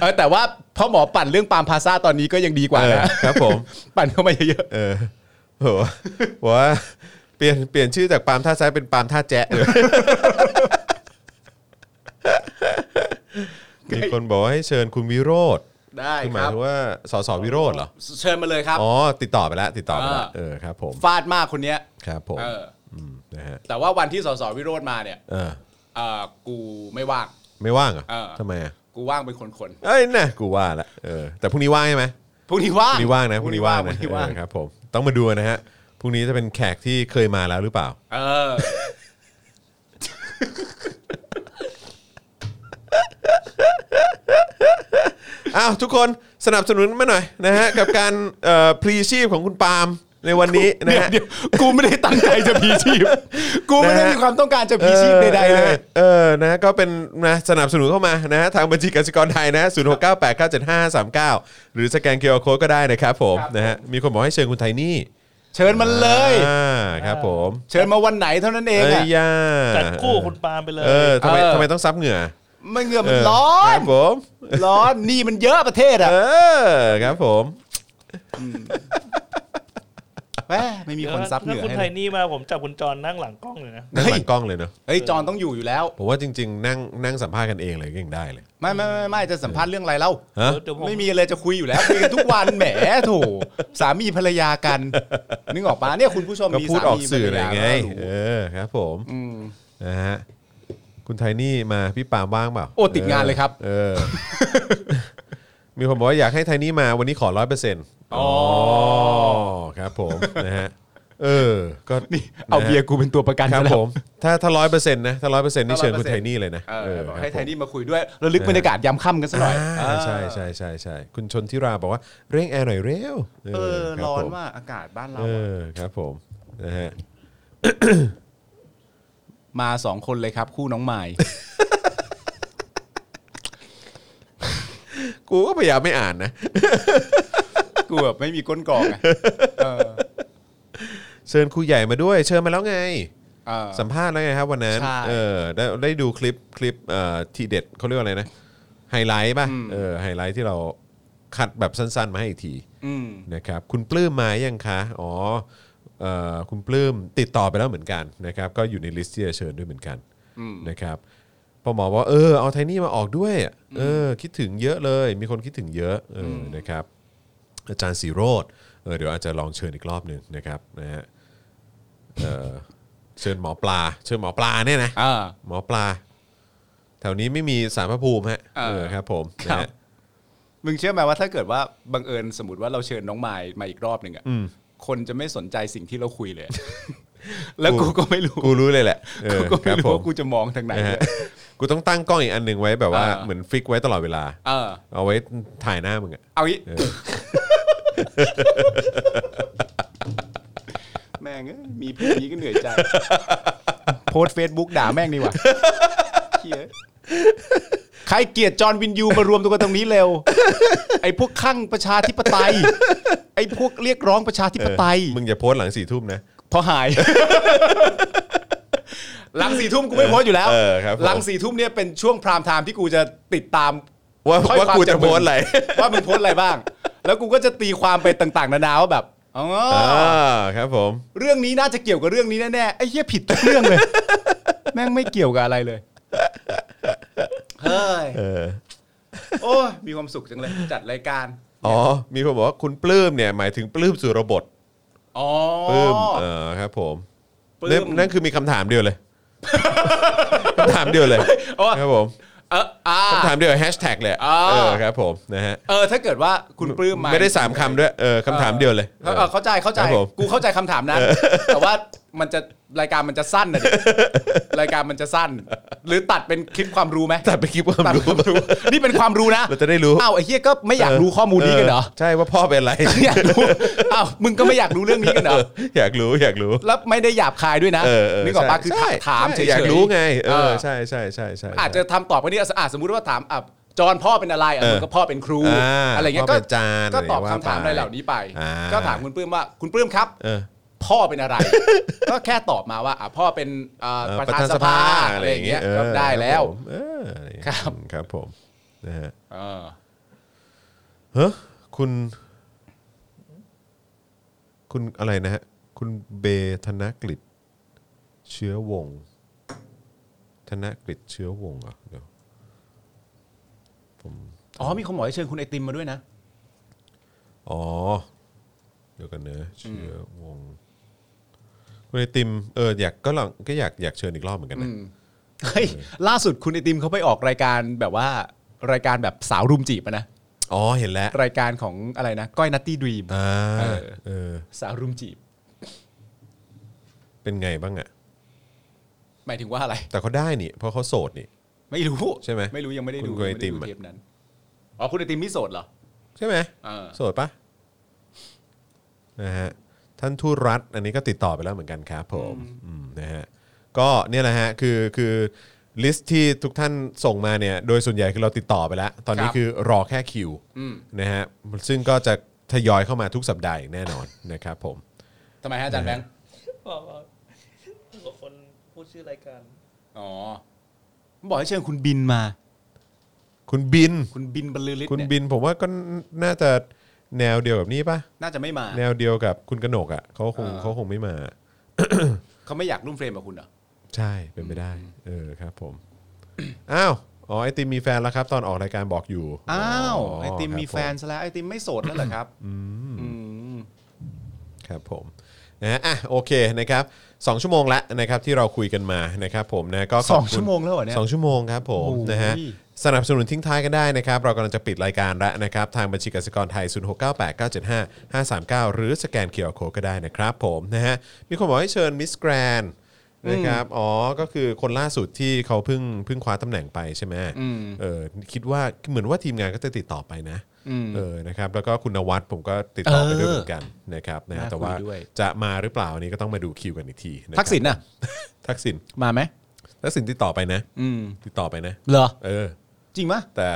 S3: เออแต่ว่าพ่อหมอปั่นเรื่องปาล์มพาซาตอนนี้ก็ยังดีกว่า
S2: เออ
S3: นะครับ
S2: ผม
S3: ปั่นเข้ามาเยอะ
S2: เออโหบอกว่าเปลี่ยนเปลี่ยนชื่อจากปาล์มท่าซ้ายเป็นปาล์มท่าแจ๊ะเลยมีคนบอกว่าให้เชิญคุณวิโรธ
S3: ๆได้
S2: คือห
S3: ค
S2: มาย
S3: รับ
S2: ถึงว่าสสวิโรธเหรอ
S3: เชิญมาเลยครับ
S2: อ๋อ ติดต่อไปแล้ว ติดต่อไปแล้ว
S3: อ่า
S2: เออครับผม
S3: ฟาดมากคนเนี้ย
S2: ครับผม
S3: เออ
S2: มนะฮะ
S3: แต่ว่าวันที่สสวิโรธมาเนี่ย
S2: เออ
S3: เออกูไม่ว่าง
S2: ไม่ว่างเหรอ
S3: เออ
S2: ทำไมอ่ะ
S3: กูว่างเป็นคน
S2: เอ้ยน่ะกูว่าละเออแต่พรุ่งนี้ว่างใช่ไหม
S3: ๆพรุ่งนี้ว่า
S2: พ
S3: ง
S2: รุ่งนี้ว่างนะพรุ่งนี้ว่าง
S3: พ
S2: นะ
S3: รุ่งนี้ว่าง
S2: เออครับผมต้องมาดูนะฮะพรุ่งนี้จะเป็นแขกที่เคยมาแล้วหรือเปล่า
S3: เออ
S2: อ้าวทุกคนสนับสนุนมาหน่อยนะฮะ กับการ *laughs* เอ่อพรีชีพของคุณปาล์มในวันนี้นะ
S3: เดี๋ยว
S2: ฮะ
S3: เดี๋ยวกูไม่ได้ตั้งใจจะพีชีพ กูไม่ได้มีความต้องการจะพีชีพใดๆเลย
S2: เออนะฮะก็เป็นนะสนับสนุนเข้ามานะฮะทางบัญชีกสิกรไทยนะ0 6 9 8 9 7 5 3 9 หรือสแกนเคอร์โคก็ได้นะครับผม
S3: ครับ
S2: นะฮะมีคนบอกให้เชิญคุณไทนี่
S3: เชิญมันเลย
S2: อ่าครับผม
S3: เชิญมาวันไหนเท่านั้นเอง
S2: เอ้ย
S3: อะ
S2: ย่า
S4: จัดคู่คุณปาล์มไปเลย
S2: เออทำไม
S3: เออ
S2: ทำไมต้องซับเหงื่อ
S3: ไม่เหงื่อ
S2: เ
S3: มันร้อ
S2: คน รับผม
S3: ร้อนนี่มันเยอะประเทศอะ
S2: เออครับผม
S3: แหมไม่มีคนซับเหงื่อ
S4: ถ้าคุณ
S3: ให้
S4: ไท
S3: เลย ย
S4: นี่มาผมจับคุณจรนั่งหลังกล้องเลยนะ
S2: นั่งหลังกล้องเลยเนอะ
S3: เฮ้ยจอนต้องอยู่อยู่แล้ว
S2: ผมว่าจริง ๆ นั่งนั่งสัมภาษณ์กันเองเลยก็ยังได้เลย
S3: ไม่ไม่ไม่ไม่จะสัมภาษณ์เรื่องอะไรเล่า
S2: ฮะ
S4: เดี๋ยวผม
S3: ไม่มีอะไรจะคุยอยู่แล้วคุยกันทุกวันแหมโถสามีภรรยากันนึกออกปะเนี่ยคุณผู้ชม
S2: ก็
S3: มี
S2: พูด
S3: สา
S2: ออก
S3: มีภร
S2: สื่อ
S3: ร
S2: หน่อย
S3: ยา
S2: ไง
S3: ก็รู้
S2: เออครับผม
S3: อืม
S2: นะฮะคุณไทนี่มาพี่ปาล์มว่างเปล่า
S3: โอ้ติดงานเลยครับ
S2: เออ *laughs* มีคนบอกว่าอยากให้ไทนี่มาวันนี้ขอร้อยเปอร์เซ็นต์
S3: อ๋อ
S2: ครับผม นะฮะเออ ก็
S3: นี่เอาเบียร์กูเป็นตัวประกัน
S2: ค
S3: ซะ
S2: รับ
S3: แล้ว
S2: ผม ถ้าถ้าร้อยเปอร์เซ็นต์นะถ้าร้อยเปอร์เซ็นต์นี่เชิญคุณ
S3: 100%
S2: ไทนี่เลยนะ
S3: เออ
S2: ครับ
S3: ให้ไทย
S2: ผม
S3: นี่มาคุยด้วยระลึกบรรยากาศยามค่ำกันสักหน่อย
S2: อ่าใช่ใช่ใช่ใช่คุณชนทิราบอกว่าเร่งแอร์หน่อยเร็ว
S3: เออ
S2: คบ
S3: ร้อน
S2: ผม
S3: มากอากาศบ้านเรา
S2: เอ
S3: อะ
S2: อครับผมนะฮะ
S3: มาสองคนเลยครับ *laughs* คู่น้องไม้
S2: กูก็พยายามไม่อ่านนะ
S3: กูแบบไม่มีก้นกรองอะเออ
S2: เชิญครูใหญ่มาด้วย เชิญมาแล้วไง
S3: เออ
S2: สัมภาษณ์แล้วไงครับวันนั้น
S3: ใช่
S2: เออได้ได้ดูคลิปคลิปเอ่อทีเด็ดเขาเรียกว่าอะไรนะไฮไลท์ป่ะ
S3: อืม
S2: เออไฮไลท์ที่เราคัดแบบสั้นๆ มาให้อีกที
S3: อืม
S2: นะครับคุณปลื้มมายังคะอ๋อเอ่อคุณปลื้มติดต่อไปแล้วเหมือนกันนะครับก็อยู่ในลิสต์ที่จะเชิญด้วยเหมือนกัน
S3: อืม
S2: นะครับพอหมอบอกว่าเออเอาไทนี่มาออกด้วยอ่ะเออคิดถึงเยอะเลย มีคนคิดถึงเยอะเอออนะครับ อาจารย์สีโรดเออเดี๋ยวอาจจะลองเชิญอีกรอบหนึ่งนะครับนะฮะเออเชิญหมอปลา เชิญหมอปลาเนี่ยนะ
S3: อ่า
S2: หมอปลา แถวนี้ไม่มีสารพระภูมิฮะ
S3: เออ
S2: เออครับผม
S3: ค
S2: นะ
S3: รับ
S2: ฮะ
S3: มึงเชื่อไหมว่าถ้าเกิดว่าบังเอิญสมมติว่าเราเชิญน้องไม้มาอีกรอบหนึ่งอะคนจะไม่สนใจสิ่งที่เราคุยเลย แล้วกูก็ไม่รู้
S2: กูรู้เลยแหละเออ
S3: กูก็
S2: ค
S3: ไม่
S2: รับ
S3: รู้
S2: ผ
S3: ว่าม กูจะมองทางไหน
S2: นะ
S3: เลย
S2: ฮะ *laughs* กูต้องตั้งกล้องอีกอันหนึ่งไว้แบบว่า
S3: เออ
S2: เหมือนฟิกไว้ตลอดเวลา
S3: เออ
S2: เอาไว้ถ่ายหน้ามึงอะ
S3: เอางี้
S2: เออ
S3: *laughs* แม่งเอ้ยมีเพลงนี้ก็เหนื่อยใจ โพสเฟซบุ๊กด่าแม่งดีกว่าเหี้ยใครเกลียดจอห์นวินยูมารวมตัวกันตรงนี้เร็ว ไอ้พวกข้างประชาธิปไตย ไอ้พวกเรียกร้องประชาธิปไตย
S2: มึงอย่าโพสต์หลังสี่ทุ่มนะ
S3: พอหาย
S2: *laughs*
S3: หลังสี่ทุ่มกูไม่โพสต์อยู่แล้ว
S2: เออครับผม
S3: หลังสี่ทุ่มเนี่ยเป็นช่วงพรามไทม์ที่กูจะติดตาม
S2: ว่า
S3: ค่อย
S2: ว่า
S3: ฟัง
S2: กู
S3: จ
S2: จะ
S3: มึ
S2: โพ
S3: ง
S2: สต์อะไร
S3: *laughs* ว่ามึงโพสต์อะไรบ้าง แล้วกูก็จะตีความไปต่าง ๆ นานาว่าแบบอ๋ออ
S2: อ่าครับผม
S3: เรื่องนี้น่าจะเกี่ยวกับเรื่องนี้แน่ๆไอ้เหี้ยผิดทุกเรื่องเลย *laughs* แม่งไม่เกี่ยวกับอะไรเลยเฮ้ย
S2: เออ
S3: โอ้ยมีความสุขจังเลยจัดรายการ
S2: อ๋อ มีคนบอกว่าคุณปลื้มเนี่ยหมายถึงปลื้มสุรบท
S3: อ๋อ
S2: ปลื้มเออครับผม
S3: ปลื้
S2: นั่น
S3: ม
S2: นั่นคือมีคำถามเดียว
S3: *laughs*
S2: เลยคำถามเดียวเลย
S3: โอ้
S2: ครับผม
S3: เอออ่า
S2: คำถามเดียวแฮชแท็กเลย
S3: อ่า
S2: เออครับผมนะฮะ
S3: เออถ้าเกิดว่าคุณปลื้มมา
S2: ไม่ได้สามคำด้วยเออคำถามเดียวเลย
S3: เออเออเข้าใจเข้าใจ
S2: ครับผม *laughs*
S3: กูเข้าใจคำถามนั้นแต่ว่า มันจะรายการมันจะสั้นนะดิ รายการมันจะสั้น หรือตัดเป็นคลิปความรู้ไหม
S2: ตัดไปคลิปความ
S3: ตัด
S2: รู้
S3: ความรู้ นี่เป็นความรู้นะ
S2: เราจะได้รู้
S3: อ้าวไอ้เฮียก็ไม่อยากรู้ข้อมูลนี้กันเหรอ
S2: ใช่ว่าพ่อเป็นอะไร
S3: อยากรู้อ้าวมึงก็ไม่อยากรู้เรื่องนี้กันเหรอ
S2: อยากรู้อยากรู้
S3: แล้วไม่ได้หยาบคายด้วยนะ
S2: เออเออ
S3: นึกออกปะ
S2: ใช่
S3: คือ
S2: ใช่
S3: ถามเฉยๆ
S2: อยากรู้ไงเอ
S3: เอ
S2: อ
S3: อ
S2: ใช่ใช่ใช่ใช่ใช่
S3: อาจจะทำตอบไปนี่อ่ะสมมุติว่าถามอ่ะจอนพ่อเป็นอะไรอ่ะ
S2: เออ
S3: มึงก็พ่อเป็นครู
S2: อ่า
S3: อะไรเงี้ย
S2: พ่อ
S3: ก็
S2: เป็นอาจารย์
S3: ก็ตอบ
S2: อะไรว่า
S3: คำถามอะ
S2: ไป
S3: ไรเหล่านี้ไป
S2: อ่า
S3: ก็ถามคุณปลื้มว่าคุณปลื้มครับ
S2: เออ
S3: พ่อเป็นอะไร ก็แค่ตอบมาว่าอ่ะพ่อเป็นเอ่อ
S2: เอ่อ
S3: ประธานสภาอะไรอย่างเงี้ยก็ได้แล้ว
S2: เอออะไรอย่างเงี้ย
S3: ครับ
S2: ครับผมนะฮะ
S3: เออ
S2: เฮ้อคุณ คุณอะไรนะฮะ คุณเบธนกฤษเชื้อวงศ์ธนกฤษเชื้อวงศ์เหรอ่ะเดี๋ยว
S3: อ๋อมีคนบอกให้เชิญคุณไอติมมาด้วยนะ
S2: อ๋อ เดี๋ยวกันเนอะเชื้อวงศ์คุณไอติมเอออยากก็ลองก็อยากอยากเชิญอีกรอบเหมือนกันนะ
S3: เฮ้ยล่าสุดคุณไอติมเขาไปออกรายการแบบว่ารายการแบบสาวรุมจีบอะนะ
S2: อ๋อเห็นแล้ว
S3: รายการของอะไรนะ ก้อยนัตตี้ดรีม
S2: อ่าเออ
S3: สาวรุมจีบ
S2: เป็นไงบ้างอะ
S3: หมายถึงว่าอะไร
S2: แต่เขาได้นี่เพราะเขาโสดนี่
S3: ไม่รู้
S2: ใช่ไหม
S3: ไม่รู้ยังไม่ได้
S2: คุณ
S3: ดู
S2: คุณไอติม
S3: ยังด้ดู
S2: อะ
S3: เทปนั้นอ๋อคุณไอติมไม่โสดเหรอ
S2: ใช่ไหม
S3: เออ
S2: โสดปะนะฮะท่านทูตรัฐอันนี้ก็ติดต่อไปแล้วเหมือนกันครับผมอืมนะฮะก็เนี่ยแหละฮะคือคือลิสต์ที่ทุกท่านส่งมาเนี่ย โดยส่วนใหญ่คือเราติดต่อไปแล้ว ตอน
S3: ค
S2: นี้
S3: รับ
S2: คือรอแค่คิวนะฮะซึ่งก็จะทยอยเข้ามาทุกสัปดาห์อย่างแน่นอนนะครับผม
S3: ทำไมฮะอาจารย์แบงค์
S4: บอกว่าบอกคนพูดชื่อรายการ
S3: อ๋อบอกให้เชิญคุณบินมา
S2: คุณบิน
S3: คุณบินบรรลือฤทธิ์
S2: คุณ
S3: เนี่ย
S2: บินผมว่าก็น่าจะแนวเดียวกับนี้ปะ
S3: น่าจะไม่มา
S2: แนวเดียวกับคุณกนกอ่ะเขาคงเขาคงไม่มา
S3: เขาไม่อยากร่วมเฟรมกับคุณเหรอ
S2: ใช่เป็นไปได้ เออครับผม อ้าวอ๋อไอติมมีแฟนแล้วครับ ตอนออกรายการบอกอยู่
S3: อ้าวไอติม
S2: ครับ
S3: มีแฟนซะแล้วไอติมไม่โสดแล้วเหรอครับอืม
S2: ครับผมนะฮะอ่ะโอเคนะครับสองชั่วโมงละนะครับที่เราคุยกันมานะครับผมนะก็ขบคุณ
S3: สองชั่วโมงแล้วเหรอเนี่ย
S2: สองชั่วโมงครับผม
S3: โอ้โห
S2: นะฮะสนับสนุนทิ้งท้ายกันได้นะครับ เรากำลังจะปิดรายการแล้วนะครับ ทางบัญชีกสิกรไทย 0698975539 หรือสแกนเคอร์โคก็ได้นะครับผมนะฮะมีคนบอกให้เชิญมิสแกรนนะครับอ๋อก็คือคนล่าสุดที่เขาเพิ่งเพิ่งคว้าตำแหน่งไปใช่ไหม
S3: อืม
S2: เออคิดว่าเหมือนว่าทีมงานก็จะติดต่อไปนะ
S3: อืม
S2: เออนะครับแล้วก็คุณนวัดผมก็ติดต่อไป
S3: เออ
S2: ด้วยเหมือนกันนะครับนะฮะ
S3: น่า
S2: แต่ว่า
S3: คุยด้วย
S2: จะมาหรือเปล่าอันนี้ก็ต้องมาดูคิวกันอีกทีนะครับ
S3: ทักษิณน่ะ
S2: ทักษิณ
S3: มาไหม
S2: ทักษิณติดต่อไปนะ
S3: อืม
S2: ติดต่อไปนะ
S3: เหรอ
S2: เออ
S3: จริงปะ
S2: แต่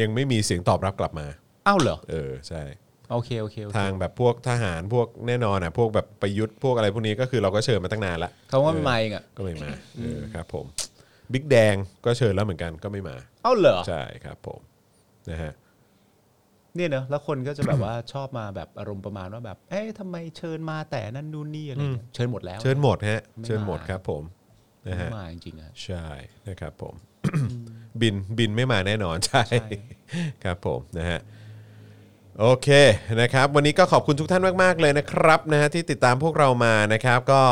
S2: ยังไม่มีเสียงตอบรับกลับมา
S3: อ้าวเหรอ
S2: เออใช่
S3: โอเคโอเคโอเค
S2: ทางแบบพวกทหารพวกแน่นอนอ่ะพวกแบบประยุทธ์พวกอะไรพวกนี้ก็คือเราก็เชิญมาตั้งนานละ
S3: เขาว่าไม่มาเองอ่ะ
S2: ก็ไม่
S3: *coughs*
S2: มาเออครับผมบิ๊กแดงก็เชิญแล้วเหมือนกันก็ไม่มา
S3: อ้าวเหรอ
S2: ใช่ครับผมนะฮะ
S3: เนี่ยเนอะแล้วคนก็จะแบบว่า ชอบมาแบบอารมณ์ประมาณว่าแบบ เอ๊ะทำไมเชิญมาแต่นั่นนู่นนี่อะไรเงี้ยเชิญหมดแล้ว
S2: เชิญหมดฮะ
S3: ไม่มา
S2: เชิญหมดครับผมนะ
S3: ไม่
S2: ฮะ
S3: มาจริงๆอะ
S2: ใช่นะครับผม บินบินไม่มาแน่นอนใช่
S3: ใช่
S2: ครับผมนะฮะโอเคนะครับ วันนี้ก็ขอบคุณทุกท่านมาก ๆ เลยนะครับนะฮะที่ติดตามพวกเรามานะครับ ก็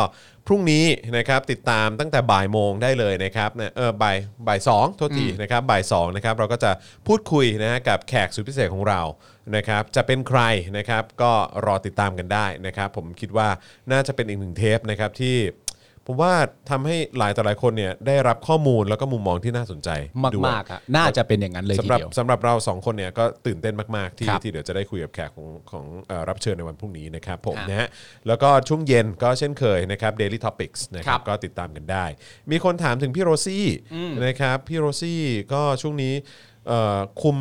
S2: พรุ่งนี้นะครับติดตามตั้งแต่บ่ายโมงได้เลยนะครับนะเออบ่ายบ่ายสองโทษทีนะครับบ่ายสองนะครับเราก็จะพูดคุยนะฮะกับแขกสุดพิเศษของเรานะครับ จะเป็นใครนะครับก็รอติดตามกันได้นะครับ ผมคิดว่าน่าจะเป็นอีกหนึ่งเทปนะครับที่ ผมว่าทำให้หลายต่อหลายคนเนี่ยได้รับข้อมูลแล้วก็มุมมองที่น่าสนใจด้วย
S3: มากๆอ่ะน่าจะเป็นอย่างนั้นเลยที
S2: สำหรับ
S3: เดียว
S2: สำหรับเราสองคนเนี่ยก็ตื่นเต้นมาก ๆ ที่
S3: ครับ
S2: ที่เดี๋ยวจะได้คุยกับแขกของของเอ่อรับเชิญในวันพรุ่งนี้นะครับผม
S3: ครับ
S2: นะฮะแล้วก็ช่วงเย็นก็เช่นเคยนะครับ Daily Topics นะค
S3: ค
S2: รั
S3: รั
S2: บบ ก็ติดตามกันได้ มีคนถามถึงพี่โรซี่นะครับพี่โรซี่ก็ช่วงนี้เอ่อคุม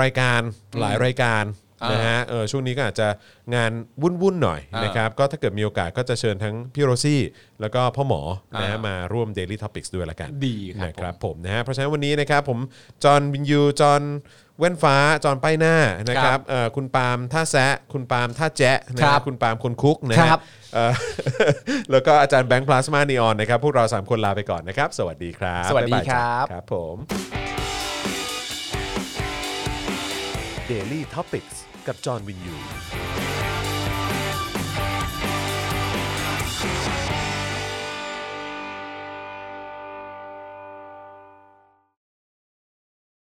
S2: รายการหลายรายการนะฮะเออช่วงนี้ก็อาจจะงานวุ่น ๆ หน่อยนะครับก็ถ้าเกิดมีโอกาสก็จะเชิญทั้งพี่โรซี่แล้วก็พ่อหมอนะฮะมาร่วม Daily Topics ด้วยละกัน
S3: ดีครับ
S2: นะครับผมนะฮะเพราะฉะนั้นวันนี้นะครับผมจอห์นวินยูจอห์นเว้นฟ้าจอห์นป้ายหน้านะค
S3: ค
S2: รั
S3: รั
S2: บบ เอ่อคุณปาล์มท่าแซะคุณปาล์มท่าแจ๊ะนะ
S3: ค
S2: ค
S3: รั
S2: รับบ คุณปาล์มคนคุกนะ
S3: ค
S2: ฮะ
S3: รับ
S2: เอ่อ *laughs* แล้วก็อาจารย์แบงค์พลาสมานีออนนะครับพวกเรา 3 คนลาไปก่อนนะครับ สวัสดีครับ
S3: สวัสดี
S2: ายาย
S3: ครับ
S2: ครับผม
S1: Daily t o p i c กกับจอห์นวินยู